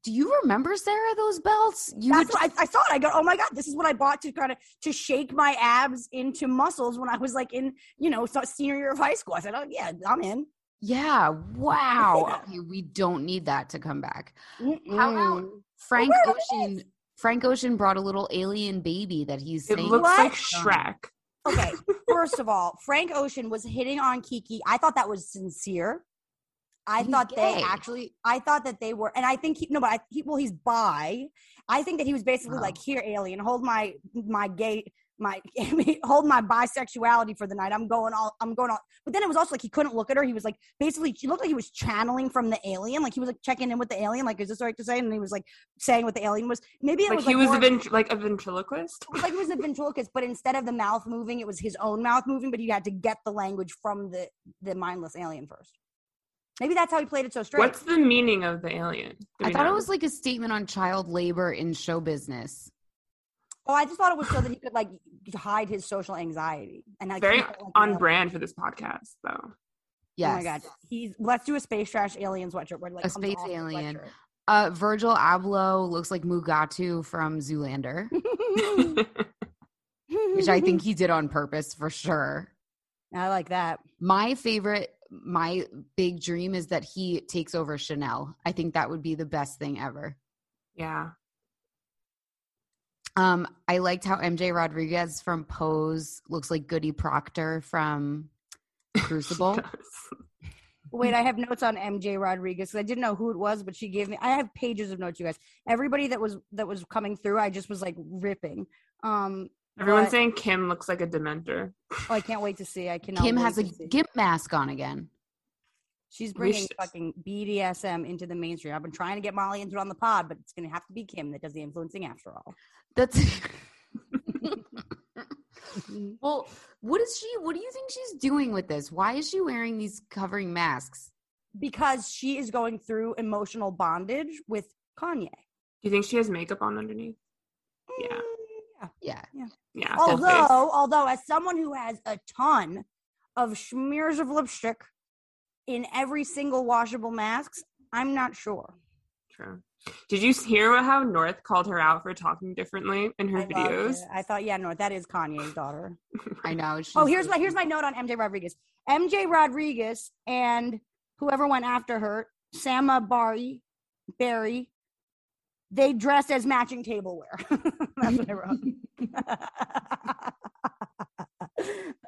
[SPEAKER 4] Do you remember Sarah those belts? You
[SPEAKER 6] That's
[SPEAKER 4] would
[SPEAKER 6] what I, I saw it. I go, oh my god, this is what I bought to kind of to shake my abs into muscles when I was like in you know so- senior year of high school. I said, oh yeah, I'm in.
[SPEAKER 4] Yeah. Wow. okay, we don't need that to come back. How about
[SPEAKER 6] Mm-mm.
[SPEAKER 4] Frank
[SPEAKER 6] Mm. Where it
[SPEAKER 4] Ocean? Frank Ocean brought a little alien baby that he's.
[SPEAKER 5] It
[SPEAKER 4] saying-
[SPEAKER 5] looks
[SPEAKER 6] What?
[SPEAKER 5] like Shrek.
[SPEAKER 6] Okay, first of all, Frank Ocean was hitting on Kiki. I thought that was sincere. I
[SPEAKER 4] He's
[SPEAKER 6] thought they
[SPEAKER 4] gay.
[SPEAKER 6] actually. I thought that they were, and I think he, no, but I, he, well, he's bi. I think that he was basically
[SPEAKER 4] Oh.
[SPEAKER 6] like, "Here, alien, hold my my gay my hold my bisexuality for the night. I'm going all. I'm going all." But then it was also like he couldn't look at her. He was like, basically, she looked like he was channeling from the alien. Like he was like checking in with the alien. Like, is this right to say? And he was like saying what the alien was. Maybe it
[SPEAKER 5] Like
[SPEAKER 6] was
[SPEAKER 5] he was
[SPEAKER 6] more
[SPEAKER 5] a
[SPEAKER 6] of-
[SPEAKER 5] vent- like a ventriloquist.
[SPEAKER 6] it was like it was a ventriloquist, but instead of the mouth moving, it was his own mouth moving, but he had to get the language from the, the mindless alien first. Maybe that's how he played it so straight.
[SPEAKER 5] What's the meaning of the alien? Do
[SPEAKER 4] I
[SPEAKER 5] we
[SPEAKER 4] thought
[SPEAKER 5] know?
[SPEAKER 4] it was like a statement on child labor in show business.
[SPEAKER 6] oh, I just thought it was so that he could like hide his social anxiety and like
[SPEAKER 5] very
[SPEAKER 6] keep it, like,
[SPEAKER 5] on
[SPEAKER 6] real.
[SPEAKER 5] brand for this podcast, though.
[SPEAKER 4] Yes.
[SPEAKER 6] Oh my god, he's let's do a space trash alien sweatshirt. Where, it, like,
[SPEAKER 4] A
[SPEAKER 6] comes
[SPEAKER 4] space
[SPEAKER 6] off the
[SPEAKER 4] alien.
[SPEAKER 6] sweatshirt.
[SPEAKER 4] Uh, Virgil Abloh looks like Mugatu from Zoolander,
[SPEAKER 6] Hmm.
[SPEAKER 4] which I think he did on purpose for sure.
[SPEAKER 6] I like that.
[SPEAKER 4] My favorite, my big dream is that he takes over Chanel. I think that would be the best thing ever.
[SPEAKER 5] yeah.
[SPEAKER 4] Um, I liked how MJ Rodriguez from Pose looks like Goody Proctor from Crucible.
[SPEAKER 6] Wait, I have notes on MJ Rodriguez. 'cause I didn't know who it was, but she gave me. I have pages of notes, you guys. Everybody that was that was coming through, I just was like ripping. Um,
[SPEAKER 5] Everyone's
[SPEAKER 6] but-
[SPEAKER 5] saying Kim looks like a dementor.
[SPEAKER 6] Oh, I can't wait to see. I cannot.
[SPEAKER 4] Kim
[SPEAKER 6] wait
[SPEAKER 4] has a
[SPEAKER 6] to see.
[SPEAKER 4] gimp mask on again.
[SPEAKER 6] She's bringing
[SPEAKER 5] should-
[SPEAKER 6] fucking BDSM into the mainstream. I've been trying to get Molly into it on the pod, but it's going to have to be Kim that does the influencing after all.
[SPEAKER 4] That's well. What is she? What do you think she's doing with this? Why is she wearing these covering masks?
[SPEAKER 6] Because she is going through emotional bondage with Kanye.
[SPEAKER 5] Do you think she has makeup on underneath? Yeah.
[SPEAKER 6] Mm,
[SPEAKER 4] Yeah,
[SPEAKER 5] Yeah. full face.
[SPEAKER 6] Although, although, as someone who has a ton of smears of lipstick in every single washable masks, I'm not sure.
[SPEAKER 5] True. Did you hear how North called her out for talking differently in her
[SPEAKER 6] I, loved
[SPEAKER 5] videos?
[SPEAKER 6] it. I thought, yeah, no, that is Kanye's daughter.
[SPEAKER 4] I know. She's
[SPEAKER 6] Oh, here's my here's my note on MJ Rodriguez. MJ Rodriguez and whoever went after her, Sama Bari, Barry, they dressed as matching tableware. that's what I wrote.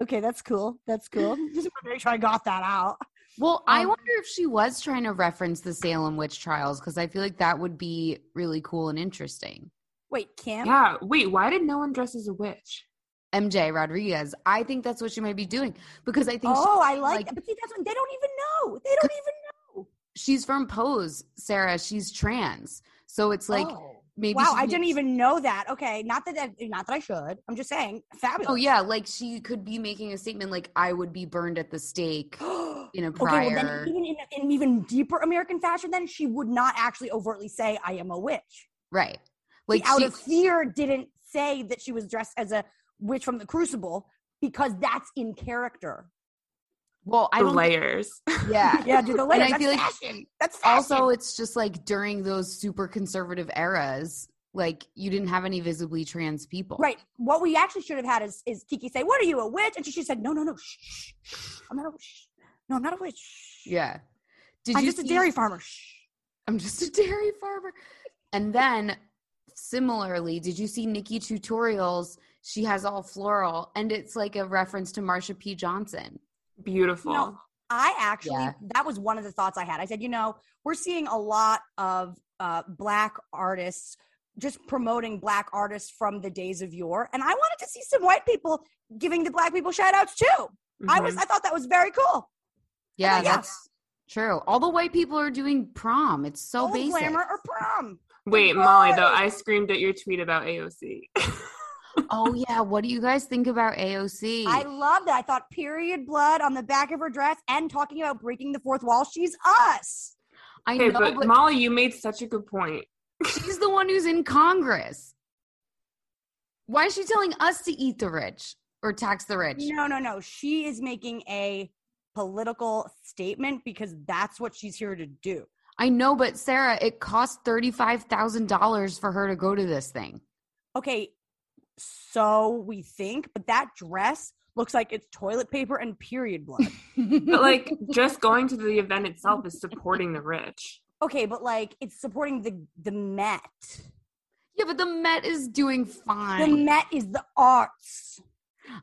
[SPEAKER 6] okay, that's cool. That's cool. Just wanted to make sure I got that out.
[SPEAKER 4] Well, I
[SPEAKER 6] um,
[SPEAKER 4] wonder if she was trying to reference the Salem witch trials because I feel like that would be really cool and interesting.
[SPEAKER 6] Wait, Kim?
[SPEAKER 5] Yeah. Wait, why did no one dress as a witch?
[SPEAKER 4] MJ Rodriguez. I think that's what she might be doing because I think she-
[SPEAKER 6] Oh, I like,
[SPEAKER 4] like-
[SPEAKER 6] that. But see, that's what they don't even know. They don't even know.
[SPEAKER 4] she's from Pose, Sarah. She's trans, so it's like
[SPEAKER 6] Oh.
[SPEAKER 4] maybe.
[SPEAKER 6] wow,
[SPEAKER 4] she
[SPEAKER 6] I
[SPEAKER 4] could-
[SPEAKER 6] didn't even know that. Okay, not that, that not that I should. I'm just saying, fabulous.
[SPEAKER 4] Oh yeah, like she could be making a statement like I would be burned at the stake in a
[SPEAKER 6] Okay, well,
[SPEAKER 4] prior.
[SPEAKER 6] then even in, in even deeper American fashion, then she would not actually overtly say, "I am a witch."
[SPEAKER 4] right.
[SPEAKER 6] Like
[SPEAKER 4] Like
[SPEAKER 6] out
[SPEAKER 4] she-
[SPEAKER 6] of fear, didn't say that she was dressed as a witch from the Crucible because that's in character.
[SPEAKER 4] well, I
[SPEAKER 5] The
[SPEAKER 4] don't
[SPEAKER 5] layers.
[SPEAKER 4] yeah.
[SPEAKER 6] Yeah, do the later.
[SPEAKER 4] I
[SPEAKER 6] That's
[SPEAKER 4] feel like
[SPEAKER 6] fashion. That's fashion.
[SPEAKER 4] Also, it's just like during those super conservative eras, like you didn't have any visibly trans people.
[SPEAKER 6] right. What we actually should have had is is Kiki say, "What are you a witch?" And she, she said, "No, no, no, shh, shh, shh. I'm not a witch. No, I'm not a witch.
[SPEAKER 4] Yeah. Did
[SPEAKER 6] I'm
[SPEAKER 4] you
[SPEAKER 6] just a
[SPEAKER 4] see-
[SPEAKER 6] dairy farmer." Shh.
[SPEAKER 4] I'm just a dairy farmer. And then similarly, did you see Nikki Tutorials? She has all floral, and it's like a reference to Marsha P. Johnson.
[SPEAKER 5] Beautiful.
[SPEAKER 6] No. I actually,
[SPEAKER 4] Yeah.
[SPEAKER 6] that was one of the thoughts I had. I said, you know, we're seeing a lot of uh, black artists just promoting black artists from the days of yore. And I wanted to see some white people giving the black people shout outs too.
[SPEAKER 5] Mm-hmm.
[SPEAKER 6] I was, I thought that was very cool.
[SPEAKER 4] Yeah,
[SPEAKER 6] yeah.
[SPEAKER 4] that's true. All the white people are doing prom. It's so
[SPEAKER 6] Old
[SPEAKER 4] basic.
[SPEAKER 6] glamour or prom.
[SPEAKER 5] Wait, Molly, though, I screamed at your tweet about AOC.
[SPEAKER 4] oh yeah, what do you guys think about AOC?
[SPEAKER 6] I love that. I thought period blood on the back of her dress and talking about breaking the fourth wall. She's us.
[SPEAKER 4] I
[SPEAKER 5] okay,
[SPEAKER 4] know,
[SPEAKER 5] but,
[SPEAKER 4] but
[SPEAKER 5] Molly, you made such a good point.
[SPEAKER 4] she's the one who's in Congress. Why is she telling us to eat the rich or tax the rich?
[SPEAKER 6] No, no, no. She is making a political statement because that's what she's here to do.
[SPEAKER 4] I know, but Sarah, it cost thirty-five thousand dollars for her to go to this thing.
[SPEAKER 6] okay, so we think, but that dress looks like it's toilet paper and period blood.
[SPEAKER 5] But like, just going to the event itself is supporting the rich.
[SPEAKER 6] okay, but like it's supporting the the Met.
[SPEAKER 4] Yeah, but the Met is doing
[SPEAKER 6] The
[SPEAKER 4] fine.
[SPEAKER 6] Met is the arts.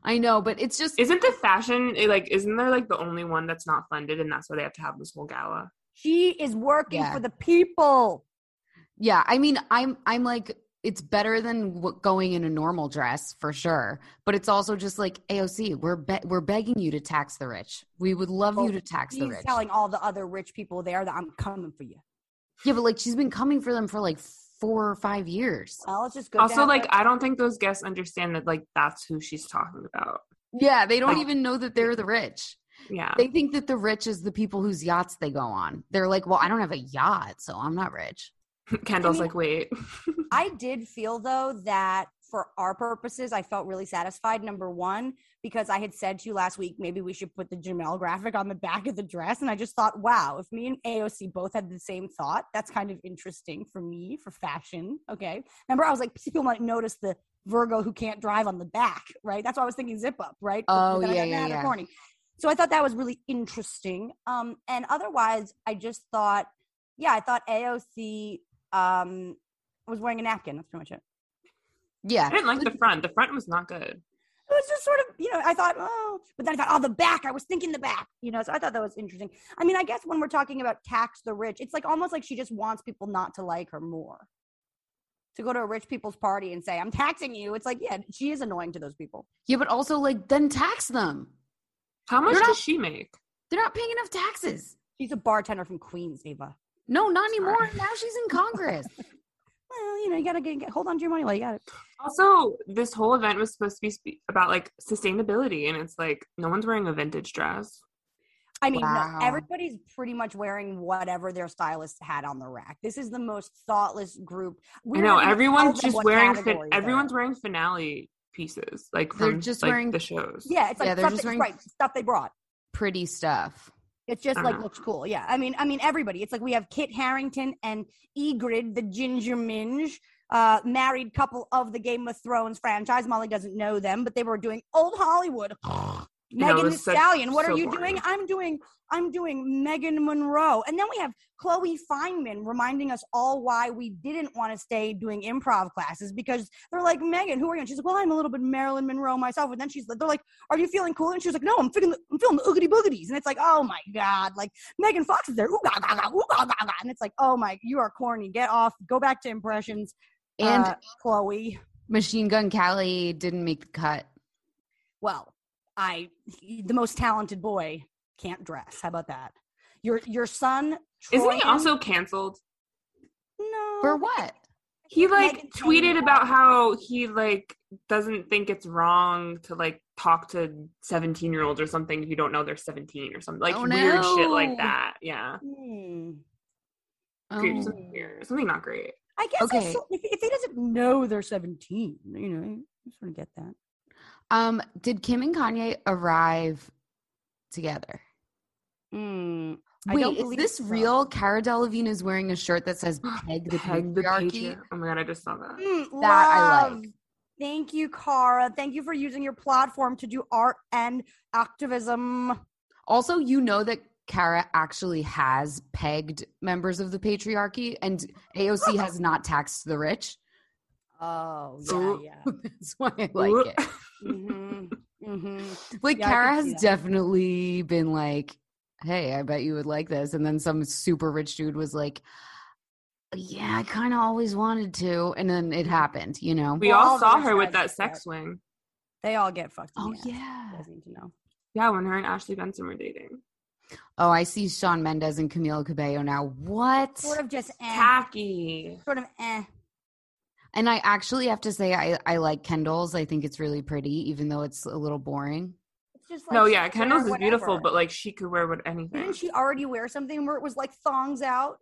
[SPEAKER 4] I know, but it's just
[SPEAKER 5] Isn't the fashion eh, like? Isn't there like the only one that's not funded, and that's why they have to have this whole gala?
[SPEAKER 6] She is working
[SPEAKER 4] Yeah.
[SPEAKER 6] for the people.
[SPEAKER 4] yeah. I mean, I'm I'm like it's better than w- going in a normal dress for sure, but it's also just like AOC. We're be- we're begging you to tax the rich. We would love
[SPEAKER 5] Oh,
[SPEAKER 4] you to tax
[SPEAKER 6] She's
[SPEAKER 4] the rich.
[SPEAKER 6] telling all the other rich people there that I'm coming for you.
[SPEAKER 4] yeah, but like she's been coming for them for like four or five years.
[SPEAKER 6] Well, it's just good. to
[SPEAKER 5] Also,
[SPEAKER 6] have
[SPEAKER 5] like,
[SPEAKER 6] her-
[SPEAKER 5] I don't think those guests understand that like that's who she's talking about.
[SPEAKER 4] Yeah, they don't
[SPEAKER 5] Like-
[SPEAKER 4] even know that they're the rich.
[SPEAKER 5] Yeah,
[SPEAKER 4] They think that the rich is the people whose yachts they go on. They're like, well, I don't have a yacht, so I'm not rich.
[SPEAKER 5] Kendall's
[SPEAKER 6] I mean-
[SPEAKER 5] like, wait.
[SPEAKER 6] I did feel though that for our purposes, I felt really satisfied. Number one, because I had said to you last week, maybe we should put the Jamel graphic on the back of the dress. And I just thought, wow, if me and AOC both had the same thought, that's kind of interesting for me for fashion. Okay. Remember, I was like, people might notice the Virgo who can't drive on the back, right? That's why I was thinking zip up, right? But
[SPEAKER 4] Oh,
[SPEAKER 6] then I
[SPEAKER 4] yeah,
[SPEAKER 6] got
[SPEAKER 4] yeah,
[SPEAKER 6] mad at
[SPEAKER 4] yeah.
[SPEAKER 6] Corny. So I thought that was really interesting. Um, and otherwise, I just thought, yeah, I thought AOC um, was wearing a napkin. That's pretty much it.
[SPEAKER 4] Yeah.
[SPEAKER 5] I didn't like the front. The front was not good.
[SPEAKER 6] It was just sort of, you know, I thought, oh, but then I thought, oh, the back. I was thinking the back, you know. So I thought that was interesting. I mean, I guess when we're talking about tax the rich, it's like almost like she just wants people not to like her more. To go to a rich people's party and say, I'm taxing you. It's like, yeah, she is annoying to those people.
[SPEAKER 4] Yeah, but also like then tax them.
[SPEAKER 5] How much
[SPEAKER 4] You're not-
[SPEAKER 5] does she make?
[SPEAKER 4] They're not paying enough taxes.
[SPEAKER 6] She's a bartender from Queens, Ava.
[SPEAKER 4] No, not anymore. Now she's in Congress.
[SPEAKER 6] Well, you know, you gotta get, get- hold on to your money while you got it.
[SPEAKER 5] Also, this whole event was supposed to be spe- about like sustainability, and it's like no one's wearing a vintage dress.
[SPEAKER 6] I mean, no,
[SPEAKER 4] Wow.
[SPEAKER 6] everybody's pretty much wearing whatever their stylist had on the rack. This is the most thoughtless group.
[SPEAKER 5] I
[SPEAKER 6] We're
[SPEAKER 5] know
[SPEAKER 6] not even
[SPEAKER 5] everyone's
[SPEAKER 6] told them
[SPEAKER 5] just
[SPEAKER 6] what
[SPEAKER 5] wearing.
[SPEAKER 6] categories
[SPEAKER 5] Fin-
[SPEAKER 6] they're
[SPEAKER 5] everyone's
[SPEAKER 6] in.
[SPEAKER 5] wearing finale pieces, like
[SPEAKER 4] They're
[SPEAKER 5] from
[SPEAKER 4] just
[SPEAKER 5] like,
[SPEAKER 4] wearing-
[SPEAKER 5] the shows.
[SPEAKER 6] Yeah, it's like
[SPEAKER 4] Yeah, they're
[SPEAKER 6] stuff,
[SPEAKER 4] just
[SPEAKER 6] that-
[SPEAKER 4] wearing-
[SPEAKER 6] right, stuff they brought.
[SPEAKER 4] Pretty stuff.
[SPEAKER 6] It's just
[SPEAKER 5] I
[SPEAKER 6] like
[SPEAKER 4] Uh-huh.
[SPEAKER 5] know.
[SPEAKER 6] looks cool. Yeah. I mean, I mean everybody. It's like we have Kit Harrington and Egrid, the ginger minge, uh, married couple of the Game of Thrones franchise. Molly doesn't know them, but they were doing old Hollywood.
[SPEAKER 5] know, it
[SPEAKER 6] Megan the
[SPEAKER 5] was such-
[SPEAKER 6] Stallion. What
[SPEAKER 5] so
[SPEAKER 6] are you
[SPEAKER 5] boring.
[SPEAKER 6] doing? I'm doing I'm doing Megan Monroe. And then we have Chloe Feynman reminding us all why we didn't want to stay doing improv classes because they're like, Megan, who are you? And she's like, Well, I'm a little bit Marilyn Monroe myself. And then she's they're like, Are you feeling cool? And she was like, No, I'm feeling I'm feeling the oogity boogities. And it's like, oh my God, like Megan Fox is there. Ooh, ga, ga, ga, ooh, ga, ga, ga. And it's like, oh my, you are corny. Get off. Go back to impressions.
[SPEAKER 4] And
[SPEAKER 6] uh, Chloe.
[SPEAKER 4] Machine Gun Kelly didn't make the cut.
[SPEAKER 6] Well, I the most talented boy can't dress. How about that? Your your son
[SPEAKER 5] Isn't he
[SPEAKER 6] Troyan-
[SPEAKER 5] also canceled?
[SPEAKER 6] no
[SPEAKER 4] For what?
[SPEAKER 5] He like
[SPEAKER 6] Megan
[SPEAKER 5] tweeted
[SPEAKER 6] Kelly.
[SPEAKER 5] about how he like doesn't think it's wrong to like talk to 17 year olds or something if you don't know they're 17 or something like
[SPEAKER 4] Oh,
[SPEAKER 5] weird shit
[SPEAKER 4] no.
[SPEAKER 5] like that yeah
[SPEAKER 6] Hmm.
[SPEAKER 5] Weird-
[SPEAKER 4] Oh.
[SPEAKER 5] something, weird. something not great
[SPEAKER 6] I guess
[SPEAKER 4] Okay.
[SPEAKER 6] okay. if, if he doesn't know they're seventeen, you know, you sort of get that.
[SPEAKER 4] Um, did Kim and Kanye arrive together?
[SPEAKER 6] Mm. I don't
[SPEAKER 4] Wait, is
[SPEAKER 6] believe
[SPEAKER 4] this
[SPEAKER 6] so.
[SPEAKER 4] real? Cara Delevingne is wearing a shirt that says "Peg the
[SPEAKER 5] Peg the
[SPEAKER 4] Patriarchy."
[SPEAKER 5] patriarch- oh my god i just saw that
[SPEAKER 6] Mm,
[SPEAKER 4] That I like.
[SPEAKER 6] love. Thank you, Cara. Thank you for using your platform to do art and activism.
[SPEAKER 4] Also, you know that Kara actually has pegged members of the patriarchy, and AOC has not taxed the rich.
[SPEAKER 6] Oh
[SPEAKER 4] So-
[SPEAKER 6] yeah,
[SPEAKER 4] That's why I
[SPEAKER 5] Ooh.
[SPEAKER 4] like it.
[SPEAKER 6] yeah. hmm hmm
[SPEAKER 4] Like
[SPEAKER 6] Yeah, I
[SPEAKER 4] Kara
[SPEAKER 6] can
[SPEAKER 4] has
[SPEAKER 6] see that.
[SPEAKER 4] definitely been like, "Hey, I bet you would like this," and then some super rich dude was like, "Yeah, I kind of always wanted to," and then it happened. You know?
[SPEAKER 5] We
[SPEAKER 6] Well, all
[SPEAKER 5] all
[SPEAKER 6] the
[SPEAKER 5] saw
[SPEAKER 6] rich
[SPEAKER 5] her with
[SPEAKER 6] guys
[SPEAKER 5] that
[SPEAKER 6] get that.
[SPEAKER 5] sex swing.
[SPEAKER 6] They all get fucked. in
[SPEAKER 4] Oh
[SPEAKER 6] the ass.
[SPEAKER 4] yeah.
[SPEAKER 6] You guys need to know.
[SPEAKER 5] Yeah, when her and Ashley Benson were dating.
[SPEAKER 4] Oh, I see Sean Mendez and Camila Cabello now. What?
[SPEAKER 6] Sort of just eh.
[SPEAKER 5] Tacky.
[SPEAKER 6] Sort of eh.
[SPEAKER 4] And I actually have to say, I, I like Kendall's. I think it's really pretty, even though it's a little boring.
[SPEAKER 6] It's just
[SPEAKER 5] no,
[SPEAKER 6] she
[SPEAKER 5] yeah,
[SPEAKER 6] could wear
[SPEAKER 5] Kendall's is beautiful,
[SPEAKER 6] whatever.
[SPEAKER 5] but like she could wear what anything.
[SPEAKER 6] didn't she already wear something where it was like thongs out?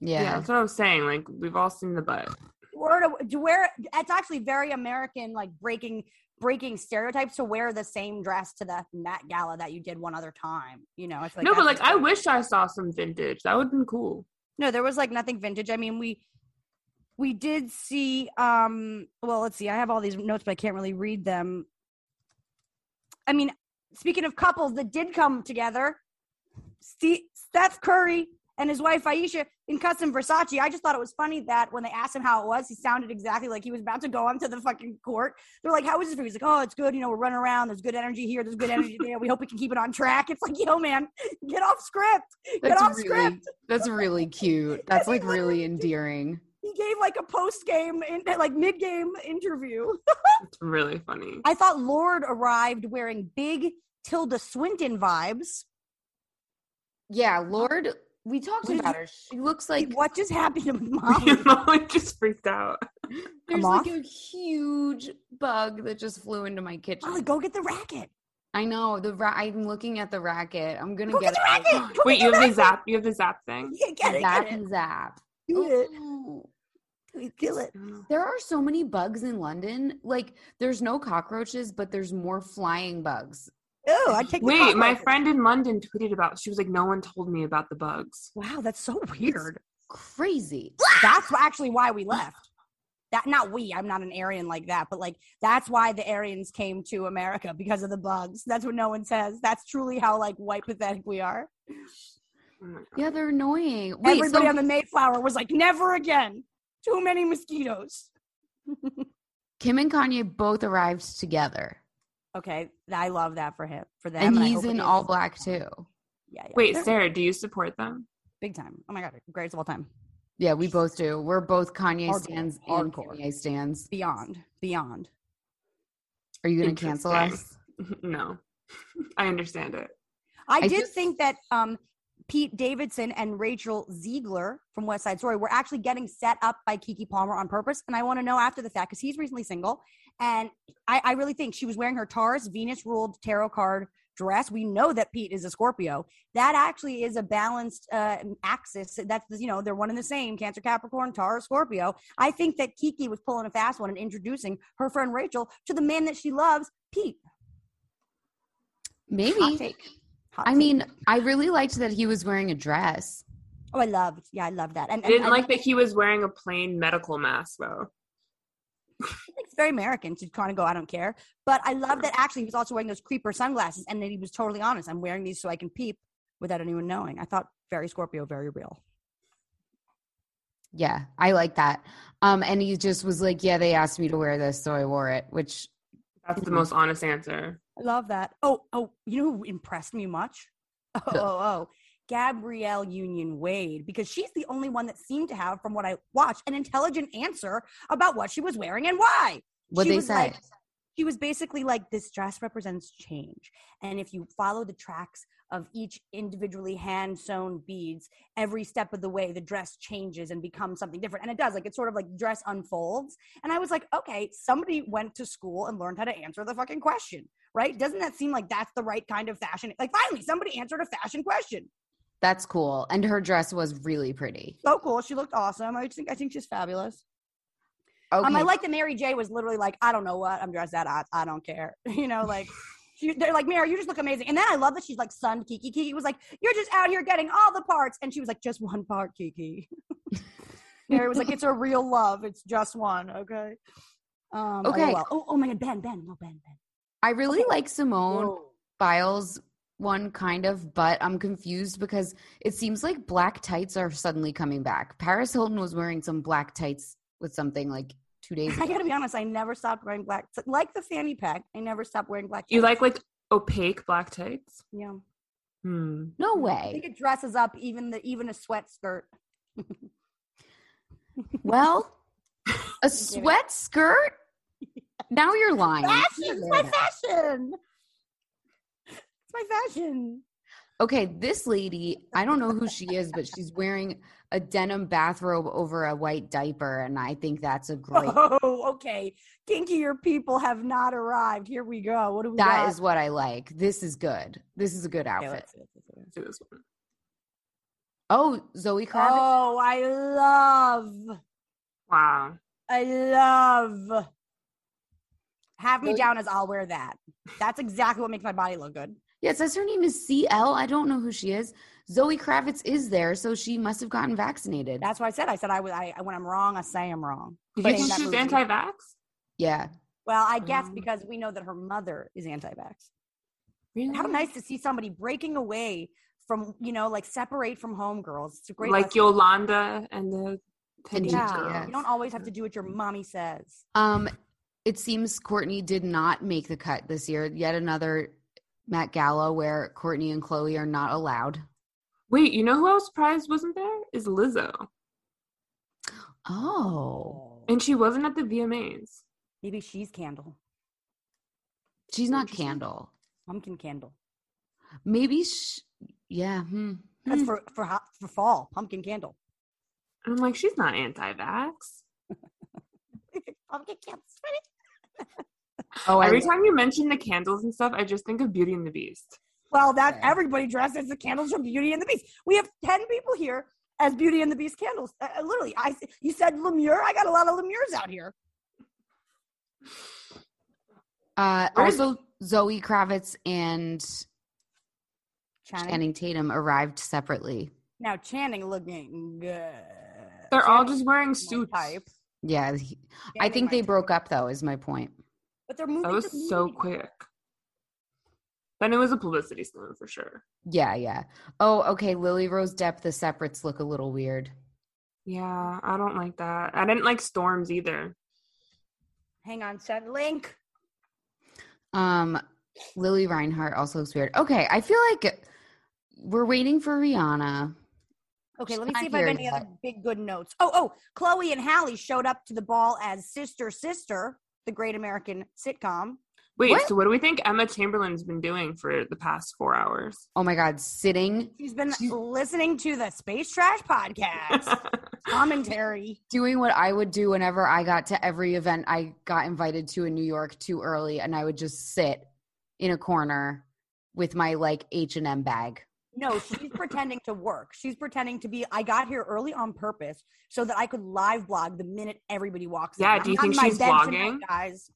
[SPEAKER 4] Yeah.
[SPEAKER 5] that's what I was saying. Like we've all seen the butt.
[SPEAKER 6] Or to, to wear it's actually very American, like breaking breaking stereotypes to wear the same dress to the Met Gala that you did one other time. You know, I feel like
[SPEAKER 5] no, but
[SPEAKER 6] that's-
[SPEAKER 5] like I wish I saw some vintage. That would have been cool.
[SPEAKER 6] no, there was like nothing vintage. I mean, we we did see. um Well, let's see. I have all these notes, but I can't really read them. I mean, speaking of couples that did come together, Steve, Steph Curry and his wife Aisha in custom Versace. I just thought it was funny that when they asked him how it was, he sounded exactly like he was about to go onto the fucking court. They're like, "How is it for you?" He's like, "Oh, it's good. You know, we're running around. There's good energy here. There's good energy there. We hope we can keep it on track." It's like, "Yo, man, get off script. Get off
[SPEAKER 4] That's
[SPEAKER 6] script."
[SPEAKER 4] really, that's really cute. That's like really endearing.
[SPEAKER 6] he gave like a post game in like mid game interview.
[SPEAKER 5] It's really funny.
[SPEAKER 6] I thought Lord arrived wearing big Tilda Swinton vibes.
[SPEAKER 4] Yeah, Lord, we talked
[SPEAKER 6] What did
[SPEAKER 4] about her. She looks like
[SPEAKER 6] what just happened to mom?
[SPEAKER 5] Molly just freaked out.
[SPEAKER 4] there's
[SPEAKER 6] I'm
[SPEAKER 4] like a huge bug that just flew into Oh my kitchen.
[SPEAKER 6] Molly, go get the racket.
[SPEAKER 4] I know the ra- I'm looking at the racket. I'm gonna
[SPEAKER 6] Go
[SPEAKER 4] get
[SPEAKER 6] get the
[SPEAKER 4] it.
[SPEAKER 6] racket. Go
[SPEAKER 5] Wait,
[SPEAKER 6] get
[SPEAKER 5] you
[SPEAKER 6] the
[SPEAKER 5] have
[SPEAKER 6] racket.
[SPEAKER 5] the zap. You have the zap thing.
[SPEAKER 6] Yeah, get it.
[SPEAKER 4] zap
[SPEAKER 6] Get it.
[SPEAKER 4] and zap.
[SPEAKER 6] Do it.
[SPEAKER 4] Ooh.
[SPEAKER 6] Please Kill it.
[SPEAKER 4] There are so many bugs in London. Like, there's no cockroaches, but there's more flying bugs.
[SPEAKER 6] Oh, I take. the
[SPEAKER 5] Wait, my
[SPEAKER 6] cockroaches.
[SPEAKER 5] friend in London tweeted about. She was like, "No one told me about the bugs."
[SPEAKER 6] Wow, that's so weird.
[SPEAKER 4] Crazy.
[SPEAKER 6] that's wh- actually why we left. That not we. I'm not an Aryan like that, but like that's why the Aryans came to America because of the bugs. That's what no one says. That's truly how like white pathetic we are.
[SPEAKER 5] Oh my God.
[SPEAKER 4] Yeah, they're annoying. Wait,
[SPEAKER 6] Everybody
[SPEAKER 4] so
[SPEAKER 6] on the Mayflower was like, never again. Too many mosquitoes.
[SPEAKER 4] Kim and Kanye both arrived together,
[SPEAKER 6] Okay, I love that for him. For them,
[SPEAKER 4] and
[SPEAKER 6] I
[SPEAKER 4] he's
[SPEAKER 6] hope it
[SPEAKER 4] in
[SPEAKER 6] is-
[SPEAKER 4] all black too.
[SPEAKER 6] Yeah, yeah.
[SPEAKER 5] Wait,
[SPEAKER 6] They're
[SPEAKER 5] Sarah, do you support them?
[SPEAKER 6] big time. Oh my god, greatest of all time.
[SPEAKER 4] Yeah, we both do. We're both Kanye
[SPEAKER 6] Hardcore,
[SPEAKER 4] stands and
[SPEAKER 6] hardcore.
[SPEAKER 4] Kanye stands.
[SPEAKER 6] Beyond, beyond.
[SPEAKER 4] Are you gonna cancel us?
[SPEAKER 5] Interesting. no, I understand it.
[SPEAKER 6] I,
[SPEAKER 4] I
[SPEAKER 6] did
[SPEAKER 4] just-
[SPEAKER 6] think that um, Pete Davidson and Rachel Ziegler from West Side Story were actually getting set up by Kiki Palmer on purpose. And I want to know after the fact because he's recently single. And I, I really think she was wearing her Taurus Venus ruled tarot card dress. We know that Pete is a Scorpio. That actually is a balanced uh, axis. That's, you know, they're one and the same Cancer, Capricorn, Taurus, Scorpio. I think that Kiki was pulling a fast one and introducing her friend Rachel to the man that she loves, Pete.
[SPEAKER 4] Maybe.
[SPEAKER 6] Hot take. Hot
[SPEAKER 4] I
[SPEAKER 6] take.
[SPEAKER 4] mean, I really liked that he was wearing a dress.
[SPEAKER 6] Oh, I loved. Yeah, I love that. And,
[SPEAKER 5] I
[SPEAKER 6] and
[SPEAKER 5] didn't
[SPEAKER 6] I
[SPEAKER 5] like that he was wearing a plain medical mask though.
[SPEAKER 6] think it's very American to kind of go, I don't care. But I love that actually he was also wearing those creeper sunglasses and that he was totally honest. I'm wearing these so I can peep without anyone knowing. I thought very Scorpio, very real.
[SPEAKER 4] Yeah, I like that. Um, and he just was like, "Yeah, they asked me to wear this, so I wore it." Which
[SPEAKER 5] That's
[SPEAKER 6] Mm-hmm.
[SPEAKER 5] the most honest answer.
[SPEAKER 6] I love that. Oh, oh, you know who impressed me much? Oh, oh, oh. Gabrielle Union Wade, because she's the only one that seemed to have, from what I watched, an intelligent answer about what she was wearing and why.
[SPEAKER 4] what
[SPEAKER 6] She
[SPEAKER 4] they
[SPEAKER 6] was
[SPEAKER 4] say?
[SPEAKER 6] like- she was basically like this dress represents change and if you follow the tracks of each individually hand sewn beads every step of the way the dress changes and becomes something different and it does like it's sort of like dress unfolds and i was like okay somebody went to school and learned how to answer the fucking question right doesn't that seem like that's the right kind of fashion like finally somebody answered a fashion question
[SPEAKER 4] That's cool. And her dress was really pretty.
[SPEAKER 6] so cool she looked awesome i just think i think she's fabulous
[SPEAKER 4] Okay.
[SPEAKER 6] Um, I like that Mary J was literally like, I don't know what I'm dressed at. I, I don't care. You know, like she, they're like, Mary, you just look amazing. And then I love that she's like, son, Kiki. Kiki was like, you're just out here getting all the parts, and she was like, just one part, Kiki. Mary was like, it's a real love. It's just one. Okay. Um,
[SPEAKER 4] Okay.
[SPEAKER 6] oh okay. Oh, oh my God, Ben, Ben, no, Ben, Ben.
[SPEAKER 4] I really like Simone Biles one kind of, but I'm confused because it seems like black tights are suddenly coming back. Paris Hilton was wearing some black tights with something like two days
[SPEAKER 6] I
[SPEAKER 4] ago.
[SPEAKER 6] gotta be honest, I never stopped wearing black. Like the fanny pack, I never stopped wearing black.
[SPEAKER 5] You
[SPEAKER 6] tights.
[SPEAKER 5] like like opaque black tights?
[SPEAKER 6] Yeah.
[SPEAKER 5] Hmm.
[SPEAKER 4] No
[SPEAKER 6] I think
[SPEAKER 4] way.
[SPEAKER 6] it dresses up even the even a sweat skirt.
[SPEAKER 4] Well, a
[SPEAKER 6] kidding.
[SPEAKER 4] sweat skirt? Now you're lying. You can't
[SPEAKER 6] Fashion, it's
[SPEAKER 4] wear
[SPEAKER 6] my
[SPEAKER 4] that.
[SPEAKER 6] fashion. It's my fashion.
[SPEAKER 4] Okay, this lady, I don't know who she is, but she's wearing a denim bathrobe over a white diaper, and I think that's a great.
[SPEAKER 6] Oh, okay. Kinkier people have not arrived. Here we go. What do we
[SPEAKER 4] That
[SPEAKER 6] got?
[SPEAKER 4] is what I like. This is good. This is a good
[SPEAKER 6] Okay,
[SPEAKER 4] outfit.
[SPEAKER 6] let's see, let's see, let's see.
[SPEAKER 5] Let's do this one.
[SPEAKER 4] Oh, Zoe Kravitz.
[SPEAKER 6] Oh, I love,
[SPEAKER 5] Wow.
[SPEAKER 6] I love. Have me
[SPEAKER 4] Well,
[SPEAKER 6] down as I'll wear that. That's exactly what makes my body look good.
[SPEAKER 4] Yeah, it says her name is CL. I don't know who she is. Zoe Kravitz is there, so she must have gotten vaccinated.
[SPEAKER 6] That's what I said. I said I was. I when I'm wrong, I say I'm wrong.
[SPEAKER 5] Did
[SPEAKER 6] But in
[SPEAKER 5] you think
[SPEAKER 6] that
[SPEAKER 5] she was
[SPEAKER 6] movie-
[SPEAKER 5] anti-vax?
[SPEAKER 4] yeah.
[SPEAKER 6] Well, I guess
[SPEAKER 5] Oh.
[SPEAKER 6] because we know that her mother is anti-vax.
[SPEAKER 5] Really?
[SPEAKER 6] How nice to see somebody breaking away from you know, like separate from home, girls. It's a great
[SPEAKER 5] like
[SPEAKER 6] lesson.
[SPEAKER 5] Yolanda and the
[SPEAKER 4] And
[SPEAKER 5] Teddy
[SPEAKER 4] Gigi,
[SPEAKER 5] girl.
[SPEAKER 4] yeah.
[SPEAKER 6] You don't always have to do what your mommy says.
[SPEAKER 4] Um, it seems Courtney did not make the cut this year. Yet another Met Gala where Courtney and Chloe are not allowed.
[SPEAKER 5] Wait, you know who else surprised wasn't there? Is Lizzo.
[SPEAKER 4] Oh,
[SPEAKER 5] And she wasn't at the VMAs.
[SPEAKER 6] Maybe she's Candle,
[SPEAKER 4] she's not
[SPEAKER 6] Interesting.
[SPEAKER 4] Candle.
[SPEAKER 6] pumpkin candle.
[SPEAKER 4] Maybe. Sh- yeah. Hmm.
[SPEAKER 6] That's
[SPEAKER 4] Hmm.
[SPEAKER 6] for for hot, for fall, pumpkin candle.
[SPEAKER 5] And I'm like, she's not anti-vax.
[SPEAKER 6] pumpkin candle's funny.
[SPEAKER 4] Oh, I
[SPEAKER 5] Every time you mention the candles and stuff, I just think of Beauty and the Beast.
[SPEAKER 6] Well, that
[SPEAKER 4] Yeah.
[SPEAKER 6] everybody dresses as the candles from Beauty and the Beast. We have ten people here as Beauty and the Beast candles. Uh, uh, literally, I s- you said Lemure. I got a lot of Lemures out here.
[SPEAKER 4] Uh,
[SPEAKER 5] Where's-
[SPEAKER 4] also, Zoe Kravitz and Channing Tatum arrived separately.
[SPEAKER 6] Now Channing looking good.
[SPEAKER 5] They're all
[SPEAKER 6] Channing
[SPEAKER 5] just wearing
[SPEAKER 6] my
[SPEAKER 5] suits.
[SPEAKER 6] type.
[SPEAKER 4] Yeah, he- I
[SPEAKER 6] Channing
[SPEAKER 4] think
[SPEAKER 6] my
[SPEAKER 4] they
[SPEAKER 6] type.
[SPEAKER 4] broke up though. Is my point.
[SPEAKER 6] But they're moving.
[SPEAKER 5] That
[SPEAKER 6] to
[SPEAKER 5] was so
[SPEAKER 6] movie.
[SPEAKER 5] quick. Then it was a publicity stunt for sure.
[SPEAKER 4] Yeah, yeah. Oh, okay. Lily Rose Depp. The separates look a little weird.
[SPEAKER 5] Yeah, I don't like that. I didn't like storms either.
[SPEAKER 6] Hang on, send link.
[SPEAKER 4] Um, Lily Reinhart also looks weird. Okay, I feel like we're waiting for Rihanna.
[SPEAKER 6] Okay,
[SPEAKER 4] She's
[SPEAKER 6] let me
[SPEAKER 4] not
[SPEAKER 6] see if I have
[SPEAKER 4] here
[SPEAKER 6] any other
[SPEAKER 4] yet.
[SPEAKER 6] big good notes. Oh, oh, Chloe and Hallie showed up to the ball as sister sister, the Great American sitcom.
[SPEAKER 5] Wait,
[SPEAKER 4] What?
[SPEAKER 5] so what do we think Emma Chamberlain's been doing for the past four hours?
[SPEAKER 4] Oh my God, sitting
[SPEAKER 6] She's been
[SPEAKER 4] She's-
[SPEAKER 6] listening to the Space Trash podcast commentary.
[SPEAKER 4] doing what I would do whenever I got to every event I got invited to in New York too early, and I would just sit in a corner with my like H and M bag.
[SPEAKER 6] No, she's pretending to work. She's pretending to be. I got here early on purpose so that I could live blog the minute everybody walks.
[SPEAKER 5] Yeah,
[SPEAKER 6] in. I'm
[SPEAKER 5] do you
[SPEAKER 6] not
[SPEAKER 5] think
[SPEAKER 6] in my
[SPEAKER 5] she's
[SPEAKER 6] bed tonight,
[SPEAKER 5] vlogging?
[SPEAKER 6] guys?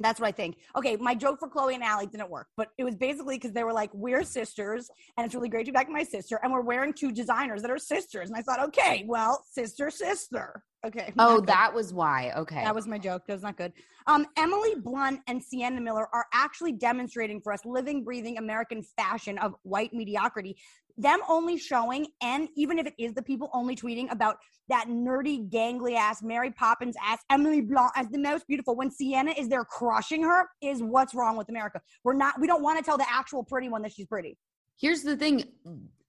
[SPEAKER 6] That's what I think. Okay, my joke for Chloe and Allie didn't work, but it was basically because they were like, "We're sisters, and it's really great to be back with my sister, and we're wearing two designers that are sisters." And I thought, okay, well, sister, sister. Okay.
[SPEAKER 4] Oh,
[SPEAKER 6] not good.
[SPEAKER 4] that was why. Okay.
[SPEAKER 6] That was my joke. That was not good. Um, Emily Blunt and Sienna Miller are actually demonstrating for us living, breathing American fashion of white mediocrity. Them only showing, and even if it is the people only tweeting about that nerdy, gangly ass Mary Poppins ass Emily Blunt as the most beautiful when Sienna is there crushing her is what's wrong with America. We're not, we don't want to tell the actual pretty one that she's pretty.
[SPEAKER 4] Here's the thing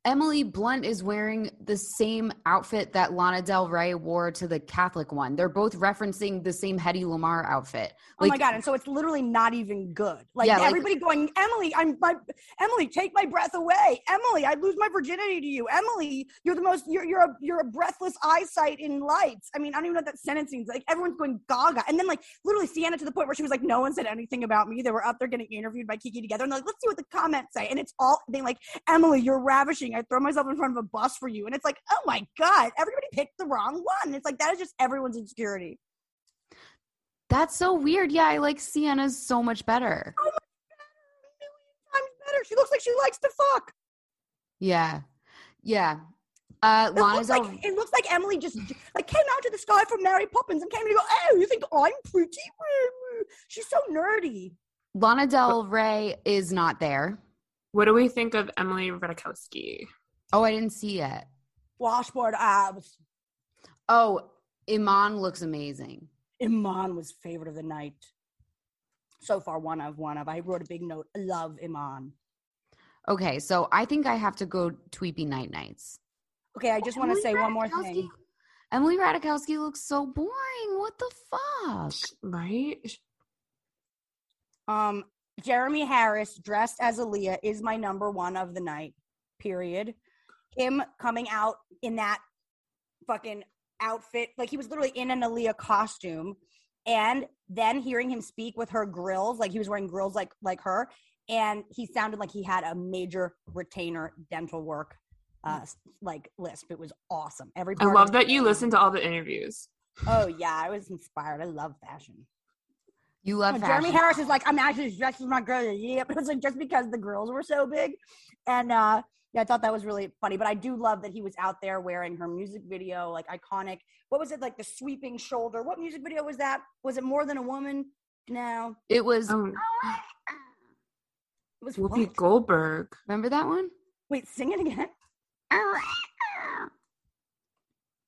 [SPEAKER 4] Emily Blunt is wearing the same outfit that Lana Del Rey wore to the Catholic one. They're both referencing the same Hedy Lamar outfit.
[SPEAKER 6] Oh my god! And so it's literally not even good. Like
[SPEAKER 4] Yeah, like-
[SPEAKER 6] everybody going, Emily, I'm my Emily, take my breath away. Emily, I'd lose my virginity to you. Emily, you're the most. You're you're a you're a breathless eyesight in lights. I mean, I don't even know what that sentence means. Like everyone's going gaga, and then like literally Sienna to the point where she was like, no one said anything about me. They were up there getting interviewed by Kiki together, and they're like, let's see what the comments say. And it's all they like, Emily, you're ravishing. I throw myself in front of a bus for you, and it's like, oh my god, everybody picked the wrong one. It's like that is just everyone's insecurity.
[SPEAKER 4] That's so weird. Yeah, I like Sienna's so much better.
[SPEAKER 6] Times better. She looks like she likes to fuck.
[SPEAKER 4] Yeah. Yeah. Uh,
[SPEAKER 6] It
[SPEAKER 4] Lana
[SPEAKER 6] looks,
[SPEAKER 4] Del
[SPEAKER 6] like, it looks like Emily just j- like came out of the sky from Mary Poppins and came to go, oh, you think I'm pretty? She's so nerdy.
[SPEAKER 4] Lana Del Rey is not there.
[SPEAKER 5] What do we think of Emily Ratajkowski?
[SPEAKER 4] Oh, I didn't see it.
[SPEAKER 6] Washboard abs.
[SPEAKER 4] Oh, Iman looks amazing.
[SPEAKER 6] Iman was favorite of the night. So far, one of one of. I wrote a big note. Love Iman.
[SPEAKER 4] Okay, so I think I have to go Tweepy Night Nights.
[SPEAKER 6] Okay, I just want to
[SPEAKER 4] Emily
[SPEAKER 6] say one more
[SPEAKER 4] Ratajkowski-
[SPEAKER 6] thing.
[SPEAKER 4] Emily Ratajkowski looks so boring. What the fuck?
[SPEAKER 5] Right?
[SPEAKER 6] Um, Jeremy Harris dressed as Aaliyah is my number one of the night. Period. Him coming out in that fucking outfit, like he was literally in an Aaliyah costume, and then hearing him speak with her grills, like he was wearing grills like like her, and he sounded like he had a major retainer dental work, uh, s- like lisp. It was awesome. Every
[SPEAKER 5] I
[SPEAKER 6] part of
[SPEAKER 5] love
[SPEAKER 6] it-
[SPEAKER 5] that you listen to all the interviews.
[SPEAKER 6] Oh yeah, I was inspired. I love fashion.
[SPEAKER 4] You love
[SPEAKER 6] No,
[SPEAKER 4] fashion.
[SPEAKER 6] Oh, Jeremy Harris is like, I'm actually dressed as my girl. Yeah, but it's like just because the girls were so big, and uh, yeah, I thought that was really funny. But I do love that he was out there wearing her music video, like iconic. What was it like the sweeping shoulder? What music video was that? Was it more than a woman? No,
[SPEAKER 4] It was.
[SPEAKER 6] Oh.
[SPEAKER 5] Um,
[SPEAKER 6] it was.
[SPEAKER 5] Whoopi
[SPEAKER 6] what?
[SPEAKER 5] Goldberg.
[SPEAKER 4] Remember that one?
[SPEAKER 6] Wait, sing it again.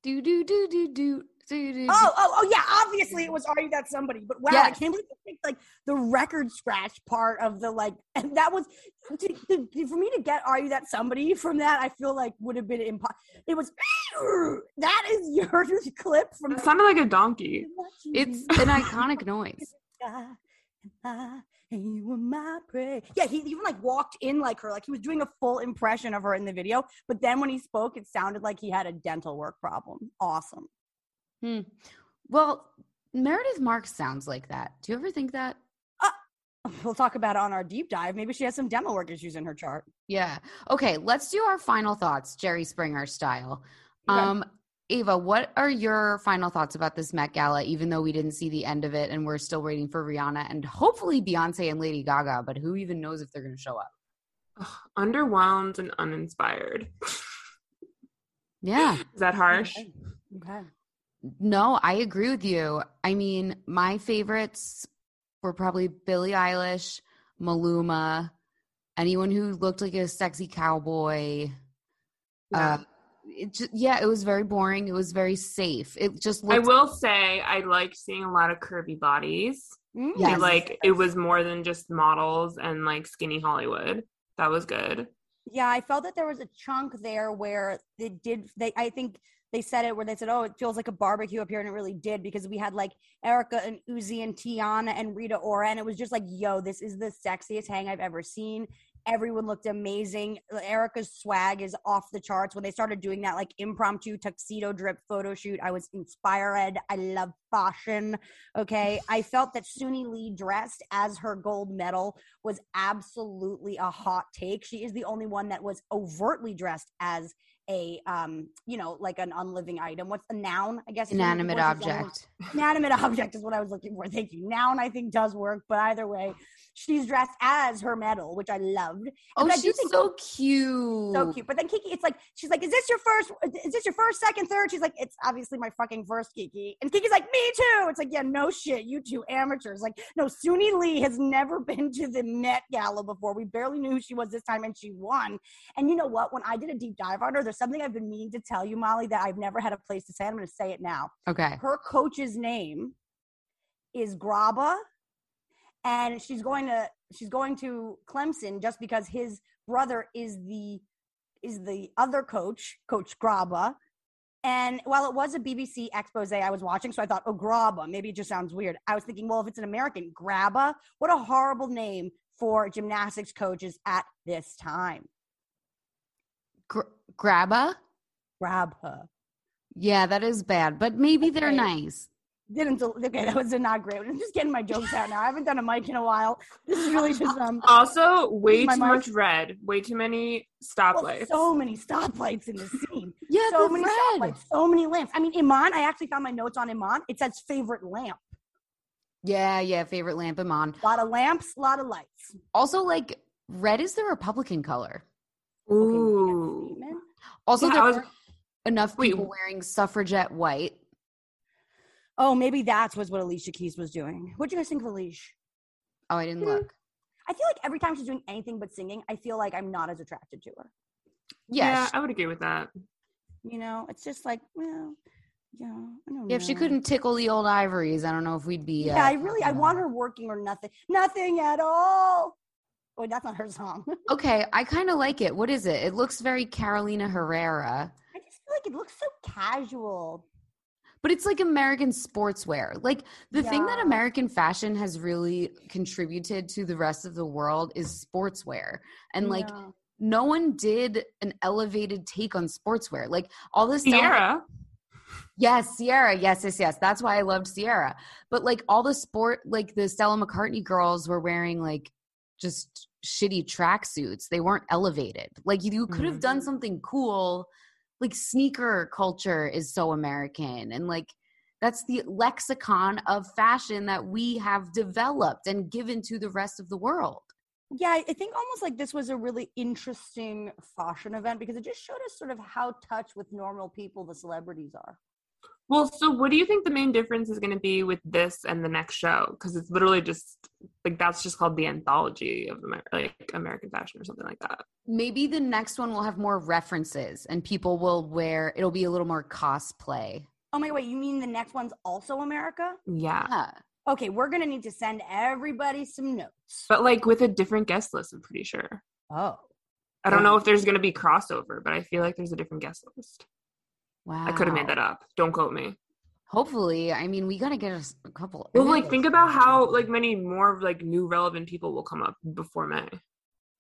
[SPEAKER 4] Do do do do do do do.
[SPEAKER 6] Oh, oh, oh, yeah. Obviously, it was "Are You That Somebody?" But wow, I
[SPEAKER 4] Yes.
[SPEAKER 6] can't believe they picked like the record scratch part of the like. And that was to, to- for me to get "Are You That Somebody" from that. I feel like would have been impossible. It was that is your clip from.
[SPEAKER 5] It sounded like a donkey.
[SPEAKER 4] It's an iconic noise.
[SPEAKER 6] and I- and you were my prey. Yeah, he even like walked in like her, like he was doing a full impression of her in the video. But then when he spoke, it sounded like he had a dental work problem. Awesome.
[SPEAKER 4] Hmm. Well, Meredith Marks sounds like that. Do you ever think that?
[SPEAKER 6] We'll talk about it on our deep dive. Maybe she has some demo work issues in her chart.
[SPEAKER 4] Yeah. Okay, let's do our final thoughts, Jerry Springer style.
[SPEAKER 6] Okay.
[SPEAKER 4] Um, Ava, what are your final thoughts about this Met Gala, even though we didn't see the end of it and we're still waiting for Rihanna and hopefully Beyonce and Lady Gaga, but who even knows if they're going to show up?
[SPEAKER 5] Ugh, underwhelmed and uninspired.
[SPEAKER 4] Yeah.
[SPEAKER 5] Is that harsh?
[SPEAKER 6] Okay. Okay.
[SPEAKER 4] No, I agree with you. I mean, my favorites were probably Billie Eilish, Maluma, anyone who looked like a sexy cowboy. Uh, it just, yeah, it was very boring. It was very safe. It just
[SPEAKER 5] I
[SPEAKER 4] looked.
[SPEAKER 5] will say I liked seeing a lot of curvy bodies.
[SPEAKER 6] Mm.
[SPEAKER 4] Yeah, Yes.
[SPEAKER 5] And, Like it was more than just models and like skinny Hollywood. That was good.
[SPEAKER 6] Yeah, I felt that there was a chunk there where they did. They, I think they said it where they said, "Oh, it feels like a barbecue up here," and it really did because we had like Erica and Uzi and Tiana and Rita Ora, and it was just like, "Yo, this is the sexiest hang I've ever seen." Everyone looked amazing. Erica's swag is off the charts. When they started doing that like impromptu tuxedo drip photo shoot, I was inspired. I love fashion. Okay. I felt that Suni Lee dressed as her gold medal was absolutely a hot take. She is the only one that was overtly dressed as a um, you know, like an unliving item. What's a noun? I guess
[SPEAKER 4] Inanimate
[SPEAKER 6] She's the only one-
[SPEAKER 4] object.
[SPEAKER 6] inanimate object is what I was looking for. Thank you. Noun I think does work, but either way, she's dressed as her medal, which I loved.
[SPEAKER 4] Oh,
[SPEAKER 6] but I do
[SPEAKER 4] she's
[SPEAKER 6] think-
[SPEAKER 4] so cute.
[SPEAKER 6] So cute. But then Kiki, it's like she's like, "Is this your first? Is this your first, second, third? She's like, "It's obviously my fucking first, Kiki." And Kiki's like, "Me too." It's like, "Yeah, no shit, you two amateurs." Like, no, Suni Lee has never been to the Met Gala before. We barely knew who she was this time, and she won. And you know what? When I did a deep dive on her, there's something I've been meaning to tell you, Molly, that I've never had a place to say. I'm going to say it now.
[SPEAKER 4] Okay.
[SPEAKER 6] Her coach's name is Graba, and she's going to she's going to Clemson just because his brother is the is the other coach, Coach Graba. And while it was a BBC expose I was watching, so I thought, oh, Graba, maybe it just sounds weird. I was thinking, well, if it's an American, Graba, what a horrible name for gymnastics coaches at this time.
[SPEAKER 4] Gr- Grabba?
[SPEAKER 6] Graba.
[SPEAKER 4] Yeah, that is bad, but maybe they're
[SPEAKER 6] Okay.
[SPEAKER 4] nice.
[SPEAKER 6] Didn't, del- okay, that was a not great. one. I'm just getting my jokes out now. I haven't done a mic in a while. This is really just, um,
[SPEAKER 5] Also, way
[SPEAKER 6] my
[SPEAKER 5] too
[SPEAKER 6] mind.
[SPEAKER 5] much red, way too many
[SPEAKER 6] well,
[SPEAKER 5] stoplights.
[SPEAKER 6] so many stoplights in this scene.
[SPEAKER 4] Yeah,
[SPEAKER 6] so
[SPEAKER 4] the
[SPEAKER 6] many
[SPEAKER 4] red.
[SPEAKER 6] stoplights, so many lamps. I mean, Iman, I actually found my notes on Iman. It says favorite lamp.
[SPEAKER 4] Yeah, yeah, favorite lamp I'm on.
[SPEAKER 6] A lot of lamps, a lot of lights.
[SPEAKER 4] Also, like, red is the Republican color.
[SPEAKER 5] Ooh.
[SPEAKER 6] Statement.
[SPEAKER 4] Also,
[SPEAKER 5] Yeah,
[SPEAKER 4] there
[SPEAKER 5] I was-
[SPEAKER 4] weren't enough
[SPEAKER 5] Wait,
[SPEAKER 4] people wearing suffragette white.
[SPEAKER 6] Oh, maybe that was what Alicia Keys was doing. What do you guys think of Alicia?
[SPEAKER 4] Oh, I didn't
[SPEAKER 6] Hmm.
[SPEAKER 4] look.
[SPEAKER 6] I feel like every time she's doing anything but singing, I feel like I'm not as attracted to her.
[SPEAKER 4] Yeah.
[SPEAKER 5] Yeah,
[SPEAKER 4] she-
[SPEAKER 5] I would agree with that.
[SPEAKER 6] You know, it's just like, well, yeah, I don't
[SPEAKER 4] yeah, if she
[SPEAKER 6] know.
[SPEAKER 4] couldn't tickle the old ivories, I don't know if we'd be.
[SPEAKER 6] Yeah,
[SPEAKER 4] uh,
[SPEAKER 6] I really, I
[SPEAKER 4] talking
[SPEAKER 6] want
[SPEAKER 4] about
[SPEAKER 6] her working or nothing, nothing at all. Wait, that's not her song.
[SPEAKER 4] it. Okay, I kind of like it. What is it? It looks very Carolina Herrera,
[SPEAKER 6] I just feel like it looks so casual.
[SPEAKER 4] but it's like American sportswear. Like the thing that
[SPEAKER 6] Yeah.
[SPEAKER 4] American fashion has really contributed to the rest of the world is sportswear. And like
[SPEAKER 6] Yeah.
[SPEAKER 4] no one did an elevated take on sportswear. Like all this stuff.
[SPEAKER 5] Sierra,
[SPEAKER 4] Yes, Sierra. Yes, yes, yes. That's why I loved Sierra. But like all the sport, like the Stella McCartney girls were wearing like just shitty tracksuits. They weren't elevated. Like you, you could have done
[SPEAKER 5] Mm-hmm.
[SPEAKER 4] something cool. Like sneaker culture is so American. And like that's the lexicon of fashion that we have developed and given to the rest of the world.
[SPEAKER 6] Yeah, I I think almost like this was a really interesting fashion event because it just showed us sort of how touched with normal people the celebrities are.
[SPEAKER 5] Well, so what do you think the main difference is going to be with this and the next show? Because it's literally just like that's just called the anthology of Amer- like American fashion or something like that.
[SPEAKER 4] Maybe the next one will have more references and people will wear, it'll be a little more cosplay.
[SPEAKER 6] Oh my wait, you mean the next one's also America?
[SPEAKER 5] Yeah,
[SPEAKER 4] Yeah.
[SPEAKER 6] Okay, we're gonna need to send everybody some notes.
[SPEAKER 5] but like with a different guest list, I'm pretty sure.
[SPEAKER 6] Oh.
[SPEAKER 5] I don't know if there's going to be crossover, but I feel like there's a different guest list.
[SPEAKER 4] Wow.
[SPEAKER 5] I could have made that up. Don't quote me.
[SPEAKER 4] Hopefully, I mean, we gotta get us a couple.
[SPEAKER 5] Well, like think about how like many more like new relevant people will come up before May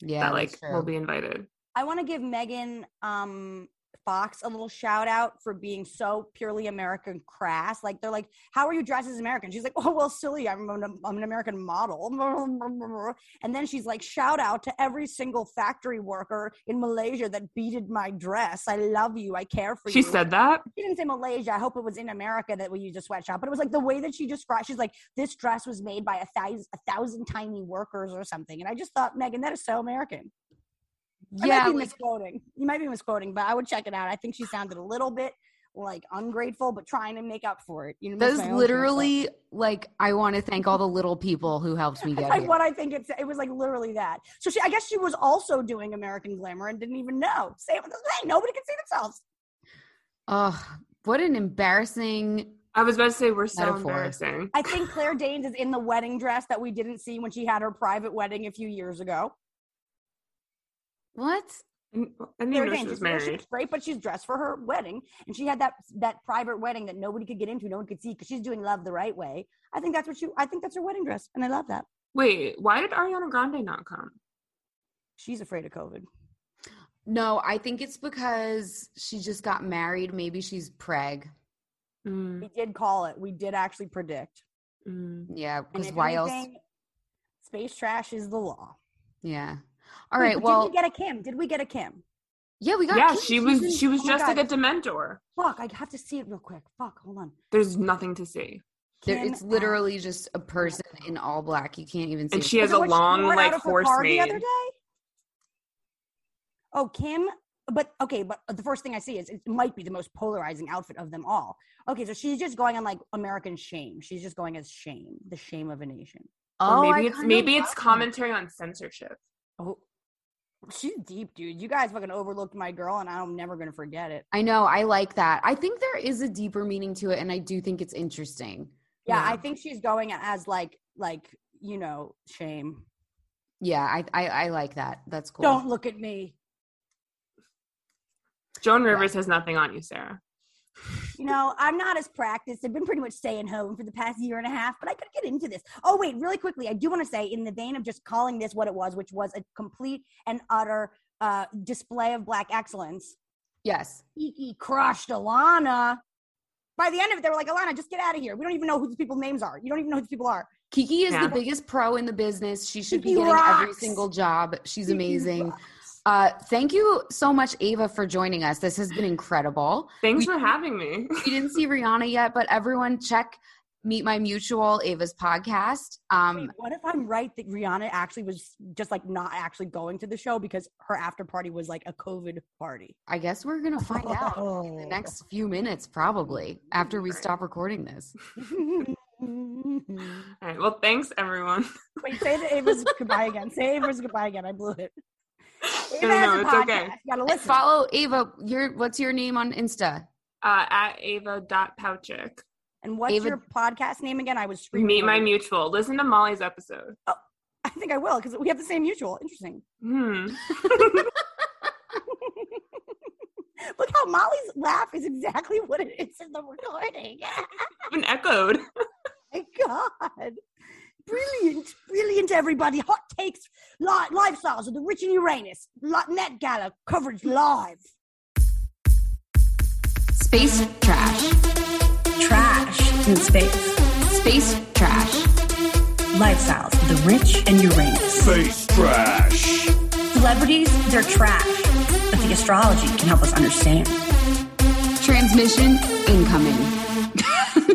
[SPEAKER 4] yeah,
[SPEAKER 5] that like
[SPEAKER 4] that's
[SPEAKER 5] will
[SPEAKER 4] true.
[SPEAKER 5] be invited.
[SPEAKER 6] I wanna give Megan um Fox a little shout out for being so purely American crass. Like they're like, How are you dressed as American? She's like, Oh well silly, I'm an, I'm an American model. And then she's like, Shout out to every single factory worker in Malaysia that beaded my dress. I love you, I care for
[SPEAKER 5] She
[SPEAKER 6] you.
[SPEAKER 5] said that.
[SPEAKER 6] she didn't say Malaysia. I hope it was in America that we used a sweatshop, but it was like the way that she described. She's like, this dress was made by a thousand, a thousand tiny workers or something. And I just thought, Megan, that is so American. I
[SPEAKER 4] yeah,
[SPEAKER 6] might be
[SPEAKER 4] like,
[SPEAKER 6] misquoting. You might be misquoting, but I would check it out. I think she sounded a little bit like ungrateful, but trying to make up for it. You know,
[SPEAKER 4] that
[SPEAKER 6] with
[SPEAKER 4] is
[SPEAKER 6] my own dress up.
[SPEAKER 4] literally like I want to thank all the little people who helped me
[SPEAKER 6] That's
[SPEAKER 4] get
[SPEAKER 6] like
[SPEAKER 4] here.
[SPEAKER 6] what I think it's. It was like literally that. So she, I guess she was also doing American Glamour and didn't even know. Same with this thing. Nobody can see themselves.
[SPEAKER 4] Ugh, what an embarrassing.
[SPEAKER 5] I was about to say we're so
[SPEAKER 4] Metaphor.
[SPEAKER 5] embarrassing.
[SPEAKER 6] I think Claire Danes is in the wedding dress that we didn't see when she had her private wedding a few years ago.
[SPEAKER 4] What?
[SPEAKER 5] I didn't even
[SPEAKER 6] Claire
[SPEAKER 5] know she
[SPEAKER 6] Danes, you
[SPEAKER 5] was
[SPEAKER 6] know, she
[SPEAKER 5] married.
[SPEAKER 6] looks great, but she's dressed for her wedding, and she had that that private wedding that nobody could get into, no one could see, because she's doing love the right way. I think that's what she. I think that's her wedding dress, and I love that.
[SPEAKER 5] Wait, why did Ariana Grande not come?
[SPEAKER 6] She's afraid of COVID.
[SPEAKER 4] Mm-hmm. No, I think it's because she just got married. Maybe she's preg.
[SPEAKER 5] Mm,
[SPEAKER 6] We did call it. We did actually predict.
[SPEAKER 5] mm.
[SPEAKER 4] Yeah,
[SPEAKER 6] And
[SPEAKER 4] because
[SPEAKER 6] if
[SPEAKER 4] why else?
[SPEAKER 6] anything, Space trash is the law.
[SPEAKER 4] Yeah. All
[SPEAKER 6] Wait,
[SPEAKER 4] right.
[SPEAKER 6] but
[SPEAKER 4] Well,
[SPEAKER 6] did we get a Kim? Did we get a Kim?
[SPEAKER 4] yeah, we got.
[SPEAKER 5] Yeah,
[SPEAKER 4] Kim.
[SPEAKER 5] she
[SPEAKER 4] She's in-
[SPEAKER 5] was she was
[SPEAKER 6] oh my
[SPEAKER 5] dressed
[SPEAKER 6] God.
[SPEAKER 5] like a Dementor.
[SPEAKER 6] Fuck, I have to see it real quick. Fuck, hold on.
[SPEAKER 5] There's nothing to see,
[SPEAKER 4] there,
[SPEAKER 6] Kim
[SPEAKER 4] it's literally just a person in all black. You can't even see.
[SPEAKER 5] and
[SPEAKER 4] her
[SPEAKER 5] she has
[SPEAKER 6] Is it
[SPEAKER 5] a
[SPEAKER 6] when she
[SPEAKER 5] long
[SPEAKER 6] wore it
[SPEAKER 5] like
[SPEAKER 6] out of her
[SPEAKER 5] horse
[SPEAKER 6] car the other
[SPEAKER 5] mane.
[SPEAKER 6] day? Oh, Kim. But okay, but the first thing I see is it might be the most polarizing outfit of them all. Okay, so she's just going on like American shame. She's just going as shame, the shame of a nation.
[SPEAKER 5] Or
[SPEAKER 4] Oh, I
[SPEAKER 5] maybe it's
[SPEAKER 4] kinda
[SPEAKER 5] maybe it's
[SPEAKER 4] love that.
[SPEAKER 5] commentary on censorship.
[SPEAKER 6] Oh, she's deep, dude. You guys fucking overlooked my girl, and I'm never gonna forget it.
[SPEAKER 4] I know. I like that. I think there is a deeper meaning to it, and I do think it's interesting.
[SPEAKER 6] Yeah,
[SPEAKER 5] Yeah.
[SPEAKER 6] I think she's going as like, like you know, shame.
[SPEAKER 4] Yeah, I I, I like that. That's cool.
[SPEAKER 6] Don't look at me.
[SPEAKER 5] Joan Rivers has nothing on you, Sarah.
[SPEAKER 6] You know, I'm not as practiced. I've been pretty much staying home for the past year and a half, but I could get into this. Oh, wait, really quickly, I do want to say, in the vein of just calling this what it was, which was a complete and utter uh, display of Black excellence,
[SPEAKER 4] Yes.
[SPEAKER 6] Kiki crushed Alana. By the end of it, they were like, Alana, just get out of here. We don't even know who these people's names are. You don't even know who these people are.
[SPEAKER 4] Kiki is
[SPEAKER 5] Yeah.
[SPEAKER 4] the biggest pro in the business. She should be
[SPEAKER 6] Kiki
[SPEAKER 4] getting every
[SPEAKER 6] rocks.
[SPEAKER 4] single job. She's
[SPEAKER 6] Kiki
[SPEAKER 4] amazing.
[SPEAKER 6] rocks.
[SPEAKER 4] Uh, thank you so much, Ava, for joining us. This has been incredible.
[SPEAKER 5] Thanks for having me.
[SPEAKER 4] We didn't see Rihanna yet, but everyone check Meet My Mutual, Ava's podcast. Um,
[SPEAKER 6] Wait, what if I'm right that Rihanna actually was just like not actually going to the show because her after party was like a COVID party?
[SPEAKER 4] I guess we're going to find out in
[SPEAKER 6] Oh.
[SPEAKER 4] the next few minutes, probably, after we stop recording this.
[SPEAKER 5] All right. Well, thanks everyone.
[SPEAKER 6] Wait, say it, it was goodbye again. Say it was goodbye again. I blew it. Ava
[SPEAKER 5] No, no,
[SPEAKER 6] has
[SPEAKER 5] no,
[SPEAKER 6] a
[SPEAKER 5] it's okay.
[SPEAKER 6] podcast. You gotta listen.
[SPEAKER 7] Follow Ava. Your what's your name on Insta?
[SPEAKER 5] Uh, at ava.pouchick.
[SPEAKER 6] And what's
[SPEAKER 7] Ava-
[SPEAKER 6] your podcast name again? I was screaming.
[SPEAKER 5] Meet my mutual. Listen to Molly's episode.
[SPEAKER 6] I think I will because we have the same mutual. Interesting.
[SPEAKER 5] Hmm.
[SPEAKER 6] Look how Molly's laugh is exactly what it is in the recording.
[SPEAKER 5] Even echoed.
[SPEAKER 6] My God. Brilliant, brilliant, everybody. Hot takes, li- lifestyles of the Rich and Uranus, li- Net Gala coverage live.
[SPEAKER 4] Space trash.
[SPEAKER 8] Trash in space.
[SPEAKER 4] Space trash.
[SPEAKER 8] Lifestyles of the rich and Uranus.
[SPEAKER 9] Face trash.
[SPEAKER 8] Celebrities, they're trash. But the astrology can help us understand.
[SPEAKER 4] Transmission incoming.